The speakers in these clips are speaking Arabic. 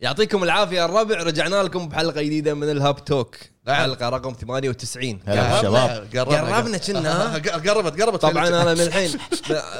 يعطيكم العافيه الربع رجعنا لكم بحلقه جديده من الهاب توك نعم. حلقه رقم 98 هلا بالشباب قربنا كنا قربت قربت طبعا انا من الحين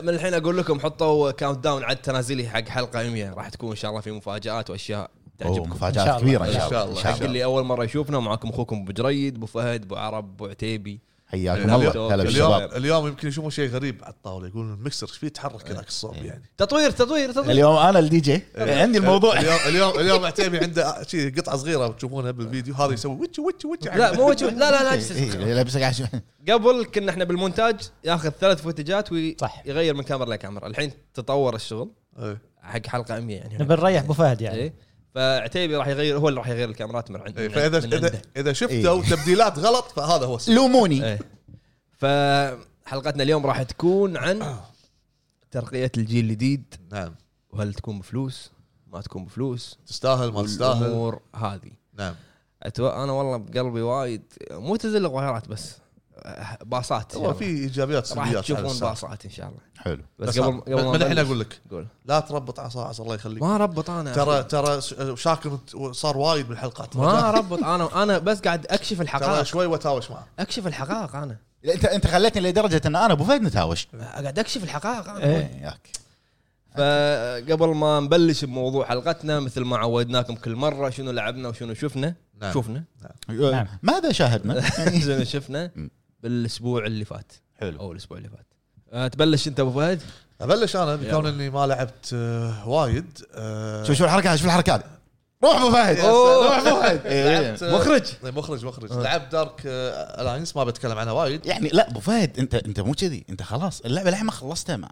من الحين اقول لكم حطوا كاونت داون على التنازلي حق حلقه 100 راح تكون ان شاء الله في مفاجات واشياء أوه، تعجبكم مفاجات إن شاء كبيره الله. ان شاء إن الله شاء حق اللي اول مره يشوفنا معاكم اخوكم ابو جريد ابو فهد ابو عرب ابو عتيبي حياكم اليوم- الله هلا اليوم- بالشباب اليوم اليوم يمكن يشوفون شيء غريب على الطاوله يقولون المكسر ايش فيه تحرك هناك الصوب يعني تطوير تطوير تطوير اليوم انا الدي جي عندي الموضوع اليوم اليوم اليوم عتيبي عنده شيء قطعه صغيره تشوفونها بالفيديو هذا يسوي وجه وجه وجه لا مو وجه- لا لا لا يعني. إيه، جسد. إيه، لابسك عشان قبل كنا احنا بالمونتاج ياخذ ثلاث فوتجات صح. ويغير من كاميرا لكاميرا الحين تطور الشغل إيه. حق حلقه 100 يعني نبي نريح ابو فهد يعني ايه فعتيبي راح يغير هو اللي راح يغير الكاميرات من عنده إيه، فاذا من اذا عنده. اذا إيه. شفته تبديلات غلط فهذا هو السبب. لوموني ايه فحلقتنا اليوم راح تكون عن ترقية الجيل الجديد نعم وهل تكون بفلوس ما تكون بفلوس تستاهل ما تستاهل الامور هذه نعم أتو... انا والله بقلبي وايد مو تزل الظاهرات بس أه، باصات والله في ايجابيات راح سلبيات على تشوفون السالفة. باصات ان شاء الله حلو بس بس قبل ها، قبل من الحين نبلش، اقول لك قول لا تربط عصا عصا الله يخليك ما ربط انا ترى ترى شاكر صار وايد بالحلقات ما ربط انا انا بس قاعد اكشف ترى الحقائق شوي وتاوش معه اكشف الحقائق انا لا، انت انت خليتني لدرجه ان انا ابو فهد نتهاوش إيه. قاعد اكشف الحقائق انا ايه إيه، ياك. فقبل ما نبلش بموضوع حلقتنا مثل ما عودناكم كل مره شنو لعبنا وشنو شفنا نعم. شفنا نعم. ماذا شاهدنا؟ يعني شنو شفنا بالاسبوع اللي فات حلو او الاسبوع اللي فات أه، تبلش انت ابو فهد ابلش انا بكون يلا. اني ما لعبت آه، وايد آه، شوف شوف الحركه شوف الحركات روح ابو فهد يا أوه. روح ابو فهد إيه. لعبت آه، مخرج. إيه، مخرج مخرج لعبت دارك آه، الاينس ما بتكلم عنها وايد يعني لا ابو فهد انت انت مو كذي انت خلاص اللعبه الحين ما خلصتها ما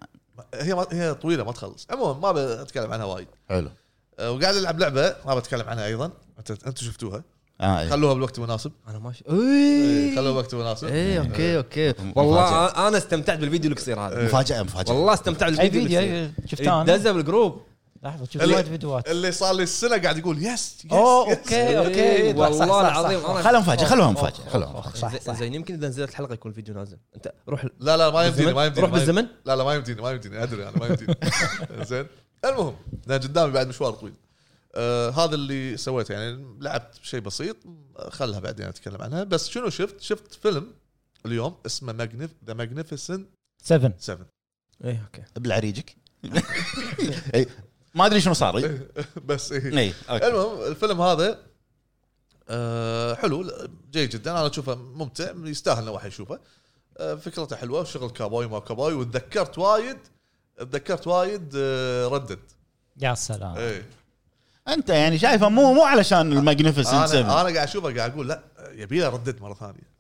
هي ما- هي طويله ما تخلص عموما ما بتكلم عنها وايد حلو آه، وقاعد العب لعبه ما بتكلم عنها ايضا انت انتم شفتوها اه إيه. خلوها بالوقت المناسب انا ماشي إيه، ايه خلوها بالوقت المناسب ايه اوكي اوكي والله أ- انا استمتعت بالفيديو القصير إيه. هذا مفاجاه مفاجاه والله استمتعت اي بالفيديو فيديو إيه، القصير أي- شفته انا دزه بالجروب لحظه شفت اللي- وايد فيديوهات اللي صار لي السنه قاعد يقول يس يس اوه يس. اوكي إيه، اوكي صح، والله صح، صح، العظيم صح. أنا- خلوها مفاجاه خلوها أوه، مفاجاه خلوها أوه، مفاجاه صح زين- صح زين يمكن اذا نزلت الحلقه يكون الفيديو نازل انت روح لا لا ما يمديني بالزمن؟ ما يمديني روح ما يمديني. بالزمن؟ لا لا ما يمديني ما يمديني ادري انا ما يمديني زين المهم لان قدامي بعد مشوار طويل آه هذا اللي سويته يعني لعبت شيء بسيط آه، خلها بعدين اتكلم عنها بس شنو شفت؟ شفت فيلم اليوم اسمه ماجنف ذا ماجنيفيسنت 7 7 ايه اوكي بالعريجك إيه، ما ادري شنو صار إيه. بس إيه. إيه، أوكي. المهم الفيلم هذا آه حلو لا، جيد جدا انا اشوفه ممتع يستاهل ان واحد يشوفه آه فكرته حلوه شغل كابوي ما كابوي وتذكرت وايد تذكرت وايد آه ردد يا سلام ايه انت يعني شايفه مو مو علشان الماجنيفيسنت انا 7 انا قاعد اشوفه قاعد اقول لا يبي له ردد مره ثانيه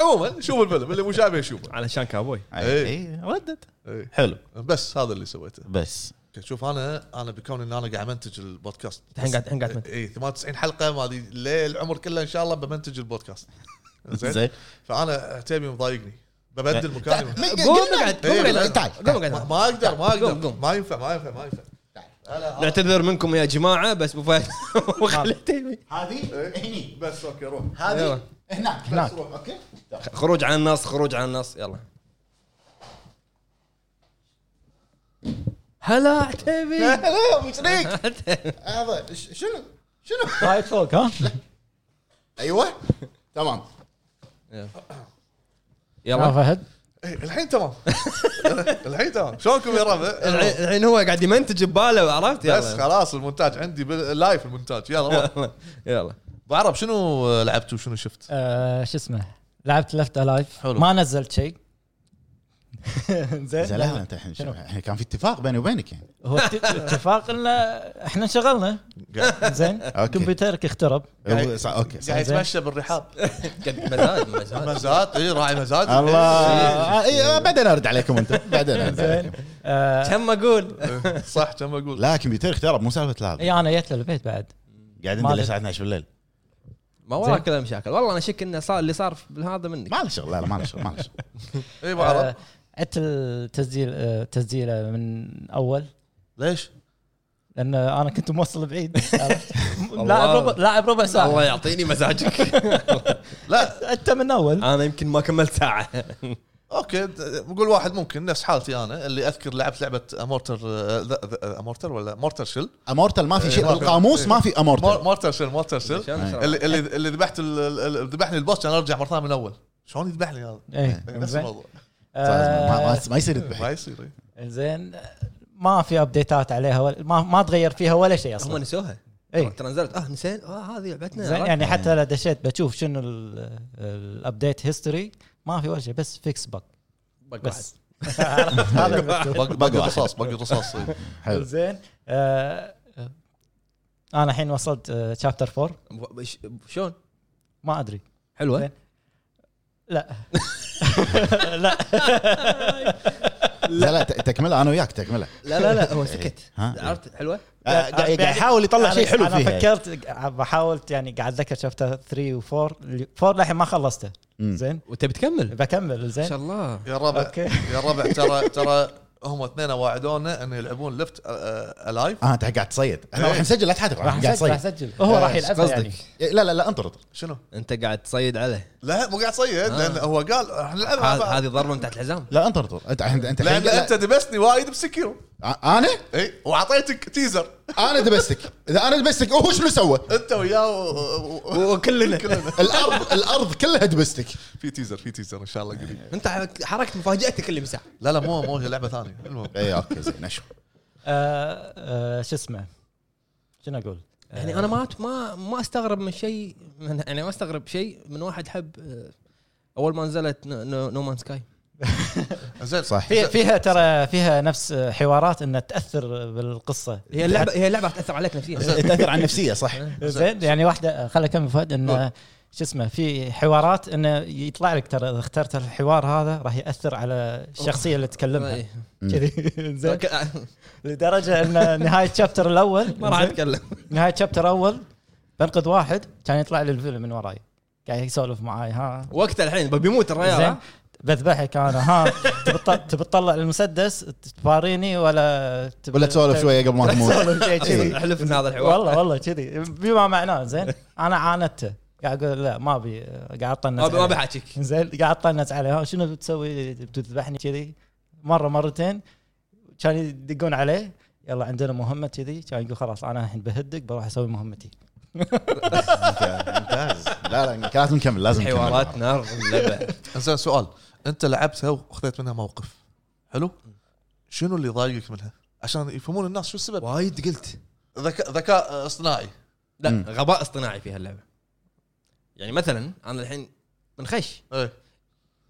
عموما شوف الفيلم اللي مو شايفه يشوفه علشان كابوي إيه، إيه، ردت إيه. حلو بس هذا اللي سويته بس شوف انا انا بكون ان انا قاعد امنتج البودكاست إيه، الحين قاعد الحين قاعد تمنتج. اي 98 حلقه ما ادري ليه العمر كله ان شاء الله بمنتج البودكاست زين زين فانا عتيبي مضايقني ببدل مكاني قوم اقعد قوم إيه، اقعد تعال، قوم ما اقعد ما اقدر ما قوم، اقدر قوم. ما ينفع ما ينفع ما ينفع لا، لا آه. نعتذر منكم يا جماعه بس ابو فهد نعم. ما خليته هذه هني بس اوكي روح يلا. هذه هناك هناك. أيوه. بس روح، اوكي خروج عن النص خروج عن النص يلا هلا عتيبي لا ابو شريك هذا ش- شنو شنو رايت طيب، فوق ها ايوه تمام يا يلا فهد إيه، الحين تمام الحين تمام شلونكم يا ربع الحين الحين هو قاعد يمنتج بباله عرفت بس يلا خلاص المونتاج عندي لايف المونتاج يلا روح. يلا ابو عرب شنو لعبت وشنو شفت؟ آه، شو اسمه لعبت لفت الايف حلو. ما نزلت شيء زين زين لا لا، انت الحين شوف، شنو؟ الحين كان في اتفاق بيني وبينك يعني هو ات- اتفاق ان احنا انشغلنا زين آه، أوكي. كمبيوترك اخترب أو- صح، اوكي صح. قاعد يتمشى بالرحاب قد مزاج مزاج مزاد اي راعي مزاد الله إيه، بعدين ارد عليكم انت بعدين أرد زين عليكم. آه، كم اقول إيه، صح كم اقول لا كمبيوتر اخترب مو سالفه لعب أيوه. اي انا إيه، جيت للبيت بعد قاعد ما عندي له- للساعه 12 بالليل ما ورا زين. كذا مشاكل والله انا شك انه صار اللي صار بالهذا منك ما له شغل لا لا ما له شغل ما له شغل اي ابو آه، عرب عدت التسجيل آه، تسجيله من اول ليش؟ لان انا كنت موصل بعيد عرفت؟ والله. لاعب ربع لاعب ربع الله ساعه يعطيني مزاجك لا انت من اول آه. انا يمكن ما كملت ساعه اوكي د- بقول واحد ممكن نفس حالتي انا اللي اذكر لعبت آه، لعبه امورتر امورتر ولا مورتر شيل امورتال ما في شيء إيه، ما في- القاموس إيه. ما في امورتال مورتر شيل مورتر شيل شلون أشرح؟ اللي اللي اللي ذبحت ال- ال- اللي ذبحني البوس كان ارجع مره ثانيه من اول شلون يذبحني هذا؟ ايه نفس زين الموضوع آه، ما- ما- ما يصير يذبح ما يصير إيه. زين ما في ابديتات عليها ولا ما ما تغير فيها ولا شيء هم اصلا نسوها اي ترى نزلت اه نسينا اه هذه لعبتنا زين يعني حتى لو دشيت بشوف شنو ال- الابديت هيستوري ما في ولا شيء بس فيكس بق بق واحد. بس هذا اللي مكتوب. باقي باقي الرصاص باقي الرصاص إيه. حلو زين آه، آه، انا الحين وصلت شابتر 4 ب- ش- شلون؟ ما ادري حلوه زين. لا لا لا لا ت- تكمله انا وياك تكمله لا لا لا هو سكت ها. عرفت حلوه؟ آه، قاعد قاعد يحاول يطلع يعني أنا- شيء حلو انا فيها يعني. فكرت قاعد بحاول يعني قاعد اتذكر شابتر 3 و4 4 للحين ما خلصته مم. زين وتبي تكمل؟ بكمل ان زين شاء الله يا ربع اوكي يا ربع ترى ترى هم اثنين واعدونا انه يلعبون آه، لفت الايف اه انت قاعد تصيد احنا راح نسجل لا تحاتف راح قاعد آه، اسجل راح تصيد إيه، اسجل هو راح إيش يلعبها يعني قصدك؟ لا لا لا انطر انطر شنو؟ انت قاعد تصيد عليه لا مو قاعد صيد لان هو قال راح نلعبها مع هذه بعض. هذه ضربه من تحت الحزام لا انطر انطر انت انت انت لان لا- آه، انت دبستني وايد بسكيرو انا اي واعطيتك تيزر انا آه، دبستك اذا انا دبستك هو شنو سوى؟ انت وياه و- و- وكلنا كلنا الارض الارض كلها دبستك في تيزر في تيزر ان شاء الله قريب انت حركت مفاجاتك اللي مساع لا لا مو مو هي لعبه ثانيه المهم اي اوكي إيه، زين اشوف آه، آه، شو اسمه شنو اقول؟ يعني انا ما ما ما استغرب من شيء من- يعني ما استغرب شيء من واحد حب آه، اول ما نزلت نو مان سكاي زين صح في فيها ترى فيها نفس حوارات انها تاثر بالقصه هي اللعبه هي اللعبه راح تاثر عليك نفسيا تاثر على النفسيه صح زين يعني واحده خليني اكمل فهد انه شو اسمه في حوارات انه يطلع لك ترى اذا اخترت الحوار هذا راح ياثر على الشخصيه اللي تكلمها إيه. كذي زين ك- لدرجه ان نهايه الشابتر الاول ما راح زين؟ اتكلم نهايه الشابتر الاول بنقذ واحد كان يطلع لي الفيلم من وراي قاعد يسولف معاي ها وقت الحين بيموت الرجال زين ها؟ بذبحك انا ها تبي تط- تبي تطلع المسدس تباريني ولا تبي- ولا تسولف أيوة. شويه قبل ما تموت تسولف شيء كذي احلف ان هذا الحوار والله والله كذي بما معناه زين انا عاندته قاعد اقول لا ما ابي قاعد اطنز ما بي- ما عليه. بحاكيك زين قاعد اطنز عليه ها، شنو بتسوي بتذبحني كذي مره مرتين كان يدقون عليه يلا عندنا مهمه كذي كان يقول خلاص انا الحين بهدك بروح اسوي مهمتي ممتاز لا لا كلام نكمل لازم نكمل. حوارات نار اللعبة. زين سؤال انت لعبتها واخذت منها موقف حلو؟ شنو اللي ضايقك منها؟ عشان يفهمون الناس شو السبب وايد قلت ذكاء ذكاء اصطناعي لا مم. غباء اصطناعي في هاللعبه يعني مثلا انا الحين منخش ايه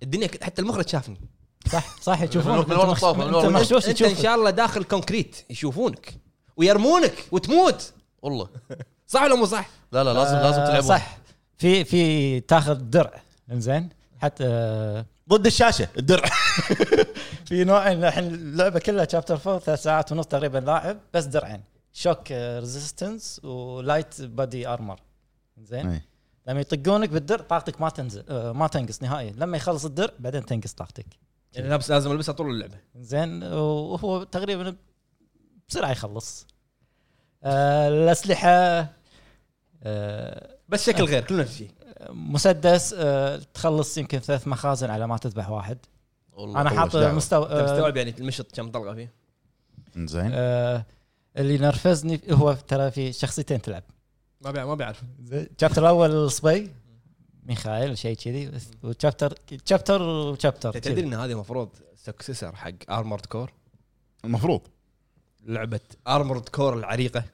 الدنيا ك- حتى المخرج شافني صح صح يشوفونك من ورا أنت مخ- الطاولة، من ورا أنت الطاولة. مغشوش انت ان يشوفك شاء الله داخل كونكريت يشوفونك ويرمونك وتموت والله صح ولا مو صح؟ لا لا لازم لازم آه، تلعبون صح في في تاخذ درع انزين حتى آه، ضد الشاشه الدرع في نوعين الحين اللعبه كلها شابتر 4 ثلاث ساعات ونص تقريبا لاعب بس درعين شوك ريزيستنس ولايت بادي ارمر زين إي. لما يطقونك بالدرع طاقتك ما تنزل آه، ما تنقص نهائي لما يخلص الدرع بعدين تنقص طاقتك يعني لابس لازم البسها طول اللعبه زين وهو تقريبا بسرعه يخلص آه، الاسلحه آه، بس شكل غير كله نفس الشيء مسدس آه، تخلص يمكن ثلاث مخازن على ما تذبح واحد والله انا طول حاط شعرك. مستوى آه، انت مستوعب يعني المشط كم طلقه فيه زين آه، اللي نرفزني هو ترى في شخصيتين تلعب ما بيع ما بيعرف الشابتر الاول صبي ميخائيل شيء كذي والشابتر تشابتر وشابتر أنت تدري ان هذه المفروض سكسسر حق ارمورد كور المفروض لعبه ارمورد كور العريقه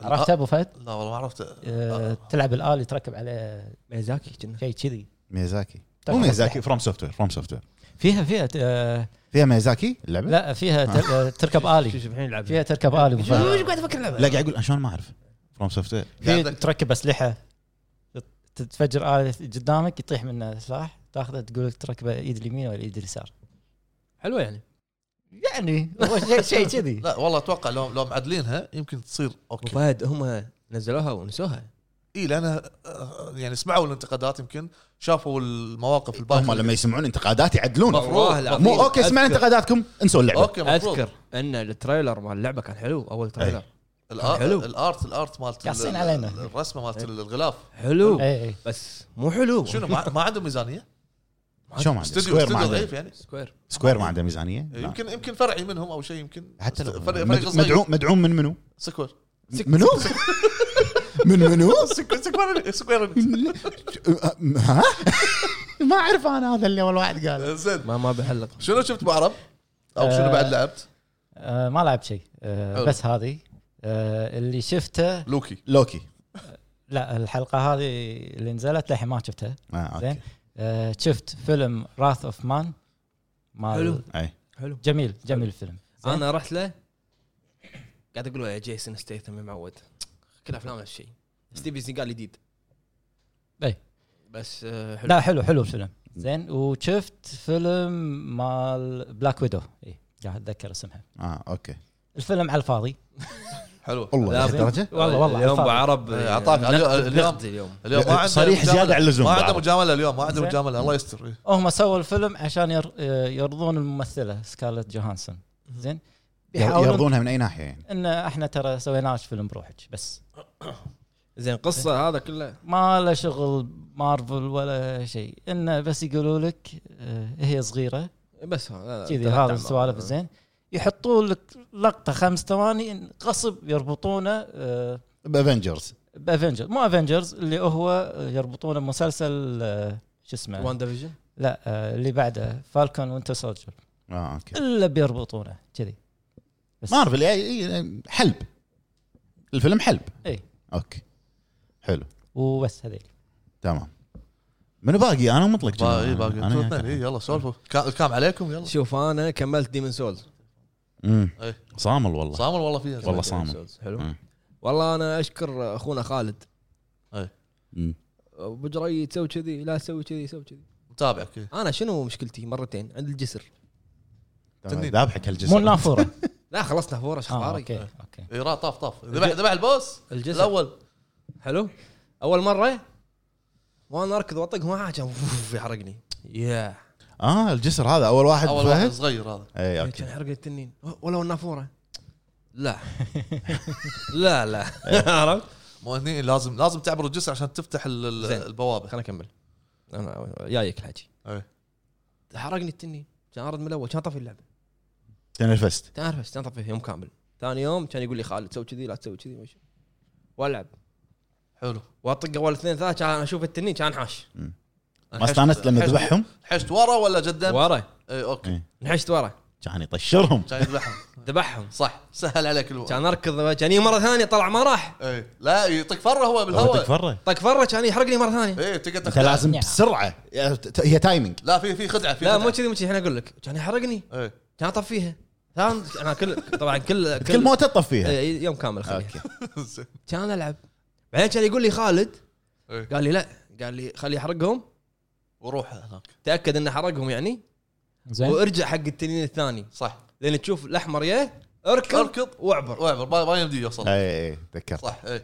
عرفت ابو فهد آه، لا والله ما عرفت آه، تلعب الالي تركب عليه ميزاكي كنا شيء كذي ميازاكي مو تاخذ ميازاكي أسلحة. فروم سوفت وير فروم سوفت وير فيها فيها آه، فيها ميازاكي اللعبه؟ لا فيها تل- آه، تركب الي شوف الحين يلعب فيها تركب الي أبو فهد. وش قاعد افكر لا اللعبه؟ قاعد يقول شلون ما اعرف فروم سوفت وير في قاعد- تركب اسلحه تفجر الي قدامك يطيح منه سلاح تاخذه تقول لك تركبه ايد اليمين ولا ايد اليسار حلوه يعني يعني هو شيء شيء كذي لا والله اتوقع لو لو معدلينها يمكن تصير اوكي فهد هم نزلوها ونسوها اي لان آه، يعني سمعوا الانتقادات يمكن شافوا المواقف طيب، هم الباقيه لما يسمعون انتقادات يعدلون والله العظيم. مو اوكي سمعنا أذكر- انتقاداتكم انسوا اللعبه اوكي مفروض. اذكر ان التريلر مال اللعبه كان حلو اول تريلر الآ- حلو. الارت الارت مالت قاصين ال- علينا. طيب. الرسمه مالت الغلاف حلو اي اي بس مو حلو شنو ما ما عندهم ميزانيه؟ شو ما عنده سكوير استوديو ما استوديو عنده ضعيف يعني سكوير سكوير ما عنده ميزانيه لا. يمكن يمكن فرعي منهم او شيء يمكن حتى لو فريق- فريق مد- صغير. مدعوم مدعوم من منو؟ سكوير منو؟ من منو؟ سكوير سكوير سكوير ها؟ ما اعرف انا هذا اللي اول واحد قال زين ما ما بحلق شنو شفت بعرب؟ او شنو بعد لعبت؟ آه ما لعبت شيء آه حلو. بس هذه آه اللي شفته لوكي لوكي لا الحلقه هذه اللي نزلت للحين ما شفتها آه، اوكي زين آه شفت فيلم راث اوف مان حلو. مال اي حلو جميل جميل الفيلم زين. انا رحت له قاعد اقول له يا جيسون ستيثم يا معود كل افلامه نفس الشيء ستيفن سيجال جديد أي. بس آه، حلو لا حلو حلو الفيلم زين وشفت فيلم مال بلاك ويدو اي قاعد اتذكر اسمها اه اوكي الفيلم على الفاضي حلوه والله لا، لهالدرجه والله والله اليوم الفاضي. ابو عرب إيه، أعطاك. اليوم- اليوم- اليوم اليوم اليوم ما عنده صريح مجاملة. زيادة عن اللزوم ما عنده بعرب. مجامله اليوم ما عنده زين. مجامله الله يستر إيه. هم سووا الفيلم عشان ير- يرضون الممثله سكارلت جوهانسون زين بيحاولون يرضونها من اي ناحيه يعني ان احنا ترى سويناش فيلم بروحك بس زين قصه هذا كله ما له شغل مارفل ولا شيء انه بس يقولوا لك آه، هي صغيره بس ها- لا، لا، كذي ثلاث هذا أعمار. السوالف زين يحطون لك لقطه خمس ثواني غصب يربطونه آه، بافنجرز بافنجرز مو افنجرز اللي هو يربطونه بمسلسل آه، شو اسمه وان ديفيجن لا آه، اللي بعده فالكون وانتر سولجر اه اوكي الا بيربطونه كذي بس مارفل إي- إي- إيه، حلب الفيلم حلب اي اوكي حلو وبس هذيل تمام منو باقي انا مطلق با- جماعة. إيه، باقي أنا يعني. انتوا وياك. اثنين إيه، يلا سولفوا كا- الكام عليكم يلا شوف انا كملت ديمن سولز أمم. إيه. صامل والله صامر والله فيها والله صامل. حلو مم. والله انا اشكر اخونا خالد إيه. أمم. ابو جري تسوي كذي لا تسوي كذي سوي كذي متابعك إيه. انا شنو مشكلتي مرتين عند الجسر تمام. تنين. ذابحك مو آه، الجسر النافوره لا خلصنا فورة آه، شخباري اوكي اوكي إيه، را- طاف طاف ذبح ذبح البوس الجسر الاول حلو اول مره وانا اركض واطق ما عاد كان فوف يحرقني يا اه الجسر هذا اول واحد اول واحد فهد إيه، صغير هذا اي كان اوكي يحرقني التنين ولو النافوره لا لا لا عرفت مو هني لازم لازم تعبر الجسر عشان تفتح ال- ال- زين. البوابه خليني اكمل انا جايك الحكي إيه. حرقني التنين كان ارد من الاول كان طفي اللعبه تنرفزت تعرف كان طفي يوم كامل ثاني يوم كان يقول لي خالد سوي كذي لا تسوي كذي وش. والعب حلو واطق اول اثنين ثلاث كان اشوف التنين كان حاش ما استانست لما حشت- ذبحهم حشت ورا ولا قدام؟ ورا اي اوكي إيه. نحشت ورا كان يطشرهم كان يذبحهم ذبحهم صح سهل عليك الوقت كان اركض كان يجي مره ثانيه طلع ما راح اي لا يطق فره هو هو بالهواء تكفره طق فره كان يحرقني مره ثانيه اي تقعد انت تخدع. لازم نعم. بسرعه يعني ت- هي تايمينج لا في في خدعه في لا خدعة. إيه. مو كذي مو كذي انا اقول لك كان يحرقني اي كان اطفيها كان انا كل طبعا كل كل موته تطفيها إيه، يوم كامل خليها اوكي زين. كان العب بعدين كان يقول لي خالد إيه. قال لي لا قال لي خليه يحرقهم وروح هناك تاكد انه حرقهم يعني زين وارجع حق التنين الثاني صح لان تشوف الاحمر ياه اركض اركض واعبر واعبر ما ما يمدي يوصل اي اي إيه، تذكرت صح اي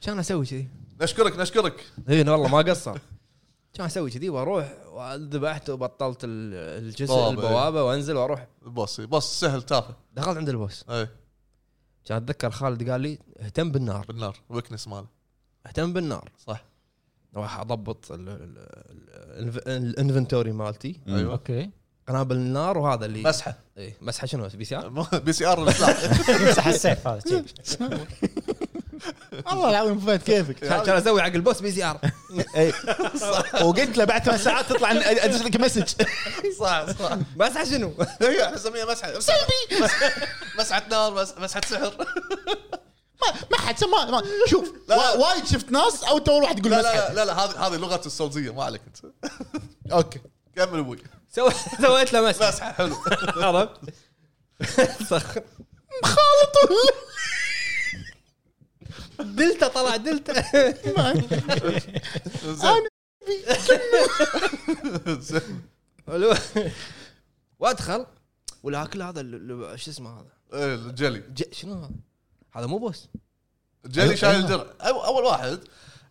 كان اسوي كذي نشكرك نشكرك اي إيه، والله ما قصر كان اسوي كذي واروح ذبحت وبطلت ال- الجسر طابة. البوابه وانزل واروح بص بص سهل تافه إيه، دخلت عند البوس اي كان اتذكر خالد قال لي اهتم بالنار بالنار ويكنس ماله اهتم بالنار صح راح اضبط ال- ال- ال- الانف- الانفنتوري مالتي مم. ايوه اوكي قنابل النار وهذا اللي مسحه ايه مسحه شنو بي سي ار بي سي ار السلاح امسح السيف هذا شي. والله العظيم فهد كيفك كان يعني كان اسوي حق البوس بي سي ار إي. إيه. وقلت له بعد ثمان ساعات تطلع ارسل لك مسج صح صح مسحه شنو؟ ايوه احنا نسميها مسحه سلبي مسحه نار مس- مسحه سحر ما- ما حد ما, ما شوف لا. وا- وايد شفت ناس او انت اول واحد يقول لا مسحه لا لا لا هذه هذه لغه السولزيه ما عليك انت اوكي كمل ابوي سو- سويت له مسحه مسحه حلو عرفت؟ صخر دلته طلع دلته زين زين. حلو وادخل والاكل هذا ال- ال- شو اسمه هذا إيه، الجلي ج- شنو هذا؟ هذا مو بوس أيوة، الجلي شايل درع أو- اول واحد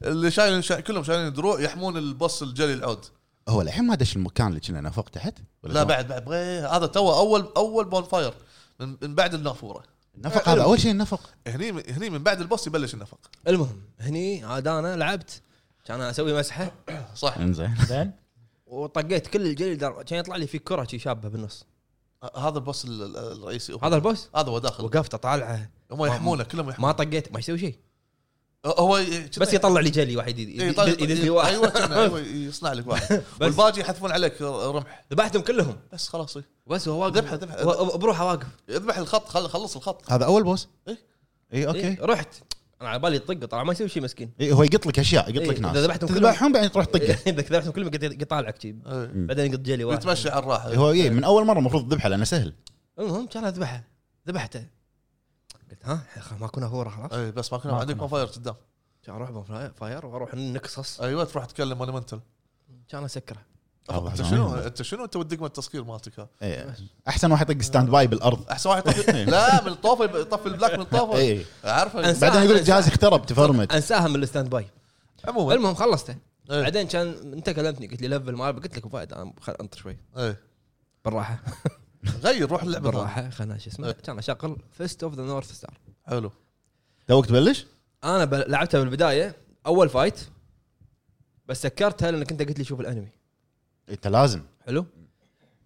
اللي شايل شا- كلهم شايلين دروع يحمون البص الجلي العود هو الحين ما دش المكان اللي كنا فوق تحت ولا لا تو- بعد بعد بغيه. هذا تو اول اول بون فاير من من بعد النافوره النفق هذا اول شيء النفق هني من- هني من بعد البوس يبلش النفق المهم هني عاد انا لعبت كان أنا اسوي مسحه صح انزين زين وطقيت كل الجليد كان يطلع لي في كره شي شابه بالنص هذا البوس ال- ال- الرئيسي هو- هذا البوس هذا هو داخل وقفت اطالعه هم يحمونه كلهم يحمونه ما طقيت ما يسوي شيء هو ي- بس يطلع لي جلي واحد يد- إيه، يطلع- يد- يد لي واحد ايوه كأنه- أيوة، يصنع لك واحد والباقي يحذفون عليك رمح ذبحتهم كلهم بس خلاص إيه. بس هو واقف ذبحة- ذبحة. و- بروحه واقف اذبح الخط خل- خلص الخط هذا اول بوس إيه. اي إيه، اوكي رحت انا على بالي يطق طلع ما يسوي شيء مسكين إيه، هو يقط لك اشياء يقط إيه، لك ناس إذا ذبحتهم كلهم- تذبحهم بعدين تروح طقه اذا ذبحتهم كلهم قاعد يطالعك شي إيه. بعدين قط جلي واحد يتمشى على الراحه هو إيه من اول مره المفروض تذبحه لانه سهل المهم كان اذبحه ذبحته قلت ها خ- ما كنا هو خلاص اي إيه، بس ما كنا ما عندك كنا. ما فاير قدام كان اروح بون فاير واروح نقصص ايوه تروح تكلم مونيمنتال كان اسكره الله انت يسلمك. شنو انت شنو انت ودق من التسكير مالتك هذا إيه. احسن واحد يطق ستاند باي بالارض احسن واحد إيه. يطفي لا من الطوفه يب- يطفي البلاك من الطوفه اي عارفه أنسى. إيه. بعدين يقول لك جهازك اخترب تفرمت انساها من الستاند باي عموما المهم خلصته إيه. بعدين كان انت كلمتني قلت لي ليفل ما أبي. قلت لك أبو فهد انا خل انطر شوي إيه. بالراحه غير روح اللعبه ثانية. بالراحه خلنا شو اسمه إيه. كان اشغل فيست اوف ذا نورث ستار حلو توك تبلش؟ انا ب- لعبتها بالبدايه اول فايت بس سكرتها لانك انت قلت لي شوف الانمي انت لازم حلو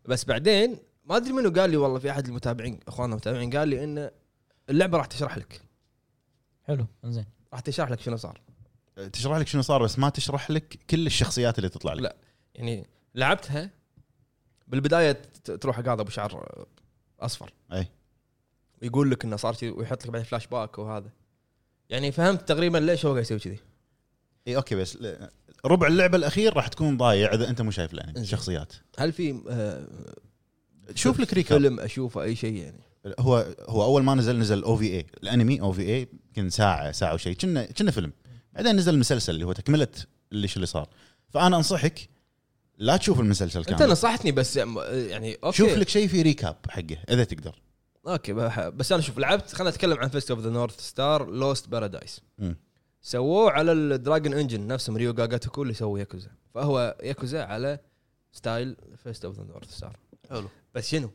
بس بعدين ما ادري منو قال لي والله في احد المتابعين اخواننا المتابعين قال لي ان اللعبه راح تشرح لك حلو انزين راح تشرح لك شنو صار تشرح لك شنو صار بس ما تشرح لك كل الشخصيات اللي تطلع لك لا. يعني لعبتها بالبدايه ت- تروح حق هذا ابو شعر اصفر أي. ويقول لك انه صار كذي ويحط لك بعدين فلاش باك وهذا يعني فهمت تقريبا ليش هو قاعد يسوي كذي اي اوكي بس ل- ربع اللعبه الاخير راح تكون ضايع اذا انت مو شايف الانمي الشخصيات هل في آه، شوف لك ريكاب فيلم اشوفه اي شيء يعني هو هو اول ما نزل نزل او في اي الانمي او في اي يمكن ساعه ساعه وشيء كنا كنا فيلم بعدين نزل مسلسل اللي هو تكمله اللي شو اللي صار فانا انصحك لا تشوف المسلسل انت كامل نصحتني بس يعني اوكي شوف لك شيء في ريكاب حقه اذا تقدر اوكي بح- بس انا شوف لعبت خلينا نتكلم عن فيست اوف ذا نورث ستار لوست بارادايس مم. سووه على الدراجون انجن نفسهم ريو جاجاتوكو اللي سووا ياكوزا فهو ياكوزا على ستايل فيست اوف ذا نورث ستار حلو بس شنو؟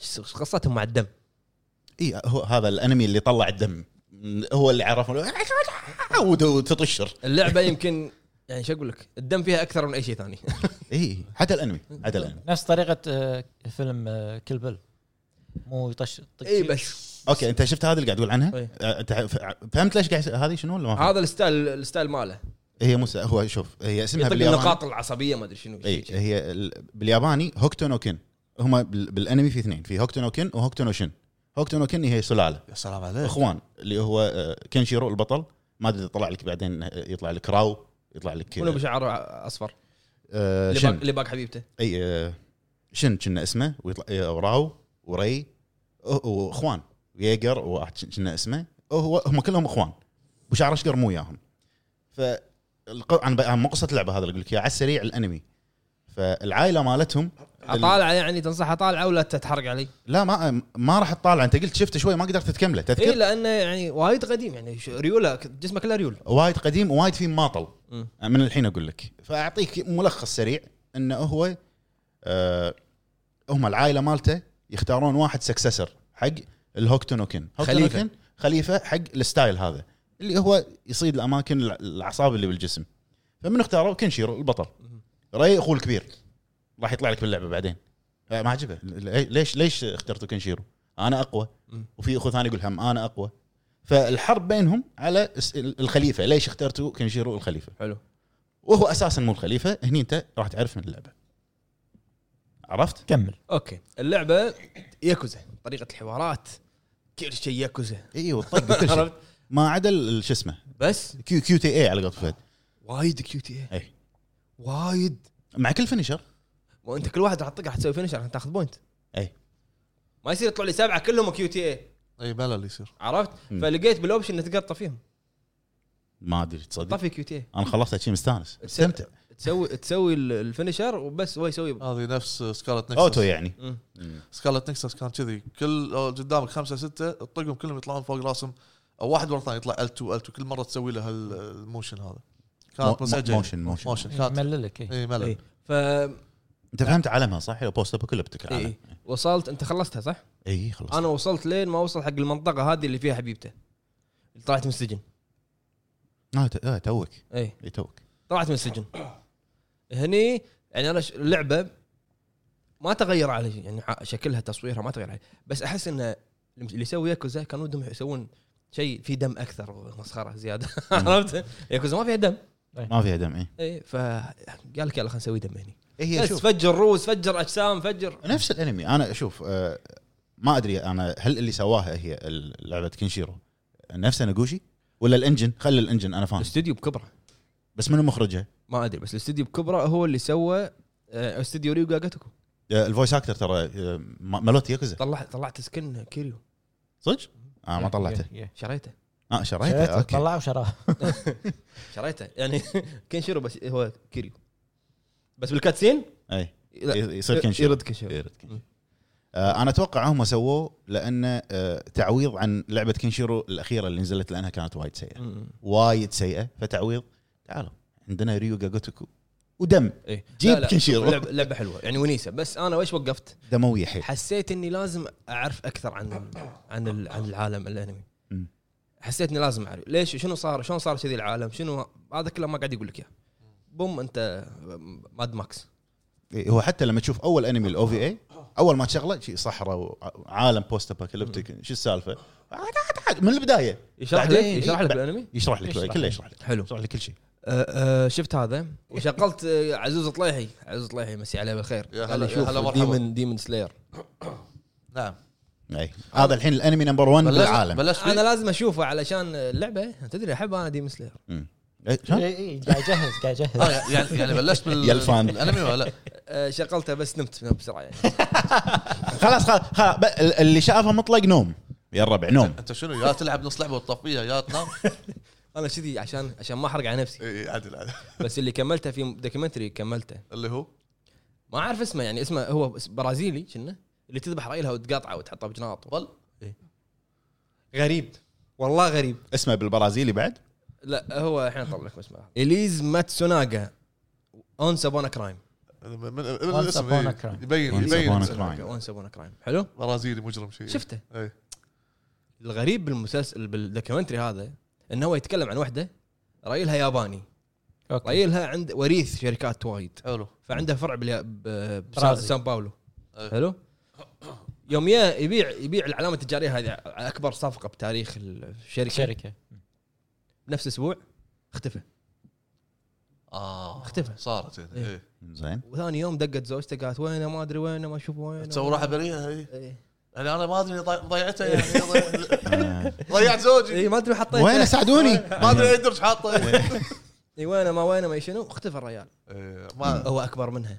ش- ش- قصتهم مع الدم اي هو هذا الانمي اللي طلع الدم هو اللي عرفنا وتطشر اللعبه يمكن يعني شو اقول لك الدم فيها اكثر من اي شيء ثاني اي حتى الانمي حتى الانمي نفس طريقه آه، فيلم آه، كل بل مو يطش طق اي فيه. طيب، بس اوكي انت شفت هذه اللي قاعد تقول عنها؟ إي. آه، أنت فهمت ليش قاعد يس- هذه شنو ولا ما فهمت؟ هذا الستايل الستايل ماله هي مو س- هو شوف هي اسمها يطق بالياباني النقاط العصبيه ما ادري شنو اي شي- شي. هي ال- بالياباني هوكتو نو كن هم بال- بالانمي في اثنين في هوكتو نو كن وهوكتو نو شن هوكتو نو كن هي سلاله يا سلام إيه. عليك اخوان اللي هو آه، كينشيرو البطل ما ادري طلع لك بعدين آه، يطلع لك راو يطلع لك منو آه، بشعر اصفر آه، اللي باق- شن اللي باق حبيبته اي آه، شن كنا اسمه ويطلع آه، وراو وري آه، واخوان ويجر واحد شن- كنا اسمه آه، هو هم كلهم اخوان وشعر اشقر مو وياهم ف الق- عن عن مو قصه اللعبه هذا اللي اقول لك اياه على السريع الانمي فالعائله مالتهم اطالع يعني تنصح اطالع ولا تتحرق علي؟ لا ما ما راح تطالع انت قلت شفته شوي ما قدرت تكمله اي تذكر لانه يعني وايد قديم يعني ش- ريوله ك- جسمه كله ريول وايد قديم ووايد فيه ماطل آه، مم. من الحين اقول لك فاعطيك ملخص سريع انه هو آه هم العائله مالته يختارون واحد سكسسر حق الهوكتونوكن خليفة. هوكتونوكن خليفه حق الستايل هذا اللي هو يصيد الاماكن الع- الاعصاب اللي بالجسم فمن اختاروا كنشيرو البطل مم. ري اخوه الكبير راح يطلع لك باللعبه بعدين آه، ما عجبه ل- ليش ليش اخترتوا كنشيرو انا اقوى مم. وفي اخو ثاني يقول هم انا اقوى فالحرب بينهم على الس- الخليفه ليش اخترتوا كنشيرو الخليفه حلو وهو اساسا مو الخليفه هني انت راح تعرف من اللعبه عرفت كمل اوكي اللعبه ياكوزا طريقه الحوارات كل شيء ياكوزا اي والطق وكل شيء عرفت؟ ما عدا ال- شو اسمه بس كيو كيو تي اي على قولت فهد وايد كيو تي اي اي وايد مع كل فينيشر وانت كل واحد راح تطق راح تسوي فينش راح تاخذ بوينت اي ما يصير يطلع لي سبعه كلهم كيو تي اي اي بلا إيه، اللي يصير عرفت؟ مم. فلقيت بالاوبشن انك تقدر تطفيهم ما ادري تصدق طفي كيو تي اي انا خلصت شيء مستانس استمتع إيه. تسوي تسوي ال- الفينشر وبس هو يسوي هذه نفس سكارلت نكسس اوتو يعني مم. سكارلت نكسس كان كذي كل قدامك خمسه سته تطقهم كلهم يطلعون فوق راسهم او واحد ورا الثاني يطلع ال2 ال2 كل مره تسوي له الموشن هذا مو- كانت مزعجه موشن- موشن. موشن إيه، كانت مللك اي اي ملل إيه. ف انت فهمت عالمها صح؟ بوست ابوكاليبتك إيه. وصلت انت خلصتها صح؟ اي إيه، خلاص انا وصلت لين ما وصل حق المنطقه هذه اللي فيها حبيبته اللي طلعت من السجن إيه، آه، ت- آه، توك اي اي توك طلعت من السجن هني يعني انا ش- اللعبه ما تغير على شيء، يعني ع- شكلها تصويرها ما تغير عليه بس احس انه اللي يسوي ياكوزا كان ودهم يسوون شيء فيه دم اكثر مسخره زياده عرفت؟ ياكوزا ما فيها دم ما فيها دم إيه. اي اي فقال لك يلا خلينا نسوي دم هني هي بس إيه، شوف فجر روس فجر اجسام فجر نفس الانمي انا اشوف آه، ما ادري انا هل اللي سواها هي ال- لعبه كنشيرو نفسها نقوشي ولا الانجن خلي الانجن انا فاهم الاستوديو بكبره بس منو مخرجها ما ادري بس الاستوديو بكبره هو اللي سوى آه، استوديو ريو جاجاتوكو آه، الفويس اكتر ترى آه، ما- مالوت ياكوزا طلعت طلعت سكن كيريو صدق؟ آه ما طلعته شريته اه شريته اوكي طلع وشراه شريته يعني كنشيرو بس هو كيريو بس بالكاتسين اي لا، ي- يصير كنشيرو يرد كنشيرو يرد كنشيرو. آه، انا اتوقع هم سووه لانه آه، تعويض عن لعبه كنشيرو الاخيره اللي نزلت لانها كانت وايد سيئه مم. وايد سيئه فتعويض تعالوا عندنا ريو جاجوتوكو ودم إيه. جيب لا، لا، كنشيرو. شوف، لعبه لعبه حلوه يعني ونيسه بس انا ويش وقفت؟ دمويه حيل حسيت اني لازم اعرف اكثر عن عن ال- عن العالم الانمي مم. حسيت اني لازم اعرف ليش شنو صار شلون صار كذي العالم شنو هذا كله ما قاعد يقول لك اياه بوم انت ماد ماكس إيه، هو حتى لما تشوف اول انمي الاو في اي اول ما تشغله شيء صحراء وعالم بوست ابوكاليبتيك شو السالفه عاد- عاد- عاد، من البدايه يشرح لك بعدين- يشرح لك بعد- الانمي يشرح لك يشرح كله لك. يشرح لك حلو يشرح لك كل شيء أه أه شفت هذا وشغلت أه، عزوز طليحي عزوز طليحي مسي عليه بالخير يا قال لي هلا- يا شوف هلا مرحبا. ديمن ديمن سلاير نعم اي هذا الحين الانمي نمبر 1 بلشت بالعالم بلشت انا فيه؟ لازم اشوفه علشان اللعبه تدري احب انا ديمن سلاير مم. إيه، شلون؟ اي اي قاعد يجهز قاعد يجهز آه، يعني يعني بلشت بال يا الفان. الانمي ولا لا؟ أه شغلته بس نمت بسرعه يعني خلاص خلاص خلاص ب- اللي شافه مطلق نوم يا الربع نوم انت شنو يا تلعب نص لعبه وتطفيها يا تنام انا كذي عشان عشان ما احرق على نفسي اي عدل عدل بس اللي كملته في دوكيومنتري كملته إيه، اللي هو ما اعرف اسمه يعني اسمه هو اس- برازيلي كنا اللي تذبح رايلها وتقاطعه وتحطه بجناط والله إيه. غريب والله غريب اسمه بالبرازيلي بعد لا هو الحين اطلع لك اسمه اليز ماتسوناغا اونس ابونا كرايم من من الاسم upon إيه. a crime. يبين Once upon a يبين crime. كرايم. اونس ابونا كرايم حلو إيه. برازيلي مجرم شيء شفته اي الغريب بالمسلسل بالدوكيومنتري هذا انه هو يتكلم عن وحده رايلها ياباني اوكي رايلها عند وريث شركات وايد حلو فعنده فرع باليا- ب- بسا- برازيل. بسان باولو أي. حلو يوم يا يبيع يبيع العلامه التجاريه هذه على اكبر صفقه بتاريخ الشركه شركه بنفس اسبوع اختفى اه اختفى. صارت يعني إيه. إيه. زين وثاني يوم دقت زوجته قالت وينه ما ادري وينه ما اشوف وينه إيه. إيه. تسوي راحه بريه اي اي يعني انا ما ادري ضي- ضيعتها يعني ضي- آه. ضيعت زوجي إي، إيه، ما ادري حطيت وين ساعدوني ما ادري اي درج حاطه إيه. اي وينه ما وينه ما شنو اختفى الرجال إيه، ما هو اكبر منها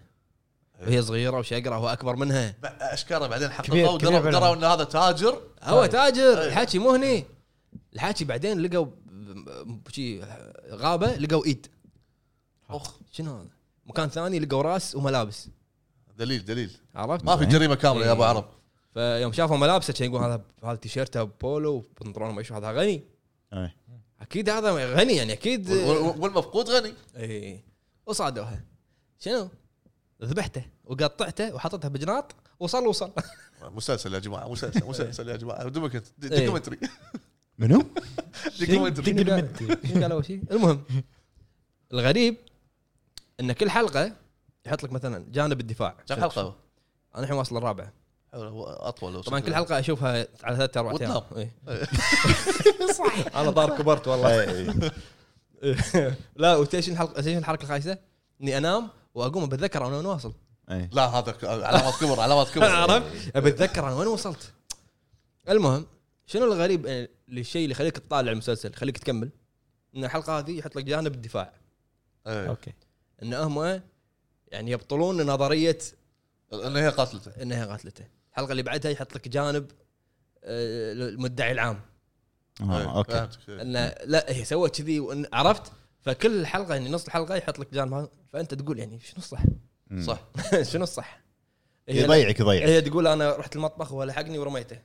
إيه. وهي صغيره وشقره هو اكبر منها ب- اشكاله بعدين كبير- حققوه كبير دروا بالعمر. دروا ان هذا تاجر هو طيب. تاجر الحكي مو هني الحكي بعدين لقوا ب- ب- شي غابه لقوا ايد اخ شنو هذا؟ مكان ثاني لقوا راس وملابس دليل دليل عرفت؟ ما في جريمه كامله يا ابو عرب فيوم شافوا ملابسه كان يقول هذا هذا تيشيرته بولو وبنطلونه ما شو هذا غني إيه. اكيد هذا غني يعني اكيد وال- وال- والمفقود غني اي وصادوها شنو؟ ذبحته وقطعته وحطيته بجناط وصل وصل مسلسل يا جماعه مسلسل مسلسل يا جماعه دوكيومنت- إيه. دوكيومنتري منو؟ دوكيومنتري شنو قال- شنو قال اول شيء؟ المهم الغريب ان كل حلقه يحط لك مثلا جانب الدفاع كم حلقه هو؟ انا الحين واصل الرابعه حلو، هو اطول هو طبعا شكله. كل حلقه اشوفها على ثلاث اربع ايام وتنام. إيه. صح انا ضار كبرت والله إيه. لا وتيشن الحلقه تيشن الحركه الخايسه اني انام واقوم بتذكر انا وين واصل إيه. لا هذا ك- علامات كبر علامات كبر عرفت؟ ابي اتذكر انا وين وصلت المهم شنو الغريب آه، الشيء اللي يخليك تطالع المسلسل يخليك تكمل ان الحلقه هذه يحط لك جانب الدفاع إيه. اوكي ان هم يعني يبطلون نظريه ان هي قتلته انها قاتلته الحلقه اللي بعدها يحط لك جانب آه، المدعي العام آه، اوكي إيه، فهمتك. انه لا هي سوت كذي وإن- عرفت فكل حلقه يعني نص الحلقه يحط لك جانب هذا فانت تقول يعني شنو الصح؟ مم. صح شنو الصح؟ هي لا- يضيعك يضيعك هي تقول انا رحت المطبخ ولحقني ورميته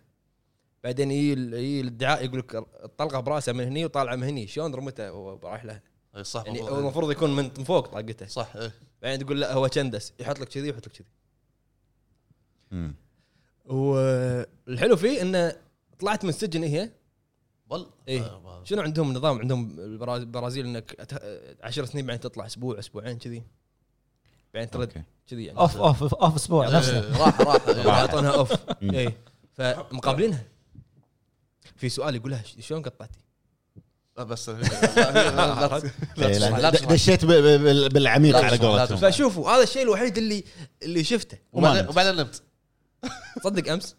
بعدين يجي ال- يجي الادعاء يقول لك الطلقه براسه من هني وطالعه من هني شلون رمته وراح له إيه، صح يعني والله. هو المفروض يكون من من فوق طاقته صح إيه. بعدين تقول لا هو كندس يحط لك كذي ويحط لك كذي مم. والحلو فيه انه طلعت من السجن هي بل إيه. آه، ما- شنو عندهم نظام عندهم البرازيل انك أت- عشر سنين بعدين تطلع اسبوع اسبوعين كذي بعدين ترد أوكي. كذي يعني اوف اوف اوف اسبوع نفسه إيه، راح راح يعني يعطونها اوف مم. اي فمقابلينها في سؤال يقول لها "ش- شلون قطعتي؟ لا، بس لا- لا- لا- لا إيه، تسمع، لا، لا د- تسمع. دشيت ب- ب- بال- بالعميق لا على تسمع، لا قولتهم تسمع. فشوفوا هذا الشيء الوحيد اللي اللي شفته وما وبعدين نمت. وبعدين نمت صدق امس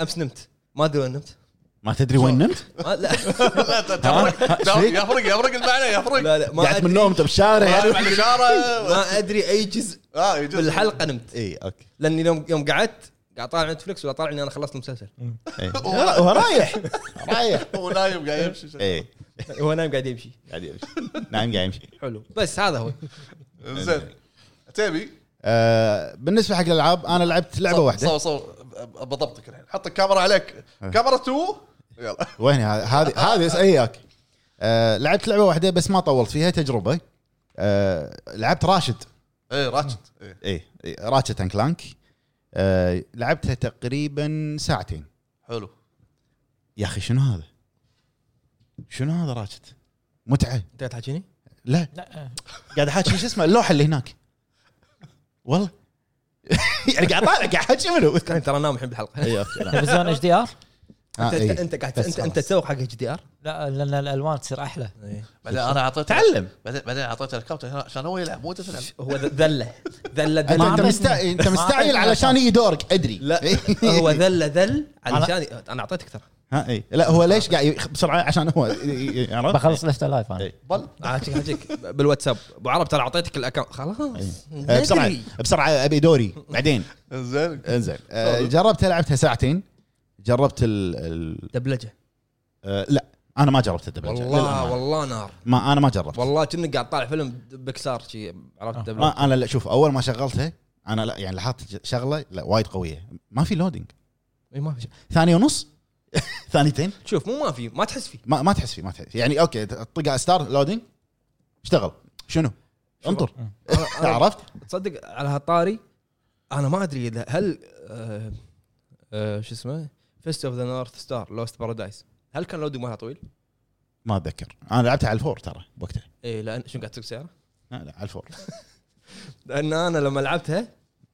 امس نمت ما ادري وين نمت ما تدري وين نمت؟ ما لا لا ت- تفرق ها؟ إيش فيك؟ يفرق يفرق المعنى يفرق لا لا ما قعدت ادري من نومته بالشارع يعني. مع الاشاره ما ادري اي جزء اه يجوز بالحلقه نمت اي اوكي لاني يوم يوم قعدت قاعد طالع نتفلكس ولا طالع اني انا خلصت المسلسل إيه. هو رايح رايح هو نايم قاعد يمشي إيه. اي هو نايم قاعد يمشي قاعد يمشي نايم قاعد يمشي حلو بس هذا هو زين تبي آه، بالنسبه حق الالعاب انا لعبت لعبه صور- واحده صور صور بضبطك الحين حط الكاميرا عليك إيه. كاميرا 2 يلا وين هذه هذه هذه اياك آه، لعبت لعبه واحده بس ما طولت فيها تجربه آه، لعبت راشد ايه راشد إيه. اي راتشت اند كلانك آه، لعبتها تقريبا ساعتين حلو يا اخي شنو هذا؟ شنو هذا راتشت؟ متعه انت قاعد تحكيني؟ لا لا قاعد احكي شو اسمه اللوحه اللي هناك والله يعني قاعد طالع قاعد احكي منو؟ كان ترى نام الحين بالحلقه اي اوكي نعم. تلفزيون اتش دي ار آه، انت إي. انت قاعد بس انت خلاص. انت تسوق حق اتش دي ار؟ لا لان الالوان تصير احلى بعدين انا اعطيته تعلم. بعدين بعدين اعطيته الكابتن عشان هو يلعب مو أنت تلعب هو ذله ذله انت ذل انت عطيتني- مستع- انت ما مستعجل عطيتني علشان يجي دورك إيه. ادري لا هو ذله ذل أنا- علشان انا اعطيتك ترى ها اي لا هو ليش قاعد يخ- بسرعه عشان هو إيه، عرفت؟ بخلص لفته لايف انا إي. بل عاجيك عاجيك بالواتساب ابو عرب ترى اعطيتك الاكونت خلاص آه، بسرعه ندري. بسرعه ابي دوري بعدين زين انزين آه، جربت لعبتها ساعتين جربت ال, ال... دبلجه آه، لا انا ما جربت الدبلجه والله للأمانة. والله نار ما انا ما جربت والله كأنك قاعد طالع فيلم بكسار شي عرفت دبلجه ما انا لا شوف اول ما شغلتها انا لا يعني لاحظت ج- شغله لا وايد قويه ما في لودينج إي إيه، ما في شي. ثانيه ونص ثانيتين شوف مو ما في ما تحس فيه ما, ما تحس فيه ما تحس يعني اوكي تطق على ستار لودينج اشتغل شنو؟ انطر أنا- أنا عرفت؟ تصدق على هالطاري انا ما ادري اذا هل آه، آه، شو اسمه فيست اوف ذا نورث ستار لوست بارادايس هل كان لودي مالها طويل؟ ما اتذكر انا لعبتها على الفور ترى وقتها اي لان شنو قاعد تسوق سياره؟ لا لا على الفور لان انا لما لعبتها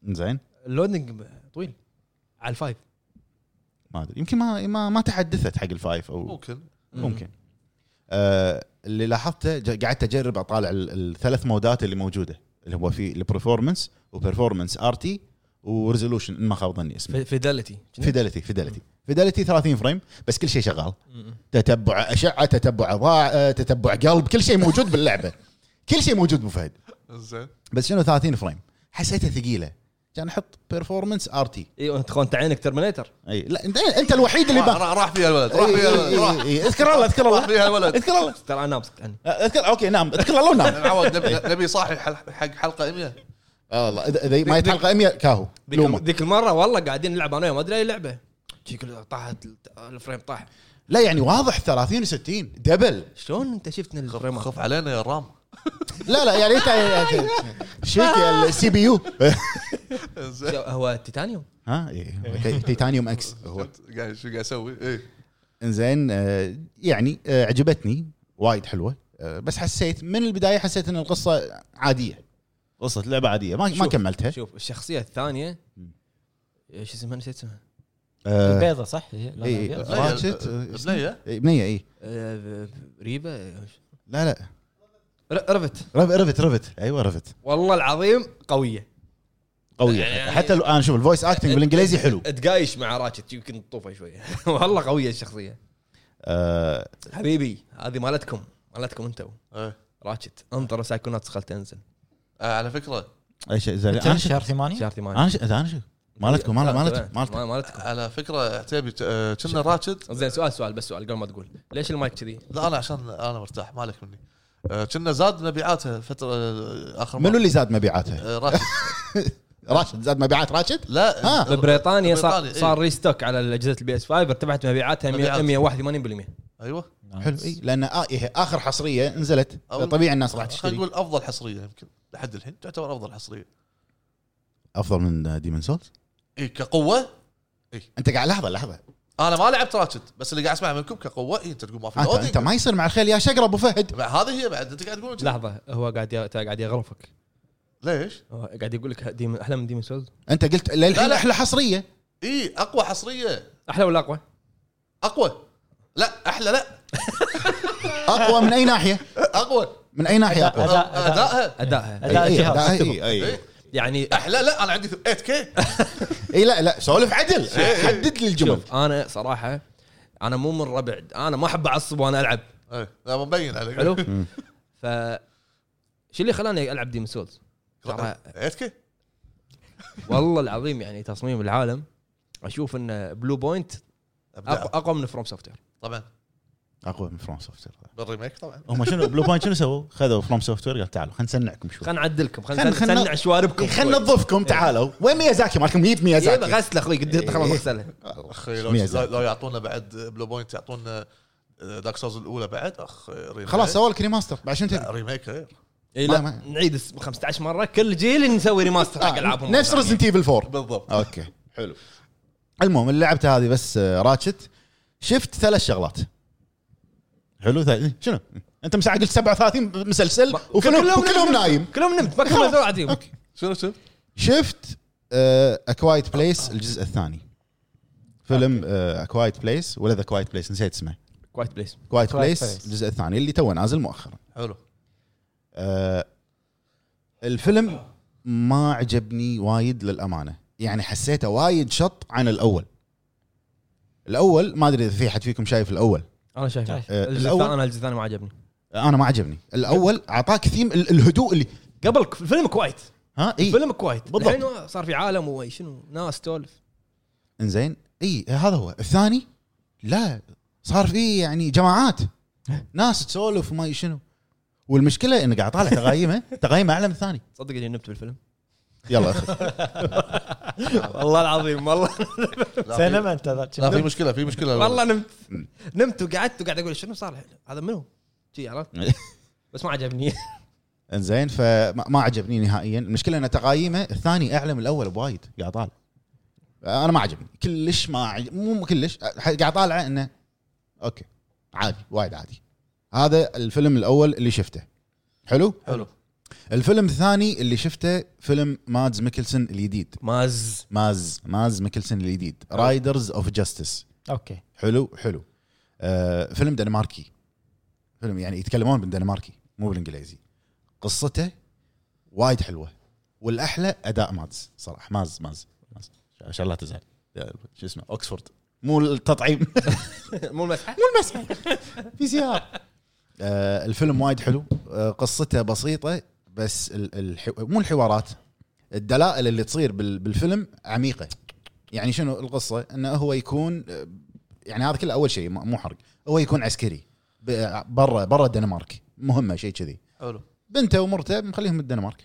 زين اللودنج طويل على الفايف ما ادري يمكن ما ما, ما تحدثت حق الفايف او ممكن ممكن آه اللي لاحظته ج- قعدت اجرب اطالع ال- الثلاث مودات اللي موجوده اللي هو في البرفورمانس وبرفورمانس ار تي وريزولوشن إن ما خاب ظني اسمه فيداليتي فيداليتي فيداليتي فيداليتي 30 فريم بس كل شيء شغال تتبع اشعه تتبع ضاع تتبع قلب كل شيء موجود باللعبه كل شيء موجود ابو فهد زين بس شنو 30 فريم حسيتها ثقيله كان احط بيرفورمنس ار تي اي انت انت عينك ترمينيتر اي لا انت انت الوحيد اللي راح با... راح فيها الولد راح إي- فيها إي- الولد إي- راح إي. اذكر الله اذكر راح الله فيها الولد اذكر إيه، الله ترى يعني. انا امسك عني اذكر اوكي نام اذكر الله نعم. ونام نعود نبي نبي صاحي حل- حق حلقه 100 آه، والله اذا إذا ما يتحلق 100 كاهو ذيك لومه ذيك المره والله قاعدين نلعب انا وياه ما ادري اي لعبه شي كل- طاحت الفريم طاح لا يعني واضح 30 و60 دبل شلون انت شفت إن خف الفريمات خف علينا يا رام لا لا يعني انت شيك السي بي يو زين هو التيتانيوم ها إي، هو تي- تيتانيوم اكس هو قاعد شو قاعد اسوي؟ ايه انزين آه، يعني آه، عجبتني وايد حلوه آه، بس حسيت من البدايه حسيت ان القصه عاديه قصه لعبه عاديه ما ما شوف، كملتها شوف الشخصيه الثانيه إيه؟ مم. إيه، شو اسمها نسيت اسمها آه، البيضه صح؟ إيه، هي لونها إي، أبيض. إي. راتشت، آه، بنيه إي، بنيه اي آه، ريبا آه، لا لا ر- رفت رف- رفت رفت ايوه رفت والله العظيم قويه قويه آه، يعني- حتى لو- انا شوف الفويس اكتنج بالانجليزي حلو تقايش مع راتشت يمكن تطوفه شويه والله قويه الشخصيه آه، حبيبي هذه مالتكم مالتكم انتم إيه. راتشت انطر سايكوناتس خل تنزل آه، على فكره اي شيء زين كم انا شو شهر ثمانية إيه؟ شهر ثمانية انا شو انا شو آه، مالتكم مال- مالتكم مالتكم ما- مالتكم على فكره عتيبي ت- آه، كنا راتشد زين سؤال سؤال بس سؤال قبل ما تقول ليش المايك كذي؟ لا انا عشان انا مرتاح مالك مني آه، كنا زاد مبيعاتها فتره آه، اخر منو مرة. اللي زاد مبيعاته؟ آه، راشد راشد زاد مبيعات راشد؟ لا ها. آه، بريطانيا صار بريطانيا، إيه. صار ريستوك على اجهزه البي اس 5 ارتفعت مبيعاتها مبيعات. 181% ايوه حلو اي لان آه إيه، اخر حصريه نزلت أو- طبيعي الناس راح آه، خلينا تشتري نقول افضل حصريه يمكن لحد الحين تعتبر افضل حصريه افضل من ديمن سولز اي كقوه انت قاعد لحظه لحظه انا ما لعبت راتشد بس اللي قاعد اسمعه منكم كقوه اي انت تقول ما في انت, لودينج. انت ما يصير مع الخيل يا شقر ابو فهد بعد هذه هي بعد انت قاعد تقول كذا. لحظه هو قاعد ي- قاعد يغرفك ليش؟ آه، قاعد يقول لك ديمن احلى من ديمن سولز انت قلت للحين لا، لا. احلى حصريه اي اقوى حصريه احلى ولا اقوى؟ اقوى لا احلى لا اقوى من اي ناحيه اقوى من اي ناحيه اقوى أداء- أداء. ادائها ادائها أداء اي الجهاز. أداء، اي اي إيه. يعني احلى لا انا عندي 8 كي اي لا لا سولف عدل حدد لي الجمل شوف انا صراحه انا مو من ربع انا ما احب اعصب وانا العب إيه، لا مبين عليك حلو؟ مم. ف شو اللي خلاني العب ديمن سولز؟ ترى 8 كي والله العظيم يعني تصميم العالم اشوف ان بلو بوينت أقوى, اقوى من فروم سوفت وير طبعا اقوى من فروم سوفت وير بالريميك طبعا هم شنو بلو بوينت شنو سووا؟ خذوا فروم سوفت وير قال تعالوا خلينا نسنعكم شوي إيه. خلينا نعدلكم خلينا خلنا- خلنا- نسنع شواربكم إيه، خلينا نظفكم تعالوا وين ميازاكي مالكم جيب يبا ميازاكي غسل اخوي قد دخل إيه. المغسله اخي لو, ميازاكي. لو يعطونا بعد بلو بوينت يعطونا آه، دارك سوز الاولى بعد اخ ريميك خلاص سووا لك ريماستر بعد شنو تبي؟ لا، ريميك غير اي ما- إيه، لا ما- نعيد الس- 15 مره كل جيل نسوي ريماستر حق آه، العابهم نفس ريزنت ايفل 4 بالضبط اوكي حلو المهم اللي لعبته هذه بس آه، راتشت شفت ثلاث شغلات حلو ثلاث شنو؟ انت من ساعه قلت 37 مسلسل ما- وفيلم- وكلهم نايم كلهم نمت ما كملت ولا عديم اوكي شنو شنو؟ شفت آه، اكوايت بليس الجزء الثاني فيلم آه، اكوايت بليس ولا ذا كوايت بليس نسيت اسمه كوايت بليس كوايت Quiet بليس Place. الجزء الثاني اللي توه نازل مؤخرا حلو آه، الفيلم ما عجبني وايد للامانه يعني حسيته وايد شط عن الاول الاول ما ادري اذا في حد فيكم شايف الاول انا شايف شايف. آه، الجزء الأول- الثاني- انا الجزء الثاني ما عجبني انا ما عجبني الاول اعطاك ثيم ال- الهدوء اللي قبل ك- فيلم كوايت ها اي فيلم كوايت إيه. بالضبط. الحين صار في عالم وشنو ناس تولف انزين اي هذا هو الثاني لا صار في يعني جماعات ناس تسولف وما شنو والمشكله انه قاعد طالع تقايمه تقايمه اعلى من الثاني تصدق اني نمت بالفيلم يلا اخي والله العظيم والله لا، في- سينما انت ذا. لا في مشكله في مشكله والله نمت نمت وقعدت وقاعد اقول شنو صار الحين؟ هذا منو؟ شي عرفت؟ بس ما عجبني انزين فما ما عجبني نهائيا المشكله ان تقايمه الثاني اعلى من الاول بوايد قاعد طالع انا ما عجبني كلش ما عجب مو كلش قاعد طالعه انه اوكي عادي وايد عادي هذا الفيلم الاول اللي شفته حلو حلو الفيلم الثاني اللي شفته فيلم مادز ميكلسون الجديد ماز ماز ماز ميكلسون الجديد رايدرز اوف جاستس اوكي حلو حلو آه فيلم دنماركي فيلم يعني يتكلمون بالدنماركي مو بالانجليزي قصته وايد حلوه والاحلى اداء ماز صراحه ماز ماز ماز ان شاء الله تزعل يا- شو اسمه اوكسفورد مو التطعيم مو المسحه في سي ار آه الفيلم وايد حلو آه قصته بسيطه بس ال- الحو... مو الحوارات الدلائل اللي تصير بال... بالفيلم عميقه يعني شنو القصه انه هو يكون آه، يعني هذا كله اول شيء م- مو حرق هو يكون عسكري ب- برا برا الدنمارك مهمه شيء كذي حلو بنته ومرته مخليهم بالدنمارك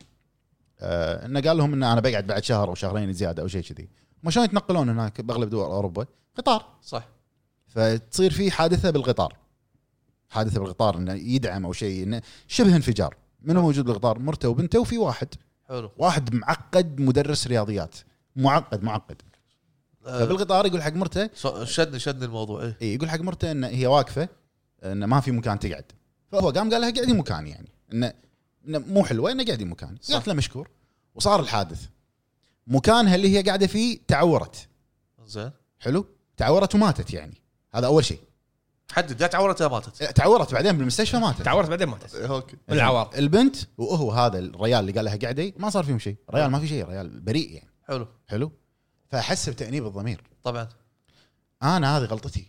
آه انه قال لهم ان انا بقعد بعد شهر او شهرين زياده او شيء كذي ما شلون يتنقلون هناك باغلب دول اوروبا قطار صح فتصير في حادثه بالقطار حادثه بالقطار انه يدعم او شيء انه شبه انفجار منو موجود بالقطار مرته وبنته وفي واحد حلو واحد معقد مدرس رياضيات معقد معقد آه، فبالقطار يقول حق مرته ص- شدني شدني الموضوع ايه إي، يقول حق مرته ان هي واقفه انه ما في مكان تقعد فهو قام قال لها قعدي مكاني يعني انه انه مو حلوه انه قعدي مكاني صح. قالت له مشكور وصار الحادث مكانها اللي هي قاعده فيه تعورت زين حلو تعورت وماتت يعني هذا اول شيء حدد لا تعورت يا ماتت تعورت بعدين بالمستشفى ماتت تعورت بعدين ماتت إيه، اوكي بالعوار البنت وهو هذا الريال اللي قال لها قعدي ما صار فيهم شيء ريال ما في شيء ريال بريء يعني حلو حلو فاحس بتانيب الضمير طبعا انا هذه غلطتي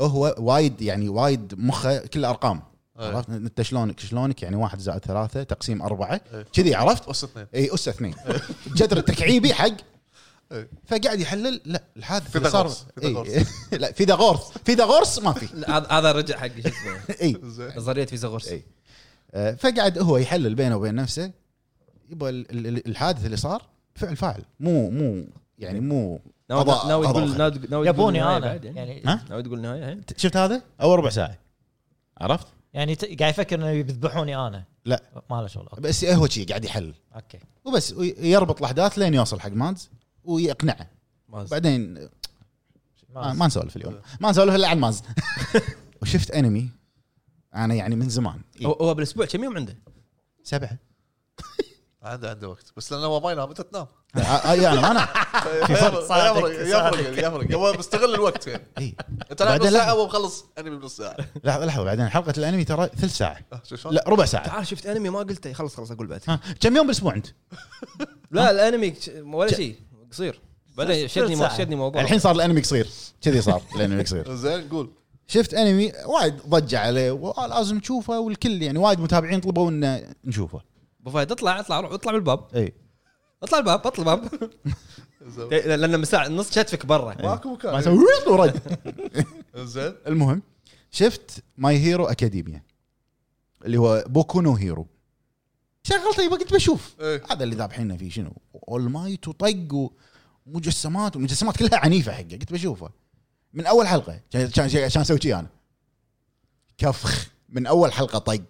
هو وايد يعني وايد مخه كله ارقام إيه. عرفت انت شلونك شلونك يعني واحد زائد ثلاثه تقسيم اربعه إيه. كذي عرفت اس اثنين اي اس اثنين جذر تكعيبي حق إيه. فقاعد يحلل لا الحادث اللي صار فيثاغورس، إيه. لا فيثاغورس فيثاغورس ما في إيه. لا، هذا هذا رجع حق شو اسمه اي زين نظريه فيثاغورس إي. آه، فقعد هو يحلل بينه وبين نفسه يبغى ال- ال- الحادث اللي صار فعل فاعل مو مو يعني مو ناوي قضاء- ناوي قضاء تقول خير. ناوي- ناوي تقول يبوني نهاية انا بعد يعني ها؟ ناوي تقول نهايه هي؟ شفت هذا اول ربع ساعه عرفت يعني ت- قاعد يفكر انه بيذبحوني انا لا. ما له شغل اوكي بس هو شي قاعد يحلل اوكي وبس وي- يربط الاحداث لين يوصل حق مانز ويقنعه ماز. بعدين آه، ما- ما نسولف اليوم ما نسولف الا عن مانز وشفت انمي انا يعني من زمان إي، هو هو بالاسبوع كم يوم عنده؟ سبعه عنده عنده وقت بس لانه هو ما ينام انت تنام اي انا آه، ما انا يفرق صادق، يفرق يفرق يفرق هو بيستغل الوقت يعني اي انت لاعب نص بعدين لا. ساعه هو مخلص انمي بنص ساعه لحظه لحظه بعدين حلقه الانمي ترى ثلث ساعه آه، شو- شلون؟ لا ربع ساعه تعال شفت انمي ما قلته خلص خلص اقول بعد ها كم يوم بالاسبوع انت؟ لا الانمي ش- ولا شيء قصير بعدين ثلث شدني مو- ساعة. شدني موضوع الحين صار الانمي قصير كذي صار الانمي قصير زين قول شفت انمي وايد ضجه عليه ولازم تشوفه والكل يعني وايد متابعين طلبوا ان نشوفه ابو فهد اطلع اطلع روح اطلع بالباب اي اطلع الباب اطلع الباب إيه. زين. لان مساع نص شتفك برا ماكو ما مكان سوي ورد زين المهم شفت ماي هيرو اكاديميا اللي هو بوكو نو هيرو شغلته يبقى كنت بشوف إيه. هذا اللي ذابحينه فيه شنو اول مايت وطق ومجسمات والمجسمات كلها عنيفه حقه كنت بشوفه من اول حلقه كان كان عشان اسوي شي انا كفخ من اول حلقه طق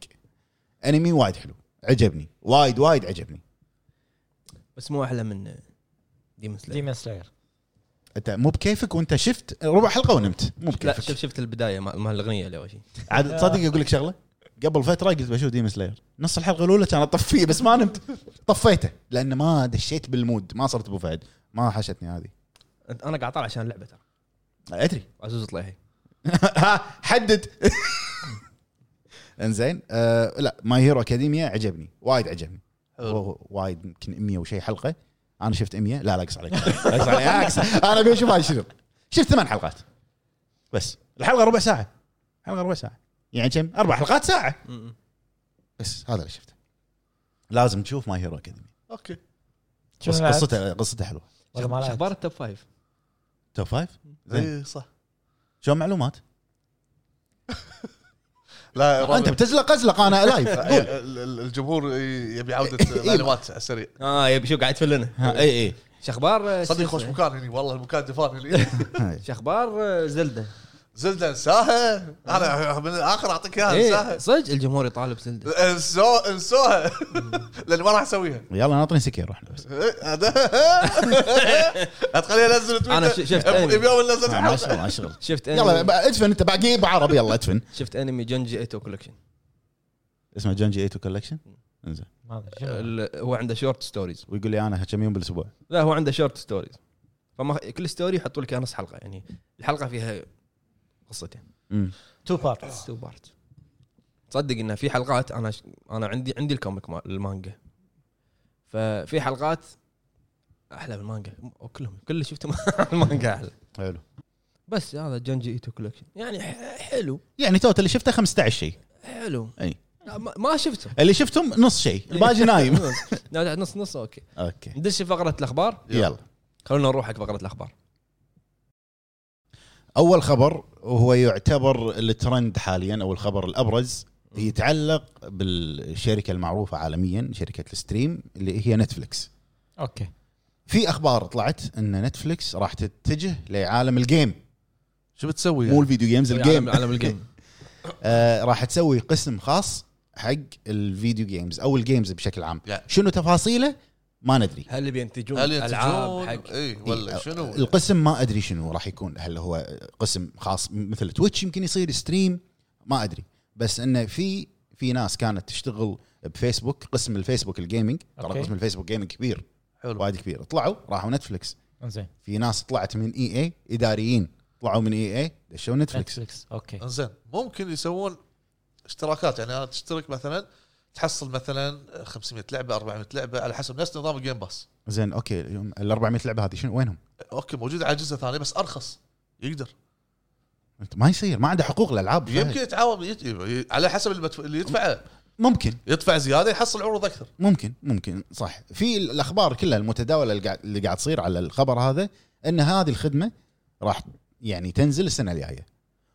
انمي وايد حلو عجبني وايد وايد عجبني بس مو احلى من ديمون سلاير ديمون سلاير انت مو بكيفك وانت شفت ربع حلقه ونمت لا مو شوف بكيفك شفت البدايه مال مال الاغنيه اللي اول شيء عاد تصدق اقول لك شغله قبل فتره قلت بشوف ديم سلاير نص الحلقه الاولى كان اطفيه بس ما نمت طفيته لان ما دشيت بالمود ما صرت ابو فهد ما حشتني هذه انا قاعد طالع عشان اللعبه ترى ادري عزوز طليحي ها، حدد انزين آه لا ماي هيرو اكاديميا عجبني وايد عجبني هو- وايد يمكن 100 وشي حلقه انا شفت 100 لا لا اقص عليك اقص عليك أقص. انا ابي اشوف هاي شنو شفت ثمان حلقات بس الحلقه ربع ساعه حلقه ربع ساعه يعني كم اربع حلقات ساعه بس هذا اللي شفته لازم تشوف ماي هيرو اكاديمي اوكي قص- قصته قصته حلوه ولا ما شو لعبت؟ اخبار التوب فايف توب فايف زين اي إيه، صح شلون معلومات لا رابع. انت بتزلق ازلق انا لايف لا، قول ال- ال- الجمهور ي- يبي عوده معلومات على السريع اه يبي شو قاعد تفلنا ها، اي اي شو اخبار صدق خوش مكان هني والله المكان دفان هني شو اخبار زلده زلده انساها انا من الاخر اعطيك اياها ايه انساها صدق الجمهور يطالب زلده انسو انسوها لان ما راح اسويها يلا ناطرين سكير آه، احنا بس إيه، هذا- لا تخليني انزل تويتر أنا ش- شفت أنمي. بيوم نزلت ما حلقه اشغل ما اشغل شفت يلا انمي بقى ادفن انت باقي بعربي يلا ادفن شفت انمي جونجي ايتو كولكشن اسمه جون جي 8 كولكشن انزين ما أدري شنو. ال- هو عنده شورت ستوريز ويقول لي انا كم يوم بالاسبوع لا هو عنده شورت ستوريز فما كل ستوري يحطوا لك إياها نص حلقه يعني الحلقه فيها قصتين امم تو بارتس تو بارت تصدق انه في حلقات انا ش... انا عندي عندي الكوميك ما... المانجا ففي حلقات احلى بالمانجا أو كلهم كل اللي شفته المانجا احلى حلو بس هذا جونجي ايتو كولكشن يعني ح- حلو يعني توتال اللي شفته 15 شيء حلو أي. لا، ما ما شفته اللي شفتهم نص شيء الباقي نايم لا لا نص نص اوكي اوكي ندش في فقره الاخبار يلا خلونا نروح حق فقره الاخبار اول خبر وهو يعتبر الترند حاليا او الخبر الابرز يتعلق بالشركه المعروفه عالميا شركه الستريم اللي هي نتفلكس اوكي في اخبار طلعت ان نتفلكس راح تتجه لعالم الجيم شو بتسوي مو الفيديو جيمز الجيم عالم- عالم الجيم آه، راح تسوي قسم خاص حق الفيديو جيمز او الجيمز بشكل عام يعني. شنو تفاصيله ما ندري هل بينتجون هل العاب العاب حق اي ولا إيه، شنو القسم ما ادري شنو راح يكون هل هو قسم خاص مثل تويتش يمكن يصير ستريم ما ادري بس انه في في ناس كانت تشتغل بفيسبوك قسم الفيسبوك الجيمنج ترى أوكي. قسم الفيسبوك جيمنج كبير حلو. وايد كبير طلعوا راحوا نتفلكس زين في ناس طلعت من اي اي اداريين طلعوا من اي اي دشوا نتفلكس نتفلكس اوكي انزين ممكن يسوون اشتراكات يعني انا تشترك مثلا تحصل مثلا 500 لعبه 400 لعبه على حسب نفس نظام الجيم باس زين اوكي ال 400 لعبه هذه شنو وينهم؟ اوكي موجود على جزء ثاني بس ارخص يقدر أنت ما يصير ما عنده حقوق الالعاب يمكن يتعاون يت- ي- على حسب المدف- اللي يدفعه ممكن يدفع زياده يحصل عروض اكثر ممكن ممكن صح في الاخبار كلها المتداوله اللي قاعد اللي قاعد تصير على الخبر هذا ان هذه الخدمه راح يعني تنزل السنه الجايه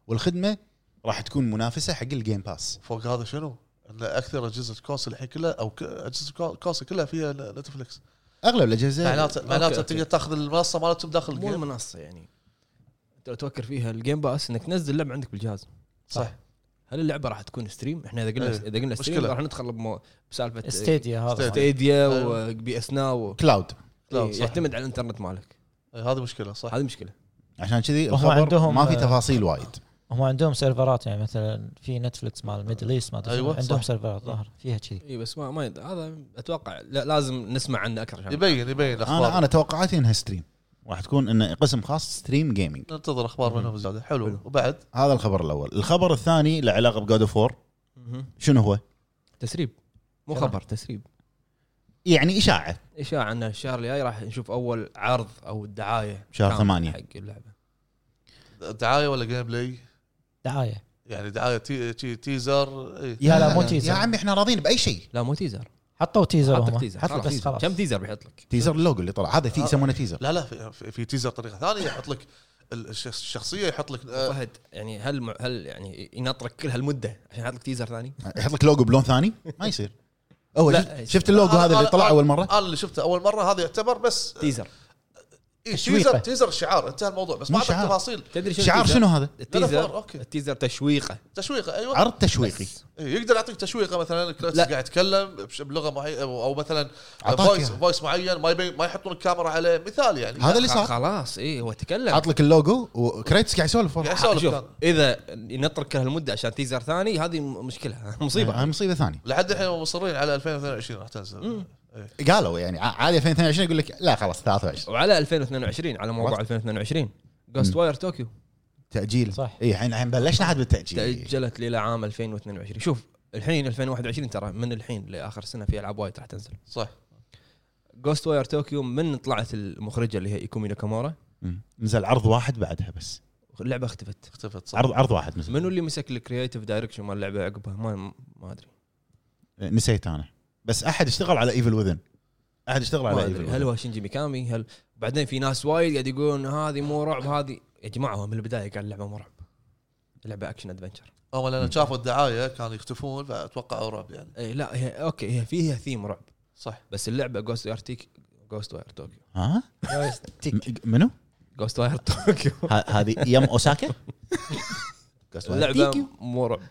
والخدمه راح تكون منافسه حق الجيم باس فوق هذا شنو؟ ان اكثر اجهزه الكونسل الحين كلها او ك- اجهزه الكو- الكونسل كلها فيها ن- يعني نتفلكس اغلب الاجهزه معناته معناته أوكي. تقدر تاخذ المنصه مالتهم داخل مو الجيم المنصه يعني انت لو تفكر فيها الجيم باس انك تنزل لعبه عندك بالجهاز صح هل اللعبه راح تكون ستريم؟ احنا اذا قلنا إيه. اذا قلنا ستريم مشكلة. راح ندخل بمو... بسالفه ستيديا هذا ستيديا. ستيديا وبي اس ناو كلاود لا، إيه، صح. يعتمد على الانترنت مالك إيه، هذه مشكله صح هذه مشكله عشان كذي وهم الخبر عندهم- ما في تفاصيل وايد هم عندهم سيرفرات يعني مثلا في نتفلكس مال ميدل ايست ما ادري أيوة، شنو، عندهم صح. سيرفرات ظهر فيها كذي اي إيه، بس ما ما يد- هذا اتوقع لا لازم نسمع عنه اكثر عشان يبين يبين انا اخبار انا توقعاتي انها ستريم راح تكون انه قسم خاص ستريم جيمنج ننتظر اخبار منهم زياده حلو وبعد هذا الخبر الاول الخبر الثاني له علاقه بجود اوف وور شنو هو تسريب مو شرح. خبر تسريب يعني اشاعه اشاعه ان الشهر الجاي راح نشوف اول عرض او دعايه شهر كامل ثمانية. حق اللعبه دعايه ولا جيم بلاي دعايه يعني دعايه تي... تي... تيزر إيه. اي لا، لا، مو تيزر. يا عمي احنا راضين باي شيء لا مو تيزر حطوا تيزر حطك هم تيزر حطوا بس خلاص كم تيزر بيحط لك؟ تيزر اللوجو اللي طلع هذا تي- يسمونه تيزر لا لا في, في في تيزر طريقه ثانيه يحط لك ال- الش- الشخصيه يحط لك آه، فهد يعني هل مع- هل يعني ينطرك كل هالمده عشان يحط لك تيزر ثاني؟ يحط لك لوجو بلون ثاني ما يصير هو لا، شفت, شفت اللوجو هذا اللي أنا- أنا- طلع اول مره انا اللي شفته اول مره هذا يعتبر بس تيزر إيه تشويقة. تيزر تيزر شعار انتهى الموضوع بس مو ما اعطيك شعار. تفاصيل تدري شنو شعار التيزر؟ شنو هذا لا، لا، التيزر أوكي. التيزر تشويقه تشويقه ايوه عرض تشويقي إيه، يقدر يعطيك تشويقه مثلا كريتس لا. قاعد يتكلم بش- بلغه معينه او أو مثلا عطاك فويس إياها. فويس معين ما يبين ما يحطون الكاميرا عليه مثال يعني هذا اللي خ- صار خلاص اي هو تكلم حاط لك اللوجو وكريتس قاعد يسولف آه، ورا. قاعد يسولف شوف كان. اذا ينطرك كل هالمده عشان تيزر ثاني هذه م- مشكله مصيبه هاي مصيبه ثانيه لحد الحين مصرين على 2022 راح تنزل قالوا يعني ع- عادي 2022 يقول لك لا خلاص 23 وعلى 2022 على موضوع عرفت. 2022 جوست واير طوكيو إيه. تاجيل صح. اي إيه، الحين الحين بلشنا عاد بالتاجيل تاجلت الى عام 2022 شوف الحين 2021 ترى من الحين لاخر سنه في العاب وايد راح تنزل صح جوست واير طوكيو من طلعت المخرجه اللي هي ايكومي ناكامورا مم. نزل عرض واحد بعدها بس اللعبه اختفت اختفت صح عرض عرض واحد نزل منو اللي مسك الكرييتيف دايركشن مال اللعبه عقبها ما ما ادري آه، نسيت انا بس احد اشتغل على ايفل وذن احد اشتغل على ما أدري. ايفل هل هو شينجي ميكامي هل بعدين في ناس وايد قاعد يقولون هذه مو رعب هذه يا جماعه هو من البدايه قال اللعبه مو رعب اللعبه اكشن ادفنشر هم لان شافوا الدعايه كانوا يختفون فاتوقعوا رعب يعني اي إيه، لا هي اوكي هي فيها ثيم رعب صح بس اللعبه جوست واير تيك جوست واير طوكيو ها تيك م- منو جوست واير طوكيو ه- هذه يم اوساكا اللعبه مو رعب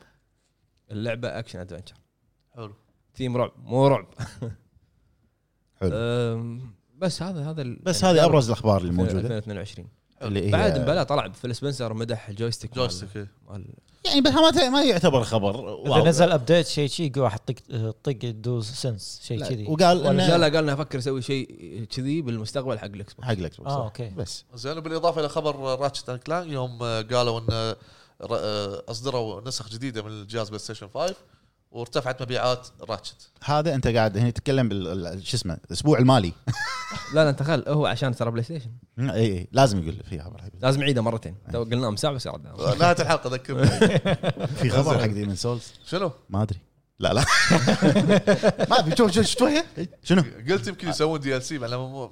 اللعبه اكشن ادفنشر حلو ثيم رعب مو رعب حلو. أم، بس هذا هذا ال- بس يعني هذه قبل ابرز الاخبار اللي موجوده 2022 اللي هي بعد بلا طلع فيل سبنسر مدح الجويستيك مال- جويستيك إيه. مال يعني بس ما ت- ما يعتبر خبر واو. اذا نزل ابديت شيء شيء يقول راح طق طق دوز سنس شيء لا، كذي وقال الرجال انه قال لنا افكر اسوي شيء كذي بالمستقبل حق الاكس بوكس حق الاكس بوكس آه، صح. أوكي. بس إيه. زين بالاضافه الى خبر راتشت اند كلانك يوم آه، قالوا ان آه، ر- آه، اصدروا نسخ جديده من الجهاز بلاي ستيشن 5 وارتفعت مبيعات راتشت هذا انت قاعد هنا تتكلم بال- ال- شو اسمه الاسبوع المالي لا لا تخيل هو عشان ترى بلاي ستيشن اي اي إيه، لازم يقول في خبر حق- لازم عيده مرتين تو قلناه مساع بس رد نهايه الحلقه ذكرني في خبر حق ديمن سولز شنو؟ ما ادري لا لا ما في شوف شوف شوف شنو قلت يمكن يسوون دي ال سي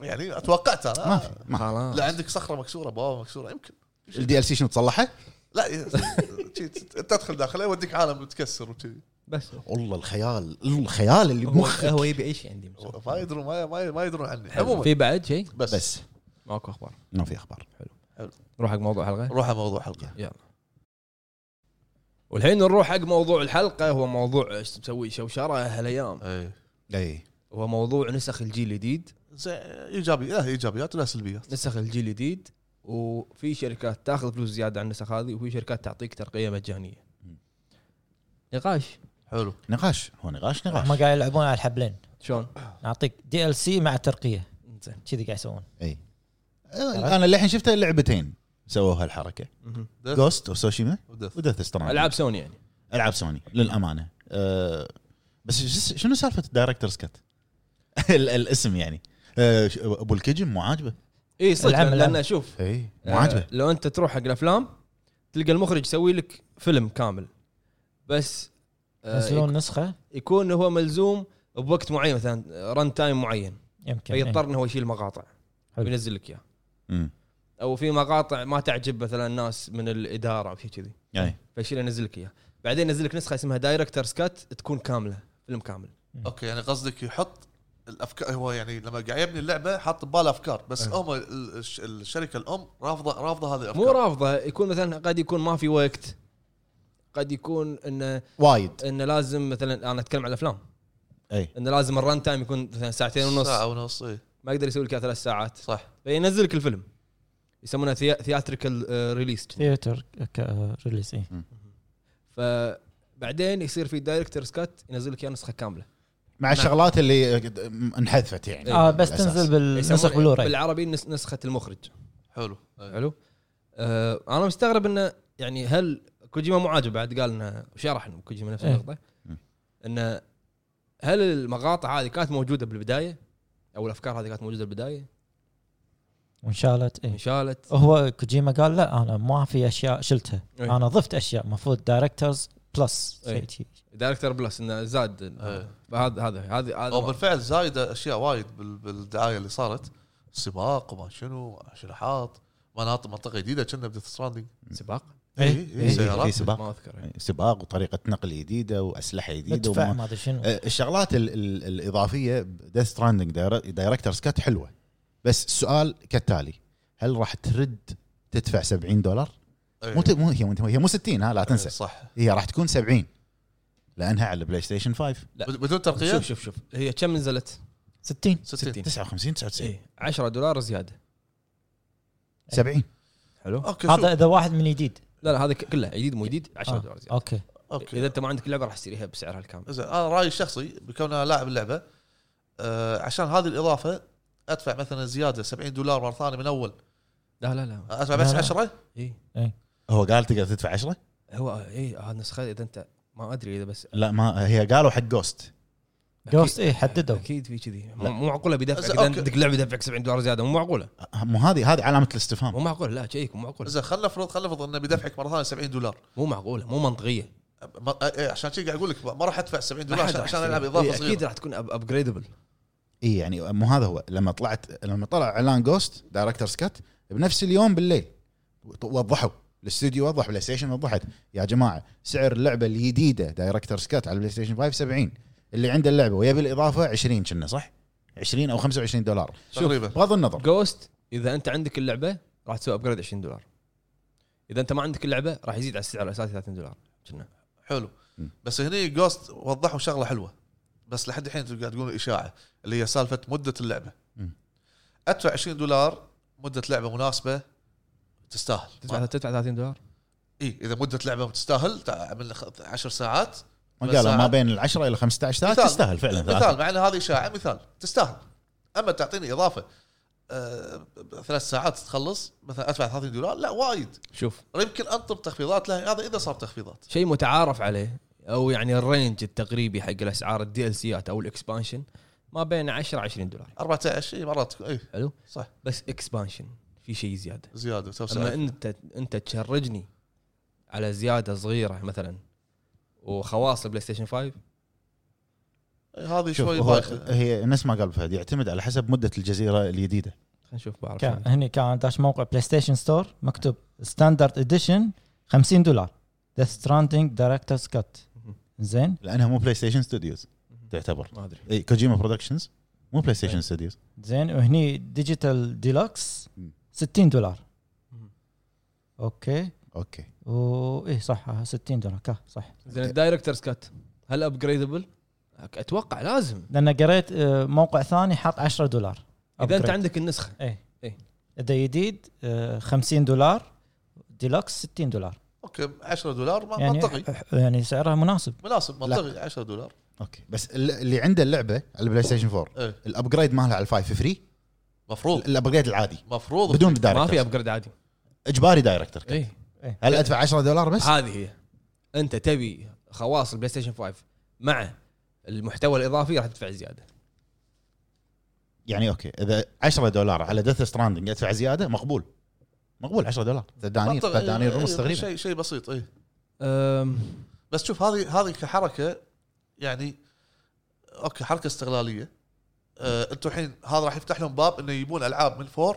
يعني توقعت انا ما في ما خلاص لا عندك صخره مكسوره بوابه مكسوره يمكن الدي ال سي شنو تصلحه؟ لا ي- شي- تدخل داخله يوديك عالم متكسر وكذي بس والله الخيال الخيال اللي هو, بمخك هو يبي اي شيء عندي ما يدرون ما ما- ما يدرون عني عموما في بعد شيء بس, بس. بس ماكو اخبار ما في اخبار نروح حق موضوع الحلقه روح على موضوع الحلقه والحين نروح حق موضوع الحلقه هو موضوع ايش مسوي شوشره هالايام اي اي هو موضوع نسخ الجيل الجديد إيه. زين ايجابي لا ايجابيات ولا سلبيات نسخ الجيل الجديد وفي شركات تاخذ فلوس زياده عن النسخ هذه وفي شركات تعطيك ترقيه مجانيه نقاش حلو نقاش هو نقاش هم نقاش قاعد يلعبون على الحبلين شلون؟ نعطيك دي ال سي مع ترقيه زين كذي قاعد يسوون اي انا إيه. للحين شفت لعبتين سووا هالحركه مهم. Death جوست وسوشيما ودث. ودث ستراند العاب سوني يعني العاب سوني للامانه أه بس ش- شنو سالفه الدايركترز كات؟ الاسم يعني أه ش- ابو الكجم مو عاجبه أه، اي إيه، صدق العاب- لان العاب. لأن شوف اي مو آه، عاجبه لو انت تروح حق الافلام تلقى المخرج يسوي لك فيلم كامل بس آه، ينزلون يك- نسخه يكون هو ملزوم بوقت معين مثلا رن تايم معين يمكن إيه. فيضطر انه هو يشيل مقاطع حلو. وينزل لك اياه مم. او في مقاطع ما تعجب مثلا ناس من الاداره او شيء كذي يعني فيشيل ينزل لك اياه بعدين ينزل لك نسخه اسمها دايركترز كات تكون كامله فيلم كامل اوكي يعني قصدك يحط الافكار هو يعني لما قاعد يبني اللعبه حاط بباله افكار بس إيه. هم ال- الش- الشركه الام رافضه رافضه هذه الافكار مو رافضه يكون مثلا قد يكون ما في وقت قد يكون انه وايد انه لازم مثلا انا اتكلم عن الافلام اي انه لازم الرن تايم يكون مثلا ساعتين ونص ساعه ونص اي ما يقدر يسوي لك إياه ثلاث ساعات صح فينزل لك الفيلم يسمونها ثياتريكال ريليس ثياتر ريليس اي فبعدين يصير في دايركتر سكات ينزل لك إياها نسخه كامله مع الشغلات اللي انحذفت يعني نعم. آه بس بالأساس. تنزل بالنسخ يسمونها بلوراي بالعربي نس- نسخه المخرج حلو حلو آه انا مستغرب انه يعني هل كوجيما مو عاجب بعد قال انه شرح انه كوجيما نفس إيه. النقطه مم. انه هل المقاطع هذه كانت موجوده بالبدايه او الافكار هذه كانت يعني موجوده إيه. بالبدايه وانشالت اي انشالت هو كوجيما قال لا انا ما في اشياء شلتها إي. إيه. انا ضفت اشياء المفروض دايركترز بلس إي. دايركتر بلس انه زاد إيه. فهذا هذا هذا او هذا بالفعل زايده اشياء وايد بال- بالدعايه اللي صارت سباق وما شنو شلحات مناطق منطقه جديده كنا بديث ستراندنج سباق إيه، في سيارات سباق ما اذكر يعني سباق وطريقه نقل جديده واسلحه جديده ندفع وما- ما ادري شنو آه، الشغلات ال ال الاضافيه ديث ستراندنج دايركترز كات حلوه بس السؤال كالتالي هل راح ترد تدفع 70 دولار؟ مو ت- مو هي مو- هي مو 60 ها لا تنسى إيه، صح هي راح تكون 70 لانها على البلاي ستيشن 5 لا. بد- بدون شوف ترقيه شوف شوف هي كم نزلت؟ 60 60 59 99 إيه. 10 دولار زياده 70 حلو اوكي شوف. هذا اذا واحد من جديد لا لا هذا ك- كله جديد مو جديد 10 آه، دولار زياده اوكي اوكي اذا انت ما عندك لعبه راح تشتريها بسعرها الكامل زين انا رايي الشخصي بكون انا لاعب اللعبه آه عشان هذه الاضافه ادفع مثلا زياده 70 دولار مره ثانيه من اول لا لا إيه. لا ادفع بس لا، لا. 10 اي هو قال تقدر تدفع 10 هو إيه، آه، اي هذا نسخه اذا انت ما ادري اذا بس لا ما هي قالوا حق جوست جوست إيه، اي حددوا اكيد في كذي لا. مو مو معقوله زين، بيدفع أوكي. اذا عندك لعبه يدفعك 70 دولار زياده مو معقوله مو هذه هذه علامه مو الاستفهام معقوله لا شيك مو معقوله زين خلينا نفرض خلينا نفرض انه بيدفعك مره ثانيه 70 دولار مو معقوله مو منطقيه ما- آه، إيه، عشان كذي قاعد اقول لك ما راح ادفع 70 ما دولار حد عشان, راح إيه، عشان يشتريها. العب اضافه إي، اكيد صغيره راح تكون ابجريدبل اي يعني مو هذا هو لما طلعت لما طلع اعلان جوست دايركتر سكات بنفس اليوم بالليل وضحوا الاستوديو وضح بلاي ستيشن وضحت يا جماعه سعر اللعبه الجديده دايركتر سكات على البلاي ستيشن 5 70 اللي عنده اللعبه ويبي الاضافه 20 كنا صح؟ 20 او 25 دولار تقريبا بغض النظر جوست اذا انت عندك اللعبه راح تسوي ابجريد 20 دولار اذا انت ما عندك اللعبه راح يزيد على السعر الاساسي 30 دولار كنا حلو مم. بس هني جوست وضحوا شغله حلوه بس لحد الحين أنتوا قاعد تقولون اشاعه اللي هي سالفه مده اللعبه مم. ادفع 20 دولار مده لعبه مناسبه تستاهل إيه، تدفع تدفع 30 دولار اي اذا مده لعبه تستاهل تع- من 10 ساعات ما قالوا ما ساعة. بين ال 10 الى 15 ساعه مثال. تستاهل فعلا مثال مع ان هذه اشاعه مثال تستاهل اما تعطيني اضافه آه، ثلاث ساعات تخلص مثلا ادفع 30 دولار لا وايد شوف يمكن انطب تخفيضات لها هذا اذا صار تخفيضات شيء متعارف عليه او يعني الرينج التقريبي حق الاسعار الدي ال سيات او الاكسبانشن ما بين 10 20 دولار 14 اي مرات إيه، تكون اي حلو صح بس اكسبانشن في شيء زياده زياده اما توسعه انت انت تشرجني على زياده صغيره مثلا وخواص البلاي ستيشن 5 إي، هذه شوف شوي هو بايخة. هي نفس ما قال فهد يعتمد على حسب مده الجزيره الجديده خلينا نشوف بعرف كان شنو. هني كان داش موقع بلاي ستيشن ستور مكتوب ستاندرد اديشن 50 دولار ذا ستراندنج دايركترز كات مهم. زين لانها مو بلاي ستيشن ستوديوز تعتبر ما ادري اي كوجيما برودكشنز مو بلاي ستيشن ستوديوز زين وهني ديجيتال ديلوكس مم. 60 دولار مم. اوكي اوكي و ايه صح آه، 60 دولار كا صح زين الدايركترز كات هل ابجريدبل؟ اتوقع لازم لان قريت آه، موقع ثاني حط 10 دولار اذا انت Upgrade. عندك النسخه ايه إيه. اذا جديد آه، 50 دولار ديلوكس 60 دولار اوكي 10 دولار ما- يعني آه، منطقي يعني سعرها مناسب مناسب منطقي 10 دولار اوكي بس ال- اللي عنده اللعبه على البلاي ستيشن 4 ايه الابجريد مالها على الفايف فري مفروض الابجريد العادي مفروض بدون ما في إيه. دايركتر ابجريد عادي اجباري دايركتر اي هل ادفع 10 دولار بس؟ هذه هي انت تبي خواص البلاي ستيشن 5 مع المحتوى الاضافي راح تدفع زياده يعني اوكي اذا 10 دولار على ديث ستراندنج ادفع زياده مقبول مقبول 10 دولار دنانير منطقي. دنانير إي، ونص إي، تقريبا إيه، شيء شيء بسيط إيه. اي أم، بس شوف هذه هذه كحركه يعني اوكي حركه استغلاليه آه انتم الحين هذا راح يفتح لهم باب انه يبون العاب من فور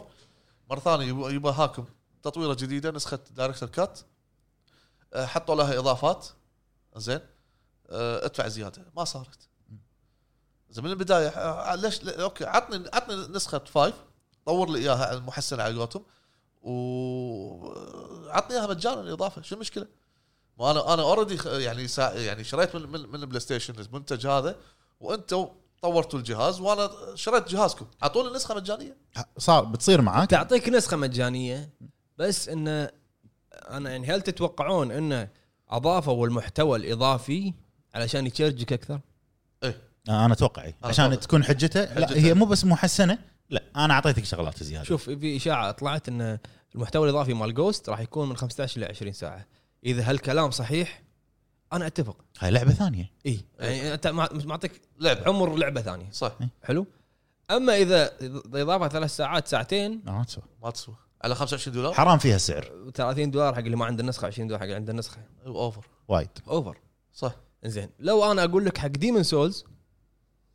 مره ثانيه يبو- يبا هاكم تطويره جديده نسخه دايركتر كات آه حطوا لها اضافات زين آه ادفع زياده ما صارت زين من البدايه آه ليش لا- اوكي عطني عطني نسخه فايف طور لي اياها على المحسن على قولتهم وعطني اياها مجانا الاضافه شو المشكله؟ ما انا انا اوريدي يعني سا يعني شريت من من, من البلاي ستيشن المنتج هذا وانتم طورتوا الجهاز وانا شريت جهازكم اعطوني نسخه مجانيه صار بتصير معاك تعطيك نسخه مجانيه بس انه انا يعني هل تتوقعون انه اضافوا المحتوى الاضافي علشان يتشرجك اكثر؟ آه، انا اتوقع إيه. أتوقع. عشان تكون حجته لا حجته. هي مو بس محسنه لا انا اعطيتك شغلات زياده شوف في اشاعه طلعت ان المحتوى الاضافي مال جوست راح يكون من 15 ل 20 ساعه اذا هالكلام صحيح انا اتفق هاي لعبه ثانيه اي يعني انت مع- معطيك لعبه عمر لعبه ثانيه صح حلو اما اذا إذا اضافه ثلاث ساعات ساعتين ما تسوى ما تسوى على 25 دولار آه، حرام فيها سعر 30 دولار حق اللي ما عنده نسخه 20 دولار حق اللي عنده نسخه اوفر وايد اوفر أيوة، صح زين لو انا اقول لك حق ديمن سولز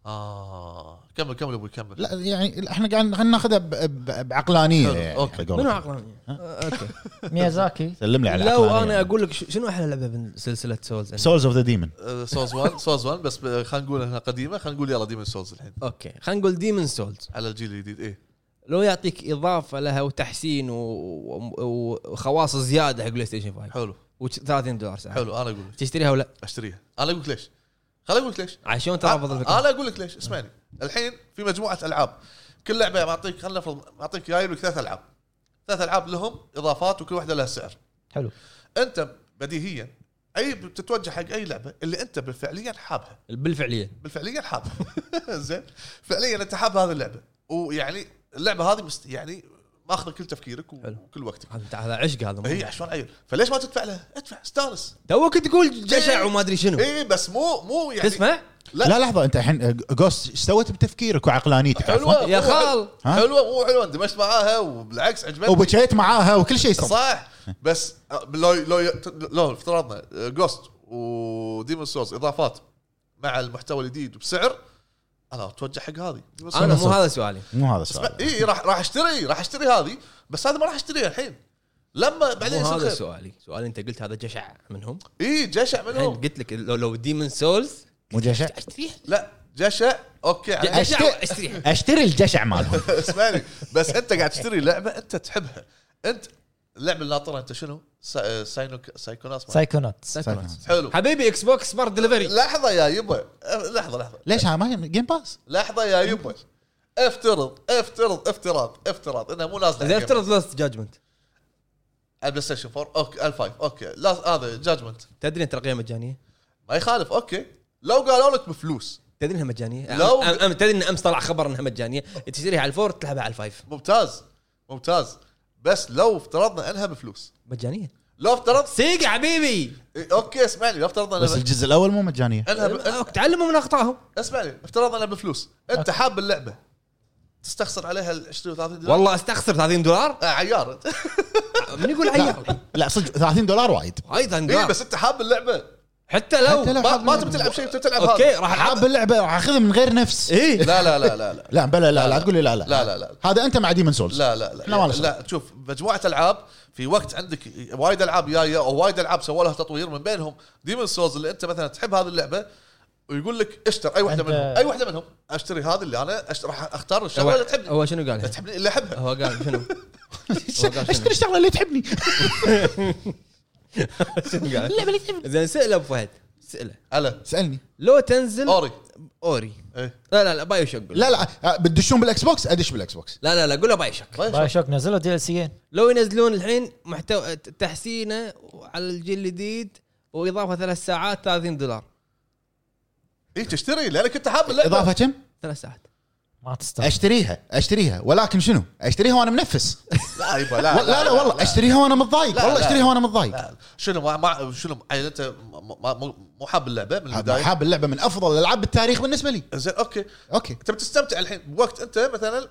اه كمل كمل ابوي كمل لا يعني احنا قاعد خلينا ناخذها ب- ب- بعقلانيه حلو. يعني أوكي. قولك. منو عقلاني؟ آه، اوكي ميازاكي سلم لي على لو انا اقول لك ش- شنو احلى لعبه من سلسله سولز؟ سولز اوف ذا ديمون آه، سولز 1 سولز 1 بس ب- خلينا نقول انها قديمه خلينا نقول يلا ديمن سولز الحين اوكي خلينا نقول ديمن سولز على الجيل الجديد ايه لو يعطيك اضافه لها وتحسين و- و- و- وخواص زياده حق بلاي ستيشن 5 حلو و30 دولار ساعه حلو انا اقول لك تشتريها ولا اشتريها انا اقول لك ليش خليني اقول لك ليش عشان آه، ترابط الفكره انا اقول لك ليش اسمعني الحين في مجموعه العاب كل لعبه بعطيك خلينا نفرض بعطيك جايب لك ثلاث العاب ثلاث العاب لهم اضافات وكل واحده لها سعر حلو. انت بديهيا اي بتتوجه حق اي لعبه اللي انت فعليا حابها بالفعليه بالفعليا حابها زين فعليا انت حاب هذه اللعبه ويعني اللعبه هذه مست... يعني ماخذه كل تفكيرك حلو. وكل وقتك هذا أنت- هذا عشق هذا هي مو- عشان عيل فليش ما تدفع لها؟ ادفع استانس توك تقول إيه. جشع وما ادري شنو اي بس مو مو يعني تسمع لا. لا لحظه انت الحين جوست ايش سويت بتفكيرك وعقلانيتك عفوا حلوه يا مو حلوة. خال ها؟ حلوه مو حلوه اندمجت معاها وبالعكس عجبتني وبكيت معاها وكل شيء صار صح بس آه، لو لو لو افترضنا جوست وديمون سورس اضافات مع المحتوى الجديد بسعر انا اتوجه حق هذه Demon's انا مو صح. هذا سؤالي مو هذا Souls. السؤال اي راح راح اشتري راح اشتري هذه بس هذه ما راح اشتريها الحين لما بعدين مو هذا يصير خير سؤالي سؤالي انت قلت هذا جشع منهم اي جشع الحين منهم قلت لك لو لو ديمن سولز مو جشع اشتريها لا جشع اوكي على- جشع اشتريها اشتري الجشع مالهم اسمعني بس انت قاعد تشتري لعبه انت تحبها انت اللعبه اللي ناطرها انت شنو؟ سا- آه، ساينوك سايكوناس ما- سايكونوتس طيب. سايكونوتس. حلو حبيبي اكس بوكس سمارت دليفري لحظه يا يبا لحظه لحظه ليش ها ما هي جيم باس لحظه يا يبا افترض افترض افتراض افتراض انها مو نازله زين افترض لاست جادجمنت البلاي ستيشن 4 اوكي ال5 اوكي لا هذا جادجمنت تدري انت القيمه مجانيه؟ ما يخالف اوكي لو قالوا لك بفلوس تدري انها مجانيه؟ لو- أم أم تدري ان امس طلع خبر انها مجانيه تشتريها على الفور تلعبها على الفايف ممتاز ممتاز بس لو افترضنا انها بفلوس مجانيه لو افترضت سيق يا حبيبي إيه، اوكي اسمعني لو افترضنا بس انها الجزء الاول مو مجانيه انها ب... أوك، تعلموا من اخطائهم اسمعني افترضنا انها بفلوس انت حاب اللعبه تستخسر عليها ال 20 و 30 دولار والله استخسر 30 دولار آه عيار انت من يقول عيار لا صدق 30 دولار وايد هاي 30 إيه، دولار بس انت حاب اللعبه حتى لو حتى لو ما, نعم. حاب ما اللعبة. تبي تلعب شيء تبي تلعب اوكي هذا راح العب حاب اللعبه راح اخذها من غير نفس اي لا لا لا لا لا إيه، لا بلا لا لا تقول لي لا لا لا، لا، لا. هذا انت مع ديمون سولز لا لا لا لا، ما له لا, شغل. لا شوف مجموعه العاب في وقت عندك وايد العاب جايه او وايد العاب سووا لها تطوير من بينهم ديمون سولز اللي انت مثلا تحب هذه اللعبه ويقول لك اشتر اي واحده أنت- منهم اي واحده منهم اشتري هذه اللي انا أشت- راح اختار هو- الشغله اللي تحبني هو شنو قال اللي هنا؟ تحبني اللي احبها هو قال شنو؟ هو قال اشتري شنو؟ الشغله اللي تحبني شنو قال؟ زين سأله ابو فهد سأله على اسالني لو تنزل اوري اوري إيه. لا لا لا بايو شوك قول. لا لا آه، بتدشون بالاكس بوكس ادش بالاكس بوكس لا لا لا قول له بايو شوك باي باي شوك. شوك نزلوا دي ال سيين لو ينزلون الحين محتوى تحسينه على الجيل الجديد واضافه ثلاث ساعات 30 دولار اي إيه، تشتري لانك انت حاب اللعبه اضافه كم؟ ثلاث ساعات ما طيب. تستاهل اشتريها اشتريها ولكن شنو؟ اشتريها وانا منفس لا يبا لا لا, لا والله اشتريها وانا متضايق لا، والله لا. اشتريها وانا متضايق لا. شنو ما ما شنو يعني انت ما- ما- مو مو حاب اللعبه من البدايه حاب اللعبه من افضل الالعاب بالتاريخ بالنسبه لي زين اوكي اوكي انت بتستمتع الحين بوقت انت مثلا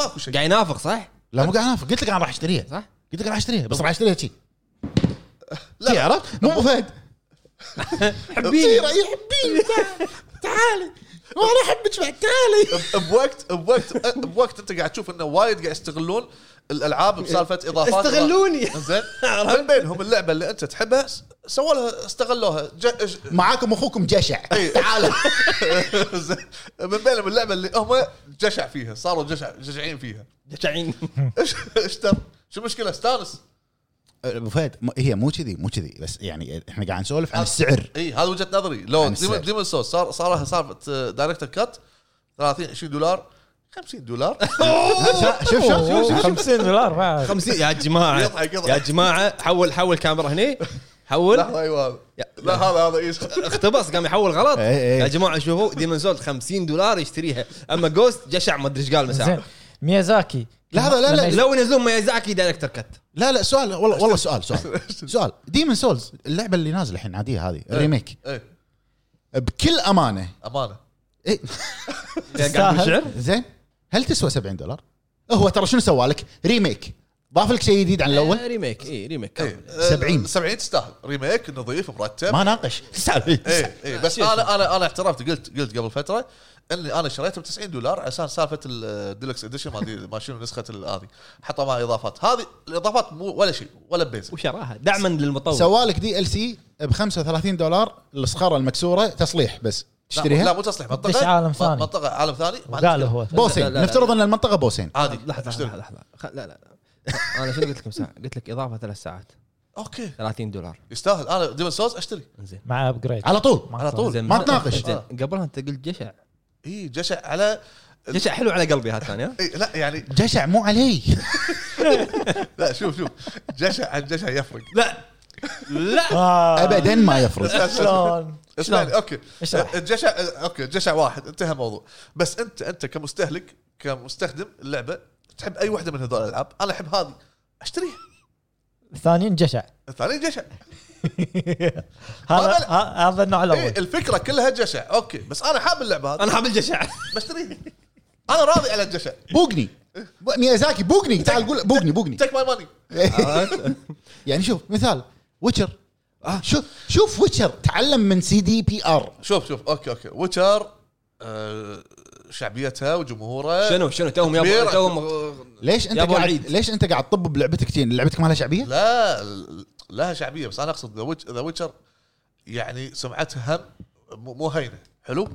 ماكو شيء قاعد ينافق صح؟ لا مو قاعد انافق قلت لك انا راح اشتريها صح؟ قلت لك راح اشتريها بس راح اشتريها شي لا. شي عرفت؟ مو فهد حبيبي يحبيني تعالي وانا احبك بعد تعالي ب- بوقت بوقت بوقت انت قاعد تشوف انه وايد قاعد يستغلون الالعاب بسالفه اضافات استغلوني زين من بينهم اللعبه اللي انت تحبها س- سووا لها استغلوها ج... ج... معاكم اخوكم جشع إي. تعالوا زين. من بينهم اللعبه اللي هم جشع فيها صاروا جشع جشعين فيها جشعين ايش اشتر شو المشكله استانس ابو فهد م- هي مو كذي مو كذي بس يعني احنا قاعد نسولف عن السعر اي هذا وجهه نظري لو يعني عن السعر. آه، ديمون سوس صار صار لها سالفه دايركتر كات 30 20 دولار 50 دولار شوف شوف شوف 50 دولار بعد 50 يا جماعه يضحك يا يضحك جماعه حول حول كاميرا هني حول لحظه ايوه هذا يا- لا هذا هذا ايش اختبص قام يحول غلط إيه، إيه. يا جماعه شوفوا ديمون سولز 50 دولار يشتريها اما جوست جشع ما ادري ايش قال زين مساء ميازاكي لحظة، لا، لا، لما يش- لو ينزلون ميازاكي دايركتر كت لا لا سؤال والله والله سؤال سؤال سؤال ديمن سولز اللعبه اللي نازله الحين عاديه هذه الريميك إيه، بكل امانه امانه إيه، قاعد بشعر زين هل تسوى 70 دولار؟ هو ترى شنو سوى لك؟ ريميك ضاف لك شيء جديد عن الاول؟ آه، ريميك اي ريميك إيه، كامل. 70. 70 تستاهل ريميك نظيف مرتب ما ناقش اي اي بس انا انا انا اعترفت قلت قلت قبل فتره اني انا شريته ب 90 دولار عشان سالفه الديلكس اديشن ما ادري ما شنو نسخه ال- هذه حطوا معها اضافات هذه الاضافات مو ولا شيء ولا بيز وشراها دعما للمطور سوى لك دي ال سي ب 35 دولار الصخره المكسوره تصليح بس لا تشتريها مو تصليح دش منطقه عالم م- ثاني. منطقه عالم ثاني ما عندي قال مشكلة. هو لا، بوسين لا، لا. نفترض ان المنطقه بوسين عادي لحظه أشتري. لحظه لحظه خ- لا لا انا شنو قلت لكم ساعه قلت لك اضافه ثلاث ساعات اوكي 30 دولار يستاهل انا ديمون سولز اشتري انزين مع ابجريد على طول على طول. زين، ما تناقش. زين، قبلها انت قلت جشع اي جشع على جشع حلو على قلبي هالثاني ها إيه لا يعني جشع مو علي لا شوف شوف جشع عن جشع يفرق لا لا ابدا ما يفرق آه، شلون اسمعني اوكي اشرح. يعني؟ إيه، الجشع اوكي الجشع واحد انتهى الموضوع بس انت انت كمستهلك كمستخدم اللعبه تحب اي واحده من هذول الالعاب انا احب هذه اشتريها الثانيين جشع الثاني جشع هذا هذا- ه- هذا النوع إيه الاول الفكره كلها جشع اوكي بس انا حاب اللعبه هذه انا حاب الجشع بشتريها انا راضي على الجشع بوقني بو- ميازاكي بوقني تعال قول بوقني بوقني تك ماي ماني يعني شوف مثال ويتشر شوف شوف ويتشر تعلم من سي دي بي ار شوف شوف اوكي اوكي ويتشر آه شعبيتها وجمهورها شنو شنو توهم كبير. يابا توهم آه، ليش انت يا أبو قاعد العيد. ليش انت قاعد تطب بلعبتك تين لعبتك ما لها شعبيه؟ لا ال- لها شعبيه بس انا اقصد ذا ويتشر يعني سمعتها هم مو مو هينه حلو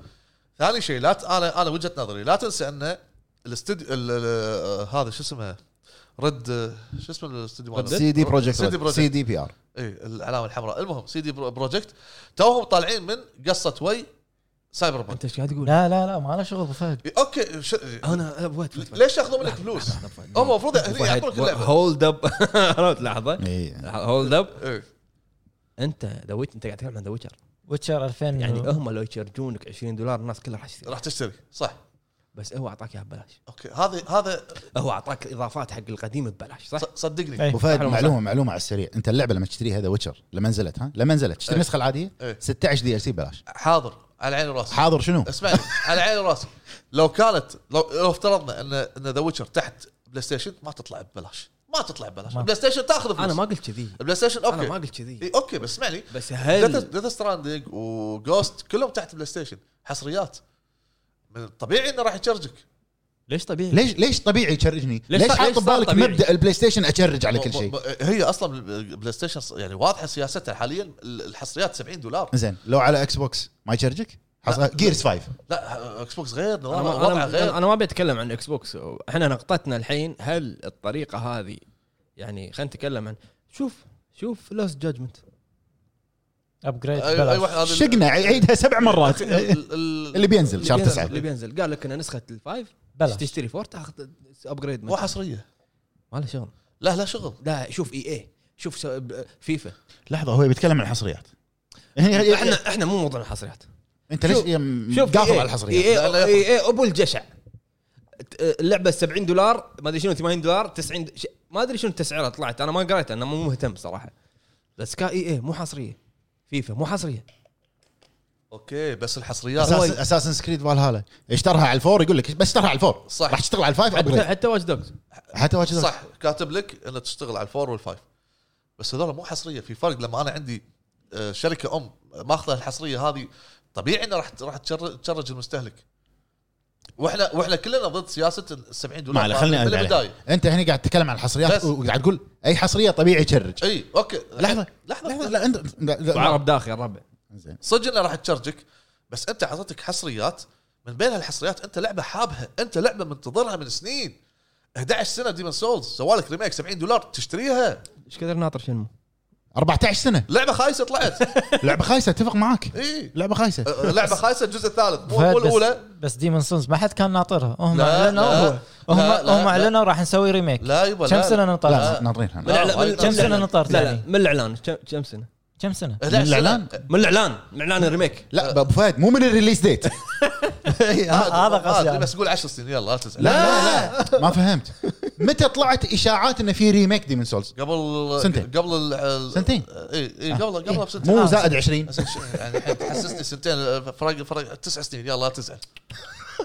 ثاني شيء لا ت- انا انا وجهه نظري لا تنسى ان الاستديو ال- ال- هذا شو اسمه رد شو اسمه الاستديو ماله؟ سي دي سي دي بروجكت بروجكت سي دي بي ار اي العلامه الحمراء المهم سي دي برو- بروجكت توهم طالعين من قصه وي سايبر بانك انت ايش قاعد تقول؟ لا لا لا ما له شغل بفهد اوكي إيه، ش... انا أه، وات وات ليش ياخذون منك فلوس؟ هم المفروض هني يعطونك اللعبه هولد اب لحظه هولد اب إيه. انت دويت انت قاعد تتكلم عن ذا ويتشر ويتشر 2000 يعني يعني هم لو يشارجونك 20 دولار الناس كلها راح تشتري راح تشتري صح بس هو اعطاك اياها ببلاش اوكي هذا هذا هو اعطاك اضافات حق القديم ببلاش صح؟ ص- صدقني إيه. ابو فهد أحلى مساء. معلومه معلومه على السريع انت اللعبه لما تشتريها ذا ويتشر لما نزلت ها لما نزلت تشتري إيه. النسخه العاديه إيه. 16 دي ال سي ببلاش حاضر على عيني وراسي حاضر شنو؟ إيه. اسمعني على عيني وراسي لو كانت لو, لو افترضنا ان ان ذا ويتشر تحت بلاي ستيشن ما تطلع ببلاش ما تطلع ببلاش ما. بلاي ستيشن تاخذ فلوس انا ما قلت كذي بلاي ستيشن اوكي انا ما إيه. قلت كذي إي، اوكي بس اسمعني بس هل ديث ستراندنج وجوست كلهم تحت بلاي ستيشن حصريات من الطبيعي انه راح يشرجك ليش طبيعي؟ ليش ليش طبيعي تشرجني؟ ليش ليش صار- حاط ليش صار ببالك طبيعي؟ مبدا البلاي ستيشن اشرج على م- كل شيء؟ م- هي اصلا بلاي ستيشن يعني واضحه سياستها حاليا الحصريات 70 دولار زين لو على اكس بوكس ما يشرجك؟ جيرز 5 لا اكس بوكس غير انا نظام ما وضعه انا, غير أنا ما ابي اتكلم عن اكس بوكس احنا نقطتنا الحين هل الطريقه هذه يعني خلينا نتكلم عن شوف شوف لوس جادجمنت ابجريد أي- أي واحد ببلاش هذا- شقنا عيدها سبع مرات ال- ال- اللي بينزل شهر اللي 9 بينزل قال لك ان نسخه الفايف ببلاش تشتري فور تاخذ ابجريد مو حصريه ما له شغل لا لا شغل لا شوف اي اي شوف س- فيفا لحظه هو بيتكلم عن الحصريات هني- احنا احنا مو موضوع الحصريات انت ليش شوف- يم- شوف إيه، قافل EA على الحصريات؟ EA لا، لا، اي اي ابو إيه، الجشع ت- اللعبه 70 دولار ما ادري شنو 80 دولار 90 د- ش- ما ادري شنو تسعيرها طلعت انا ما قريتها انا مو مهتم صراحه بس كا اي اي مو حصريه فيفا مو حصريه اوكي بس الحصريات اساس اساسن سكريد فالهالا اشترها على الفور يقول لك بس اشترها على الفور صح. راح تشتغل على الفايف حتى ابجريد حتى واتش دوجز حتى واجد صح كاتب لك انه تشتغل على الفور والفايف بس هذول مو حصريه في فرق لما انا عندي آه، شركه ام ماخذه الحصريه هذه طبيعي انه راح راح تشر- تشرج المستهلك واحنا واحنا كلنا ضد سياسه ال 70 ما دولار عليه خليني من ارد عليه. البدايه انت هنا قاعد تتكلم عن الحصريات بس. وقاعد تقول اي حصريه طبيعي تشرج اي اوكي لحظه لحظه لحظه لحظه لا انت لا- لا- وعرب داخل الربع زين صدق انه راح تشرجك بس انت عطتك حصريات من بين هالحصريات انت لعبه حابها انت لعبه منتظرها من سنين 11 سنه ديمون سولز سوالك ريميك 70 دولار تشتريها ايش كثر ناطر شنمو 14 سنه لعبه خايسه طلعت لعبه خايسه اتفق معاك اي لعبه خايسه لعبه خايسه الجزء الثالث مو فهد مو بس- الاولى بس ديمون سونز ما حد كان ناطرها هم لا، لا، اعلنوا هم لا، لا، هم لا. اعلنوا راح نسوي ريميك لا يبا كم لا، سنه لا. نطرها؟ لا ناطرينها من الإعلان- وايد من- كم من- سنة لا، نطرت لا يعني؟ لا من الاعلان كم كم سنه؟ كم سنه؟ 11 سنة. الإعلان؟ من الاعلان من اعلان الريميك لا ابو فهد مو من الريليس ديت آه، هذا آه، قصدي يعني. أنا. بس قول 10 سنين يلا لا تزعل لا لا ما فهمت متى طلعت اشاعات انه في ريميك ديمن سولز قبل سنتين. قبل ال- ال- سنتين. اي اي قبل إيه. قبل بسنتين مو آه، زائد 20 بس شو- يعني الحين تحسسني سنتين آه، فرق فرق تسع سنين يلا لا تزعل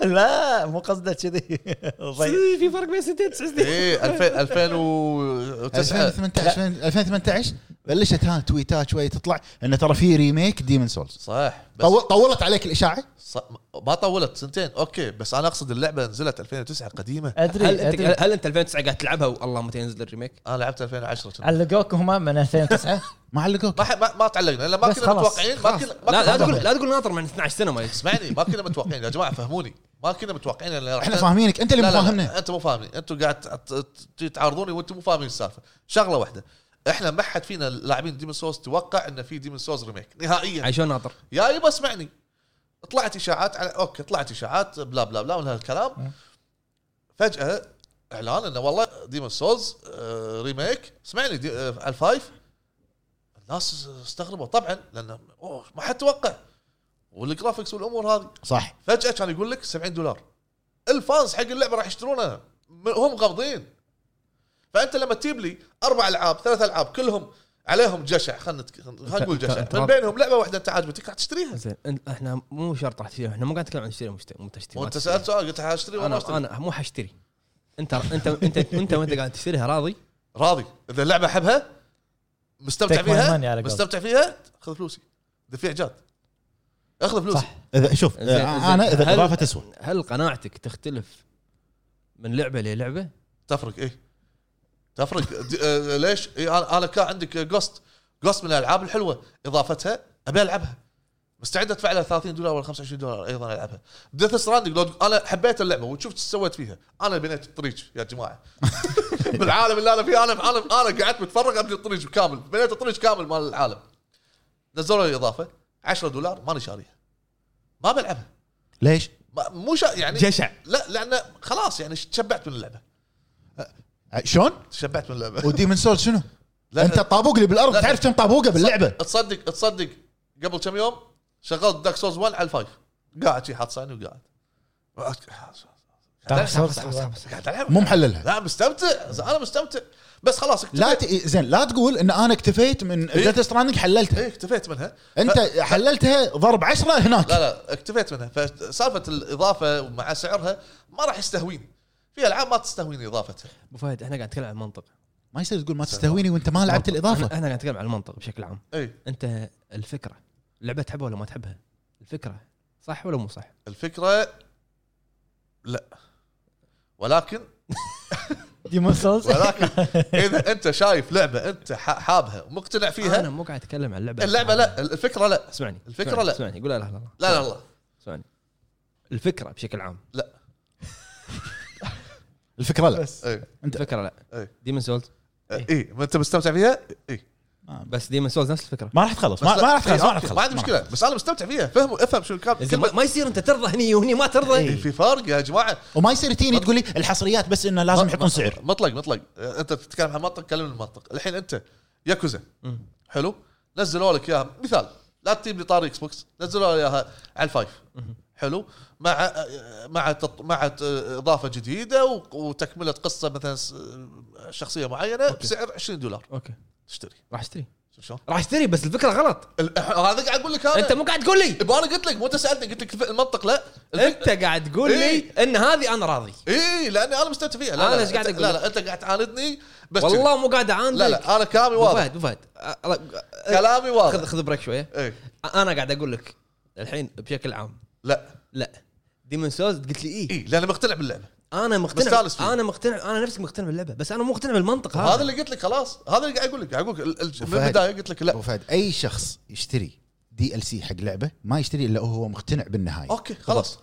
لا مو قصده كذي طيب. في فرق بين سنتين تسع سنين اي 2000 2009 2018 2018 بلشت ها تويتات شوي تطلع انه ترى في ريميك ديمن سولز صح بس طولت عليك الاشاعه ص- ما طولت سنتين اوكي بس انا اقصد اللعبه نزلت 2009 قديمه هل ادري انت ادري هل- هل انت 2009 قاعد تلعبها والله متى ينزل الريميك؟ انا لعبت 2010 كنا. علقوك هم من 2009 ما علقوك ما ح- ما, ما تعلقنا لان ما بس كنا خلاص، متوقعين ما خلاص. كنا ما لا كنا لا تقول لا تقول ناطر من 12 سنه ما يجي. اسمعني ما كنا متوقعين يا جماعه فهموني ما كنا متوقعين إن راح- احنا فاهمينك انت اللي لا، مو لا، لا، فاهمنا انتم مو فاهمين انتم قاعد ت- ت- ت- تعارضوني وانتم مو فاهمين السالفه شغله واحده احنا ما حد فينا لاعبين ديمون سوز توقع انه في ديمون سوز ريميك نهائيا عاي شلون ناطر؟ يا يبا اسمعني طلعت اشاعات على اوكي طلعت اشاعات بلا بلا بلا من هالكلام فجاه اعلان انه والله ديمون سولز آه، ريميك اسمعني دي آه، على الفايف الناس استغربوا طبعا لان اوه ما حد توقع والجرافكس والامور هذه صح فجاه كان يقول لك 70 دولار الفانز حق اللعبه راح يشترونها م- هم غامضين فانت لما تجيب لي اربع العاب ثلاث العاب كلهم عليهم جشع خلينا نتك... خلينا نقول أنت- جشع أنت- من بينهم لعبه واحده انت عاجبتك راح تشتريها زين أنت- احنا مو شرط راح تشتري احنا مو قاعد نتكلم عن تشتري مشتري مو تشتري ما وانت تشتري. سالت سؤال قلت حاشتري ولا ما انا اشتري انا مو حاشتري انت انت انت انت وانت قاعد تشتريها راضي راضي اذا اللعبه احبها مستمتع Take my money فيها على قولك. مستمتع فيها خذ فلوسي دفيع جاد اخذ فلوسي صح. اذا شوف زين- آه، انا زين. اذا هل- اضافه تسوى هل قناعتك تختلف من لعبه للعبه؟ تفرق ايه تفرق د- آه، ليش؟ إيه انا أنا كان عندك جوست جوست من الالعاب الحلوه اضافتها ابي العبها مستعد ادفع لها 30 دولار ولا 25 دولار ايضا العبها ديث ستراندنج لو انا حبيت اللعبه وشفت ايش سويت فيها انا بنيت الطريق يا جماعه بالعالم اللي انا فيه انا انا انا قعدت متفرغ ابني الطريق كامل بنيت الطريق كامل مال العالم نزلوا لي اضافه 10 دولار ماني شاريها ما بلعبها ليش؟ ما- مو شا يعني جشع لا لان خلاص يعني تشبعت من اللعبه آه، شلون؟ تشبعت من اللعبه وديمن سولز شنو؟ لا، انت الطابوق اللي بالارض لا. تعرف كم طابوقه باللعبه تصدق تصدق قبل كم يوم شغلت دارك سولز 1 على الفايف قاعد شي حاط صيني وقاعد Dark Souls. قاعد ألعب. مو محللها لا مستمتع انا مستمتع بس خلاص اكتفيت لا ت... زين لا تقول ان انا اكتفيت من إيه؟ ديث ستراندنج حللتها ايه اكتفيت منها انت ف- حللتها ضرب عشرة هناك لا لا اكتفيت منها فسالفه الاضافه مع سعرها ما راح يستهويني في العاب ما تستهويني اضافتها ابو فهد احنا قاعد نتكلم عن المنطق ما يصير تقول ما تستهويني وانت ما لعبت احنا الاضافه إحنا قاعد نتكلم عن المنطق بشكل عام اي انت الفكره اللعبه تحبها ولا ما تحبها؟ الفكره صح ولا مو صح؟ الفكره لا ولكن ديمون سولز ولكن اذا انت شايف لعبه انت ح- حابها ومقتنع انا فيها مو قاعد اتكلم عن اللعبه اللعبه لا الفكره لا اسمعني الفكرة اسمعني، لا. اسمعني قول لا لا لا لا لا لا اسمعني الفكره بشكل عام الفكره لا ايه الفكره لا إيه. ديمن سولز اي إيه. ما انت مستمتع فيها اي بس ديمن سولز نفس الفكره ما راح تخلص ما بس ما لا- راح تخلص إيه، ما راح أوكي، تخلص ما عندي مشكله بس انا مستمتع فيها فهم افهم شو الكلام زين، كل- ما ما يصير انت ترضى هني وهني ما إيه، ترضى في فرق يا جماعه وما يصير تجيني تقول لي الحصريات بس انه لازم يحطون سعر مطلق مطلق آه، انت تتكلم عن منطق كلمني المنطق الحين انت ياكوزا مم. حلو نزلوا لك اياها مثال لا تجيب لي طاري اكس بوكس نزلوا لي اياها على الفايف حلو مع آه، مع تط- مع آه، اضافه جديده و- وتكمله قصه مثلا س- آه، شخصيه معينه بسعر 20 دولار اوكي تشتري راح اشتري شوف شلون راح اشتري بس الفكره غلط ال- هذا قاعد اقول لك انا انت مو قاعد تقول لي يبا انا قلت لك مو انت سالتني قلت لك الف- المنطق لا الفك- انت قاعد تقول لي إيه. ان هذه انا راضي اي لاني انا مستمتع فيها لا أنا لا، إيش قاعد أنت- أقول لا لا انت قاعد تعاندني بس كذي. والله مو قاعد اعاندك لا لا انا كلامي أبو واضح فهد أبو فهد أ- أ- كلامي خذ واضح خذ بريك شويه ايه انا قاعد اقول لك الحين بشكل عام لا لا ديمون سولز قلت لي ايه اي لاني مقتنع باللعبه انا مقتنع إيه. مستانس فيه. انا مقتنع انا نفسي مقتنع باللعبه بس انا مو مقتنع بالمنطق هذا هذا اللي قلت لك خلاص هذا اللي قاعد اقول لك قاعد اقول لك ال- ال- من وفهد. البدايه قلت لك لا ابو فهد اي شخص يشتري دي ال سي حق لعبه ما يشتري الا هو مقتنع بالنهايه اوكي خلاص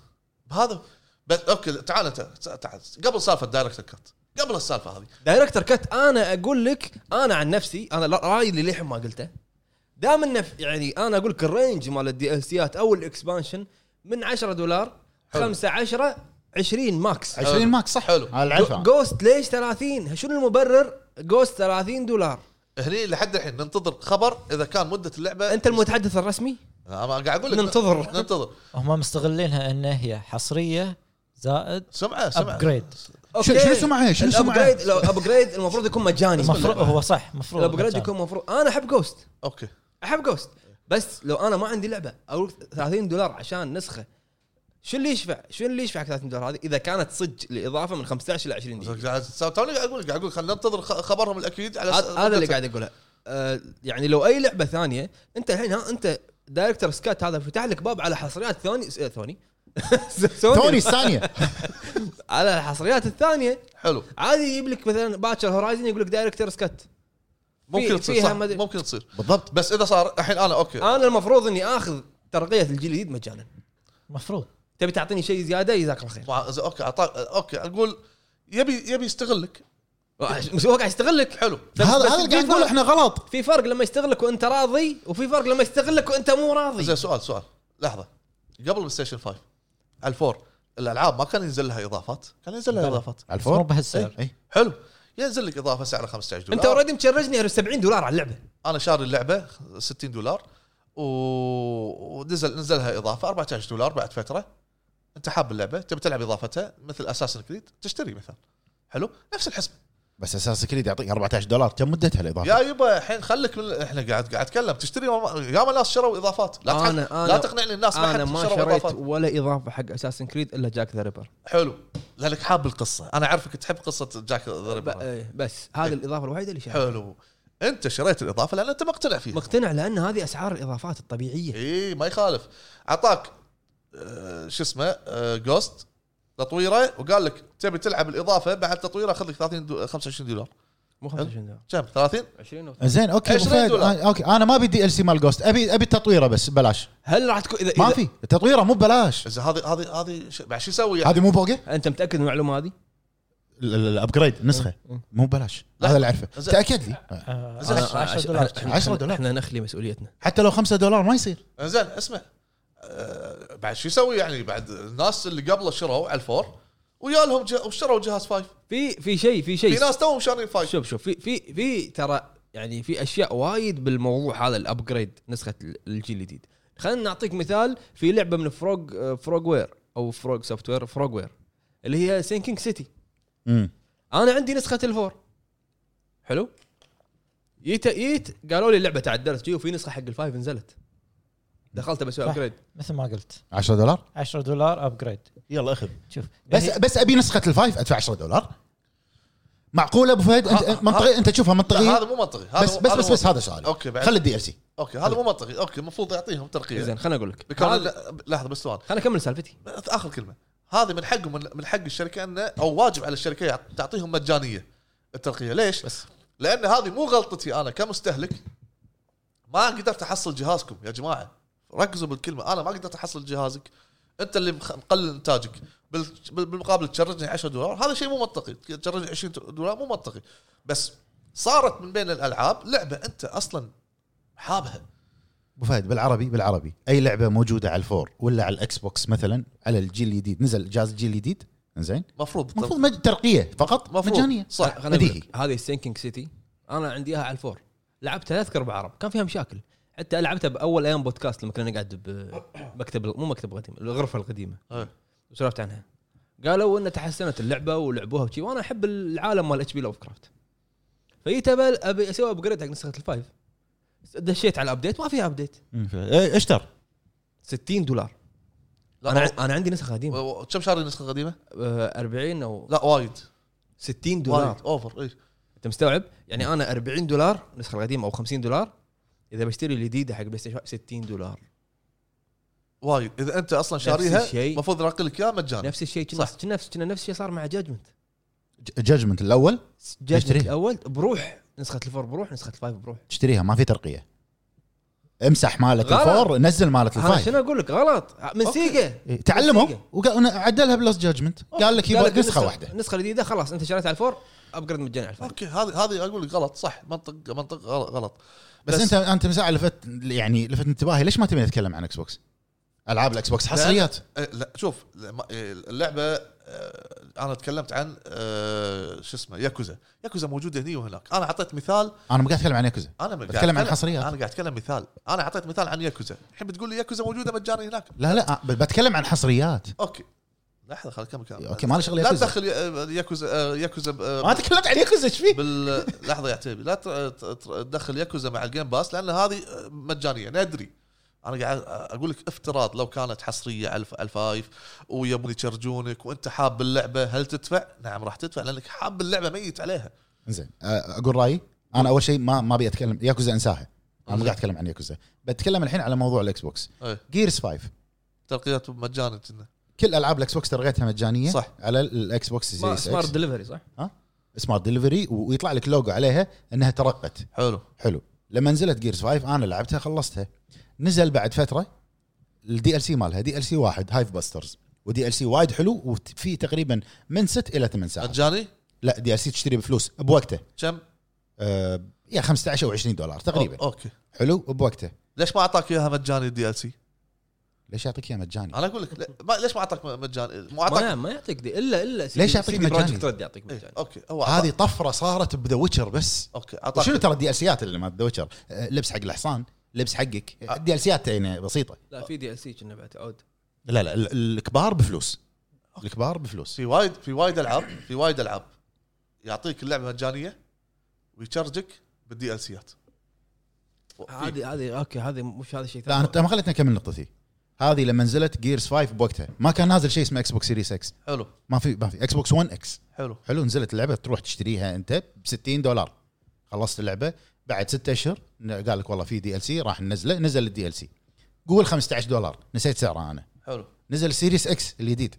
هذا بس اوكي تعال انت تعال قبل سالفه دايركت كات قبل السالفه هذه دايركتر كات انا اقول لك انا عن نفسي انا لا- رايي اللي للحين ما قلته دام انه في- يعني انا اقول لك الرينج مال الدي ال سيات او الاكسبانشن من 10 دولار 5 10 20 ماكس 20 ماكس صح حلو. هذا العلفه جوست ليش 30 شنو المبرر جوست 30 دولار هني لحد الحين ننتظر خبر اذا كان مده اللعبه انت المتحدث الرسمي انا قاعد اقول لك ننتظر ننتظر هم مستغلينها ان هي حصريه زائد سمعه سمعه ابجريد شنو- شنو سمعه هي؟ شنو سمعه؟ الابجريد لو ابجريد المفروض يكون مجاني المفروض هو صح المفروض الابجريد يكون مفروض انا احب جوست اوكي احب جوست بس لو انا ما عندي لعبه او 30 دولار عشان نسخه شو اللي يشفع؟ شو اللي يشفع 30 دولار هذه اذا كانت صدق الاضافه من 15 الى 20 دقيقه؟ قاعد توني قاعد اقول لك قاعد اقول خلينا ننتظر خ- خبرهم الاكيد على هذا هذا اللي قاعد اقوله آه، يعني لو اي لعبه ثانيه انت الحين ها انت دايركتر سكات هذا فتح لك باب على حصريات ثوني س- آه، ثوني توني سوني الثانيه على الحصريات الثانيه حلو عادي يجيب لك مثلا باتشر هورايزن يقول لك دايركتر سكات ممكن في- تصير فيها آه. صح مد- ممكن تصير بالضبط بس اذا صار الحين انا اوكي انا المفروض اني اخذ ترقيه الجيل الجديد مجانا المفروض تبي تعطيني شيء زياده جزاك الله خير مع- إذا اوكي اعطاك اوكي اقول يبي يبي يستغلك بس هو قاعد يستغلك حلو بس- هذا بس هذا اللي قاعد في نقوله فرق- احنا غلط في فرق لما يستغلك وانت راضي وفي فرق لما يستغلك وانت مو راضي زين سؤال سؤال لحظه قبل بلاي ستيشن 5 على الفور الالعاب ما كان ينزل لها اضافات كان ينزل لها نعم. بلى. اضافات على مو الفور إيه. بهالسعر اي حلو ينزل لك اضافه سعرها 15 دولار انت اوريدي مشرجني 70 دولار على اللعبه انا شاري اللعبه 60 دولار و... ونزل نزلها اضافه 14 دولار بعد فتره انت حاب اللعبه تبي تلعب اضافتها مثل اساسن كريد تشتري مثلا حلو نفس الحسبه بس اساس كريد يعطيك 14 دولار كم مدتها الاضافه؟ يا يبا الحين خليك من احنا قاعد قاعد اتكلم تشتري وما- ياما ناس شروا اضافات لا تحك... أنا- أنا- لا تقنعني الناس ما انا حد ما شروا شريت اضافات ولا اضافه حق اساسن كريد الا جاك ذا ريبر حلو لانك حاب القصه انا اعرفك تحب قصه جاك ذا ب- ريبر. إيه، بس هذه الاضافه الوحيده اللي شريتها حلو انت شريت الاضافه لان انت مقتنع فيها مقتنع لان هذه اسعار الاضافات الطبيعيه اي ما يخالف اعطاك آه، شو اسمه جوست تطويره وقال لك تبي تلعب الاضافه بعد تطويره خذ لك 30 دو... 25 دولار مو 25 دولار كم 30 20 و- زين اوكي أبو 20 فهد، دولار. آه، اوكي انا ما ابي دي ال سي مال جوست ابي ابي التطويره بس ببلاش هل راح تكون اذا ما إذا- في التطويره مو ببلاش اذا هذه هذه هذه ش- بعد شو يسوي يعني؟ هذه مو بوقه انت متاكد من المعلومه هذه؟ ال- ال- الابجريد نسخه مو ببلاش لا. هذا اللي اعرفه زين. تاكد لي آه، زين. 10 دولار إحنا- إحنا- 10 دولار. احنا نخلي مسؤوليتنا حتى لو 5 دولار ما يصير زين اسمع آه، بعد شو يسوي يعني بعد الناس اللي قبله شروا على الفور ويا لهم جه... وشروا جهاز فايف في في شيء في في شيء ناس توهم شارين فايف شوف شوف في في في ترى يعني في اشياء وايد بالموضوع هذا الابجريد نسخه الجيل الجديد خلينا نعطيك مثال في لعبه من آه، فروغ فروغ وير او فروغ سوفت وير فروغ وير اللي هي سينكينج سيتي امم انا عندي نسخه الفور حلو جيت جيت قالوا لي اللعبه تعدلت جي وفي نسخه حق الفايف نزلت دخلت بسوي صح. ابجريد مثل ما قلت 10 دولار 10 دولار ابجريد يلا اخذ شوف يعني بس يعني- هي- بس ابي نسخه الفايف ادفع 10 دولار معقوله ابو فهد ها- ها- انت منطقي انت تشوفها هذا منطقيه مو منطقي هذا بس مو- بس هذا بس مو- بس هذا سؤالي اوكي بعد خلي الدي ال سي اوكي هذا مو منطقي اوكي المفروض يعطيهم ترقيه زين خليني اقول لك بيكون خليني لحظه بس سؤال اكمل سالفتي اخر كلمه هذه من حقهم من حق الشركه انه او واجب على الشركه يعط- تعطيهم مجانيه الترقيه ليش؟ بس لان هذه مو غلطتي انا كمستهلك ما قدرت احصل جهازكم يا جماعه ركزوا بالكلمه انا ما قدرت احصل جهازك انت اللي مخ- مقلل انتاجك بال- بال- بالمقابل تشرجني 10 دولار هذا شيء مو منطقي تشرجني 20 دولار مو منطقي بس صارت من بين الالعاب لعبه انت اصلا حابها ابو فهد بالعربي بالعربي اي لعبه موجوده على الفور ولا على الاكس بوكس مثلا على الجيل الجديد نزل جهاز الجيل الجديد زين مفروض المفروض مج- ترقيه فقط مفروض. مجانيه صح خليني أقول بديهي. لك، هذه السينكينج سيتي انا عندي اياها على الفور لعبتها اذكر بعرب كان فيها مشاكل حتى لعبتها باول ايام بودكاست لما كنا نقعد بمكتب مو مكتب قديم الغرفه القديمه إيه. وسولفت عنها قالوا ان تحسنت اللعبه ولعبوها وشي وانا احب العالم مال اتش بي لوف كرافت فجيت أبل- ابي اسوي ابجريد حق نسخه الفايف دشيت على الابديت ما فيها ابديت مم، ف- إيه، اشتر 60 دولار لا ما- انا انا عندي نسخه قديمه و- و- كم شاري النسخه القديمه؟ أه، 40 او لا وايد 60 دولار وايد اوفر اي انت مستوعب؟ يعني انا 40 دولار النسخه القديمه او 50 دولار اذا بشتري الجديده حق بلاي ستيشن 60 دولار وايد اذا انت اصلا شاريها الشيء. المفروض يرقي لك اياه مجانا نفس الشيء كنا صح. كنا نفس كنا نفس الشيء صار مع جاجمنت جاجمنت الاول جاجمنت تشتريها. الاول بروح نسخه الفور بروح نسخه الفايف بروح تشتريها ما في ترقيه امسح مالت غلط. الفور نزل مالت انا الفايف شنو اقول لك غلط من سيجا إيه، تعلموا نسيقة. وقال عدلها بلوس جادجمنت قال لك قال لك يبغى نسخه واحده نسخه جديده خلاص انت شريتها على الفور ابجريد مجاني على الفور اوكي هذه هذه اقول لك غلط صح منطق منطق غلط- غلط بس, انت انت من ساعه لفت يعني لفت انتباهي ليش ما تبي نتكلم عن اكس بوكس؟ العاب الاكس بوكس حصريات إيه، لا شوف لما- إيه، اللعبه آه، انا تكلمت عن آه، شو اسمه ياكوزا ياكوزا موجوده هني وهناك انا اعطيت مثال انا ما قاعد اتكلم عن ياكوزا انا قاعد بتكلم عن حصريات. انا قاعد اتكلم مثال انا اعطيت مثال عن ياكوزا الحين بتقول لي ياكوزا موجوده مجاني هناك لا لا ب- بتكلم عن حصريات اوكي لحظه خليني اكمل كلام اوكي ما لي شغل لا ياكوزا تدخل يا- ياكوزا آه، ياكوزا ب- ما تكلمت عن ياكوزا ايش فيك؟ بال لحظه يا عتيبي لا تر- تر- تدخل ياكوزا مع الجيم باس لان هذه مجانيه ندري انا قاعد اقول لك افتراض لو كانت حصريه على الف- على الفايف ويبون يشرجونك وانت حاب اللعبه هل تدفع؟ نعم راح تدفع لانك حاب اللعبه ميت عليها زين أ- اقول رايي انا اول شيء ما ما ابي اتكلم ياكوزا انساها انا مو قاعد اتكلم عن ياكوزا بتكلم الحين على موضوع الاكس بوكس إيه. جيرز 5 تلقيات مجانا كنا كل العاب الاكس بوكس ترغيتها مجانيه صح. على الاكس بوكس سيريس سمارت اكس دليفري صح؟ سمارت دليفري ويطلع لك لوجو عليها انها ترقت حلو حلو لما نزلت جيرز 5 انا لعبتها خلصتها نزل بعد فتره الدي ال سي مالها دي ال سي واحد هايف باسترز ودي ال سي وايد حلو وفي تقريبا من ست الى ثمان ساعات مجاني لا دي ال سي تشتري بفلوس بوقته كم؟ أه يا 15 او 20 دولار تقريبا أو- اوكي حلو بوقته ليش ما اعطاك اياها مجاني الدي ال سي؟ ليش يعطيك اياه مجاني؟ انا اقول لك لا- ما- ليش ما اعطاك مجاني؟ ما اعطاك ما, ما يعطيك دي الا الا ليش يعطيك مجاني؟ رد يعطيك إيه، مجاني اوكي هو هذه هذه طفره صارت بذا ويتشر بس اوكي اعطاك شنو ترى الدي ال سيات اللي مال ذا ويتشر آه، لبس حق الحصان لبس حقك آه. الدي ال سيات يعني بسيطه لا في دي ال سي كنا بعد عود لا لا ال- الكبار بفلوس الكبار بفلوس في وايد في وايد العاب في وايد العاب يعطيك اللعبه مجانيه ويشارجك بالدي ال سيات في- هذه هذه اوكي هذه مش هذا الشيء لا انت ما خليتني اكمل نقطتي هذه لما نزلت جيرز 5 بوقتها ما كان نازل شيء اسمه اكس بوكس سيريس اكس حلو ما في ما في اكس بوكس 1 اكس حلو حلو نزلت اللعبه تروح تشتريها انت ب 60 دولار خلصت اللعبه بعد 6 اشهر ن- قال لك والله في دي ال سي راح ننزله نزل الدي ال سي قول 15 دولار نسيت سعره انا حلو نزل سيريس اكس الجديد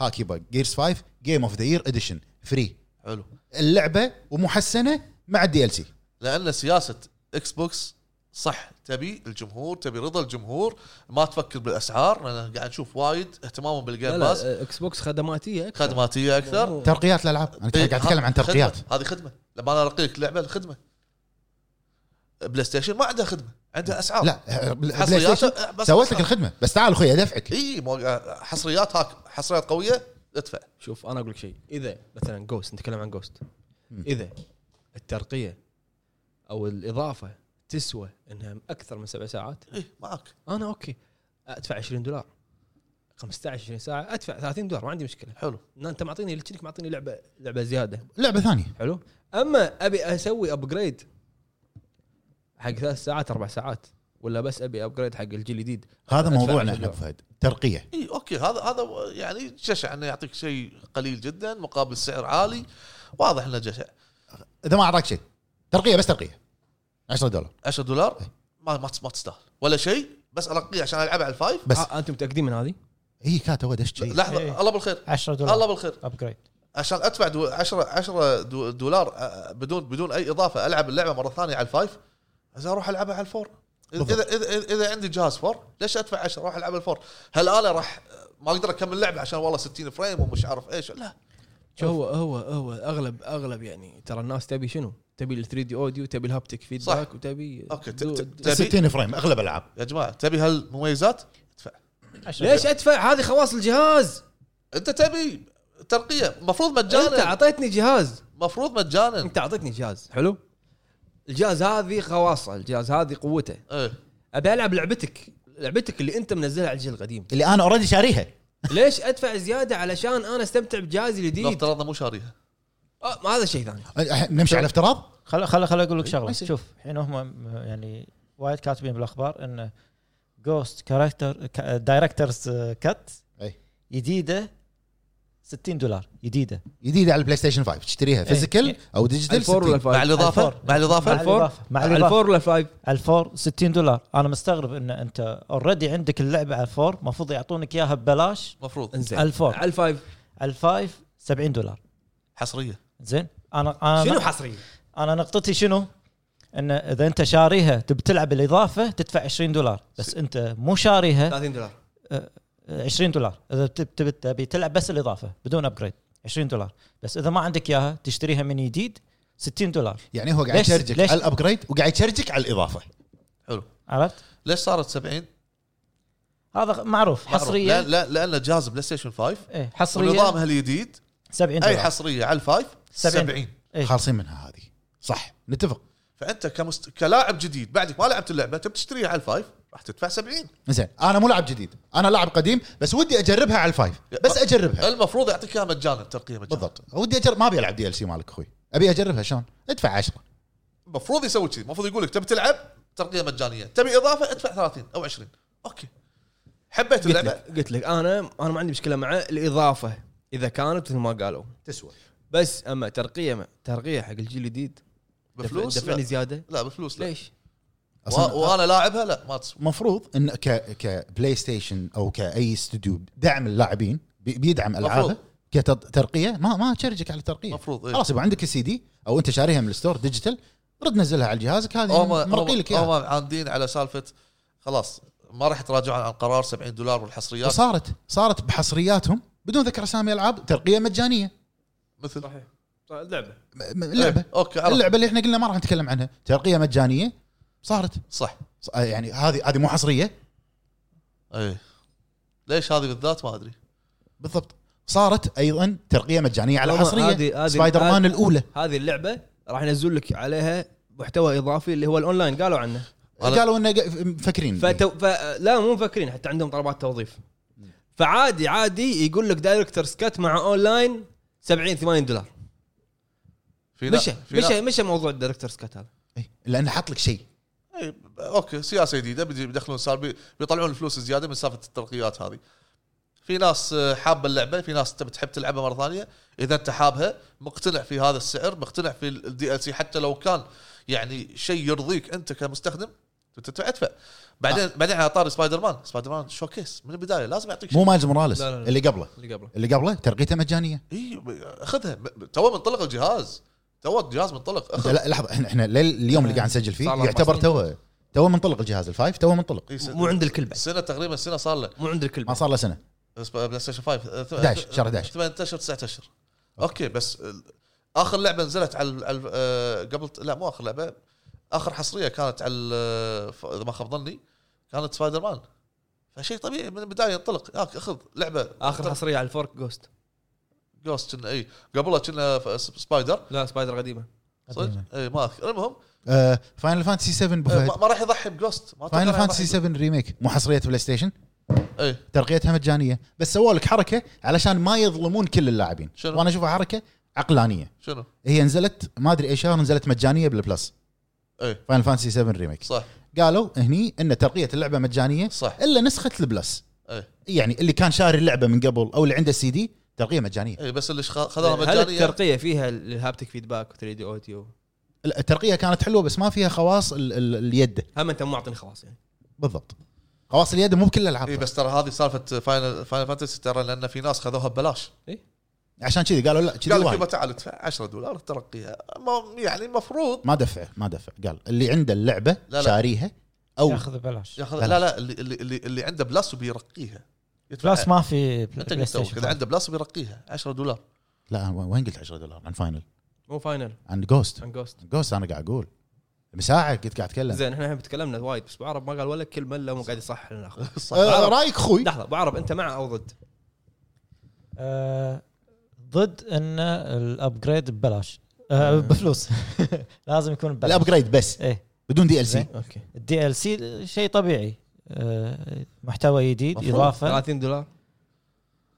هاكي بق جيرز 5 جيم اوف ذا يير اديشن فري حلو اللعبه ومحسنه مع الدي ال سي لان سياسه اكس بوكس صح تبي الجمهور تبي رضا الجمهور ما تفكر بالاسعار لان قاعد نشوف وايد اهتمامهم بالجيم باس طيب، اكس بوكس خدماتيه أكثر. خدماتيه اكثر ترقيات الالعاب انا قاعد اتكلم عن ترقيات إيه، خدمة. هذه خدمه لما انا ارقي لك لعبه الخدمه بلاي ستيشن ما عندها خدمه عندها اسعار لا بلاي حصريات- ستيشن بس إيه. سويت لك أسعار. الخدمه بس تعال اخوي ادفعك اي مو- حصريات هاك حصريات قويه ادفع شوف انا اقول لك شيء اذا مثلا جوست نتكلم عن جوست مم. اذا الترقيه او الاضافه تسوى انها اكثر من سبع ساعات اي معك انا اوكي ادفع 20 دولار 15 20 ساعه ادفع 30 دولار ما عندي مشكله حلو إن انت معطيني لك معطيني لعبه لعبه زياده لعبه ثانيه حلو اما ابي اسوي ابجريد حق ثلاث ساعات اربع ساعات ولا بس ابي ابجريد حق الجيل الجديد هذا أدفع موضوعنا 20 احنا دولار. أبو فهد ترقيه اي اوكي هذا هذا يعني جشع انه يعطيك شيء قليل جدا مقابل سعر عالي واضح انه جشع اذا ما اعطاك شيء ترقيه بس ترقيه 10 دولار 10 دولار ما ما ما تستاهل ولا شيء بس ارقيه عشان العبها على الفايف بس آه، انتم متاكدين من هذه؟ هي كانت هو دش شيء لحظه إيه. الله بالخير 10 الله دولار بالخير ابجريد عشان ادفع 10 10 دولار آه، بدون بدون اي اضافه العب اللعبه مره ثانيه على الفايف اذا اروح العبها على الفور إذا, بالضبط. اذا اذا اذا عندي جهاز فور ليش ادفع 10 اروح العب الفور هل انا راح ما اقدر اكمل لعبه عشان والله 60 فريم ومش عارف ايش لا هو هو هو اغلب اغلب يعني ترى الناس تبي شنو؟ تبي ال 3 دي اوديو تبي الهابتك فيدباك وتبي أوكي، ت- دو- ت- دو- تبي- 60 فريم اغلب الالعاب يا جماعه تبي هالمميزات ادفع ليش ادفع هذه خواص الجهاز؟ انت تبي ترقيه مفروض انت مجانا اعطيتني جهاز مفروض مجانا انت اعطيتني جهاز حلو؟ الجهاز هذه خواصه الجهاز هذه قوته ايه ابي العب لعبتك لعبتك اللي انت منزلها على الجيل القديم اللي انا اوريدي شاريها ليش ادفع زياده علشان انا استمتع بجهازي الجديد نفترض إنه مو شاريها آه، ما هذا شيء ثاني الحين أه، نمشي على افتراض خل خل خل اقول لك ما شغله يصير. شوف الحين هم يعني وايد كاتبين بالاخبار ان جوست كاركتر دايركترز كات أي. جديده 60 دولار جديده جديده على البلاي ستيشن 5 تشتريها فيزيكال إيه. او ديجيتال طيب، الفور ولا 60 الفايف؟ مع الاضافه الفور. مع الاضافه مع الاضافه مع الاضافه الفور ولا الفايف؟ الفور 60 دولار انا مستغرب ان انت اوريدي عندك اللعبه على الفور المفروض يعطونك اياها ببلاش مفروض انزين الفور. على الفايف الفايف 70 دولار حصريه زين انا انا آه، شنو حصري؟ انا نقطتي شنو؟ انه اذا انت شاريها تبي تلعب الاضافه تدفع 20 دولار بس انت مو شاريها 30 دولار 20 دولار اذا تب- تبي تبي تلعب بس الاضافه بدون ابجريد 20 دولار بس اذا ما عندك اياها تشتريها من جديد 60 دولار يعني هو قاعد ليش- يشرجك ليش- على الابجريد وقاعد يشرجك على الاضافه عرفت؟ ليش صارت 70 هذا معروف لا حصريه لا لانه جهاز بلاي ستيشن 5 إيه، حصريه ونظامها الجديد 70 اي دولار حصريه على الفايف 70. 70 إيه. خالصين منها هذه صح نتفق فانت كمست... كلاعب جديد بعدك ما لعبت اللعبه تبي تشتريها على الفايف راح تدفع 70 زين انا مو لاعب جديد انا لاعب قديم بس ودي اجربها على الفايف بس اجربها المفروض يعطيك اياها مجانا تلقيها مجانا بالضبط ودي اجرب ما ابي العب دي ال سي مالك اخوي ابي اجربها شلون ادفع 10 المفروض يسوي كذي المفروض يقول لك تبي تلعب تلقيها مجانيه تبي اضافه ادفع 30 او 20 اوكي حبيت قلت اللعبه لك قلت لك انا انا ما عندي مشكله مع الاضافه اذا كانت مثل ما قالوا تسوى بس اما ترقيه ما ترقيه حق الجيل الجديد دفع- بفلوس دفعني لا. زياده لا بفلوس لا ليش؟ و... وانا لاعبها لا ما تسوى المفروض ان ك كبلاي ستيشن او كاي استوديو دعم اللاعبين بي- بيدعم العابه مفروض. كترقيه ما ما تشرجك على الترقيه المفروض إيه. خلاص يبقى عندك السي دي او انت شاريها من الستور ديجيتال رد نزلها على جهازك هذه هم مرقي لك هم اياها هم عاندين على سالفه خلاص ما راح يتراجعون عن قرار 70 دولار والحصريات وصارت صارت بحصرياتهم بدون ذكر اسامي العاب ترقيه مجانيه مثل صحيح لعبه م- م- اللعبه إيه، اوكي عرفت. اللعبه اللي احنا قلنا ما راح نتكلم عنها ترقيه مجانيه صارت صح ص- يعني هذه هذه مو حصريه اي إيه. ليش هذه بالذات ما ادري بالضبط صارت ايضا ترقيه مجانيه على طبعاً حصريه هذه- آه، هذه- سبايدر مان هذه- الاولى هذه اللعبه راح ينزل لك عليها محتوى اضافي اللي هو الاونلاين قالوا عنه أنا- قالوا انه قا- مفكرين فتو... ف... لا مو مفكرين حتى عندهم طلبات توظيف فعادي عادي يقول لك دايركتر سكت مع اونلاين 70 80 دولار في نا- مشى في نا- مشى مشى موضوع الدايركتر سكت هذا إيه، لان حط لك شيء إي، اوكي سياسه جديده بيجي- بيدخلون صار بي- بيطلعون الفلوس الزياده من سالفه الترقيات هذه في ناس آه، حابه اللعبه في ناس تبي تحب تلعبها مره ثانيه اذا انت حابها مقتنع في هذا السعر مقتنع في الدي ال سي حتى لو كان يعني شيء يرضيك انت كمستخدم تدفع ادفع بعدين آه. بعدين على طاري سبايدر مان سبايدر مان شوكيس من البدايه لازم يعطيك مو شيء مايلز موراليس لا، لا، لا. اللي قبله اللي قبله اللي قبله ترقيته مجانيه اي خذها إيه، م- تو منطلق الجهاز تو الجهاز منطلق أنت اخذ لا لحظه احنا احنا ليل- اليوم اللي قاعد نسجل آه، صار فيه له أربع سنين. يعتبر تو تو منطلق الجهاز الفايف تو منطلق إي، س- مو عند الكل بعد سنه تقريبا سنه صار له مو عند الكل ما بعد صار له سنه بس بلاي ستيشن 5 11 شهر 11. 8 اشهر 9 اشهر اوكي بس ال- اخر لعبه نزلت على, ال- على ال- آه، قبل لا مو اخر لعبه اخر حصريه كانت على ال- ف- اذا ما خاب ظني كانت سبايدر مان فشيء طبيعي من البدايه ينطلق هاك اخذ لعبه اخر حصريه على الفورك جوست جوست كنا اي قبلها كنا ف- س- سبايدر لا سبايدر قديمه صدق اي ما اذكر المهم فاينل فانتسي 7 ابو آه، فهد ما ما راح يضحي بجوست ما فاينل فانتسي 7 ريميك مو حصريه بلاي ستيشن اي ترقيتها مجانيه بس سووا لك حركه علشان ما يظلمون كل اللاعبين شنو؟ وانا اشوفها حركه عقلانيه شنو هي نزلت ما ادري اي شهر نزلت مجانيه بالبلس اي فاينل فانتسي 7 ريميك صح قالوا هني ان ترقيه اللعبه مجانيه صح الا نسخه البلس اي يعني اللي كان شاري اللعبه من قبل او اللي عنده السي دي ترقيه مجانيه اي بس اللي شخ- خذها إيه، هل مجانيه الترقيه فيها الهابتك فيدباك 3 دي اوديو الترقيه كانت حلوه بس ما فيها خواص ال ال اليد هم انت مو معطيني خلاص يعني بالضبط خواص اليد مو بكل اي الالعاب إيه، بس ترى هذه سالفه فاينل فاينل فانتسي ترى لان في ناس خذوها ببلاش عشان كذي قالوا لا كذي قال لك يبا وايد تعال ادفع 10 دولار ترقيها ما- يعني المفروض ما دفع ما دفع قال اللي عنده اللعبه لا. شاريها او ياخذ ببلاش ياخذ لا لا اللي اللي اللي, اللي عنده بلس وبيرقيها يدفع بلس ما في انت بلاي قلت توك، اذا ستيشن عنده بلس وبيرقيها 10 دولار لا أنا وين قلت 10 دولار عن فاينل مو فاينل عن جوست عن جوست جوست انا قاعد اقول مساعة كنت قاعد اتكلم زين احنا الحين تكلمنا وايد بس بعرب ما قال ولا كلمه الا مو قاعد يصحح لنا أخوه. صح آه، رايك خوي لحظه بعرب انت مع او ضد؟ آه، ضد ان الابجريد ببلاش آه، بفلوس لازم يكون ببلاش الابجريد بس ايه بدون دي ال سي زين. اوكي الدي ال سي شيء طبيعي آه، محتوى جديد مفروض. اضافه 30 دولار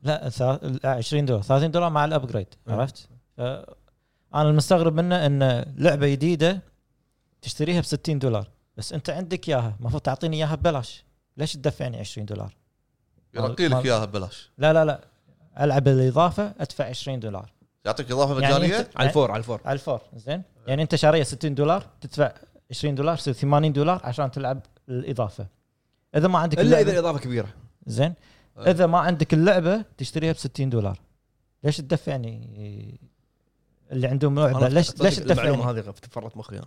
لا ثا- لا، 20 دولار 30 دولار مع الابجريد مم. عرفت؟ ف- انا المستغرب منه ان لعبه جديده تشتريها ب 60 دولار بس انت عندك اياها المفروض تعطيني اياها ببلاش ليش تدفعني 20 دولار؟ يرقي لك مال- اياها ببلاش لا لا لا العب الاضافه ادفع 20 دولار يعطيك اضافه يعني مجانيه أنت- على الفور على الفور على الفور زين يعني انت شاريه 60 دولار تدفع 20 دولار يصير 80 دولار عشان تلعب الاضافه اذا ما عندك الا اللعبة- اذا الاضافه كبيره زين أي. إيه. اذا ما عندك اللعبه تشتريها ب 60 دولار ليش تدفعني اللي عندهم لعبه أنا ليش صدق ليش يعني؟ المعلومه تدفعني هذه غف- فرت مخي انا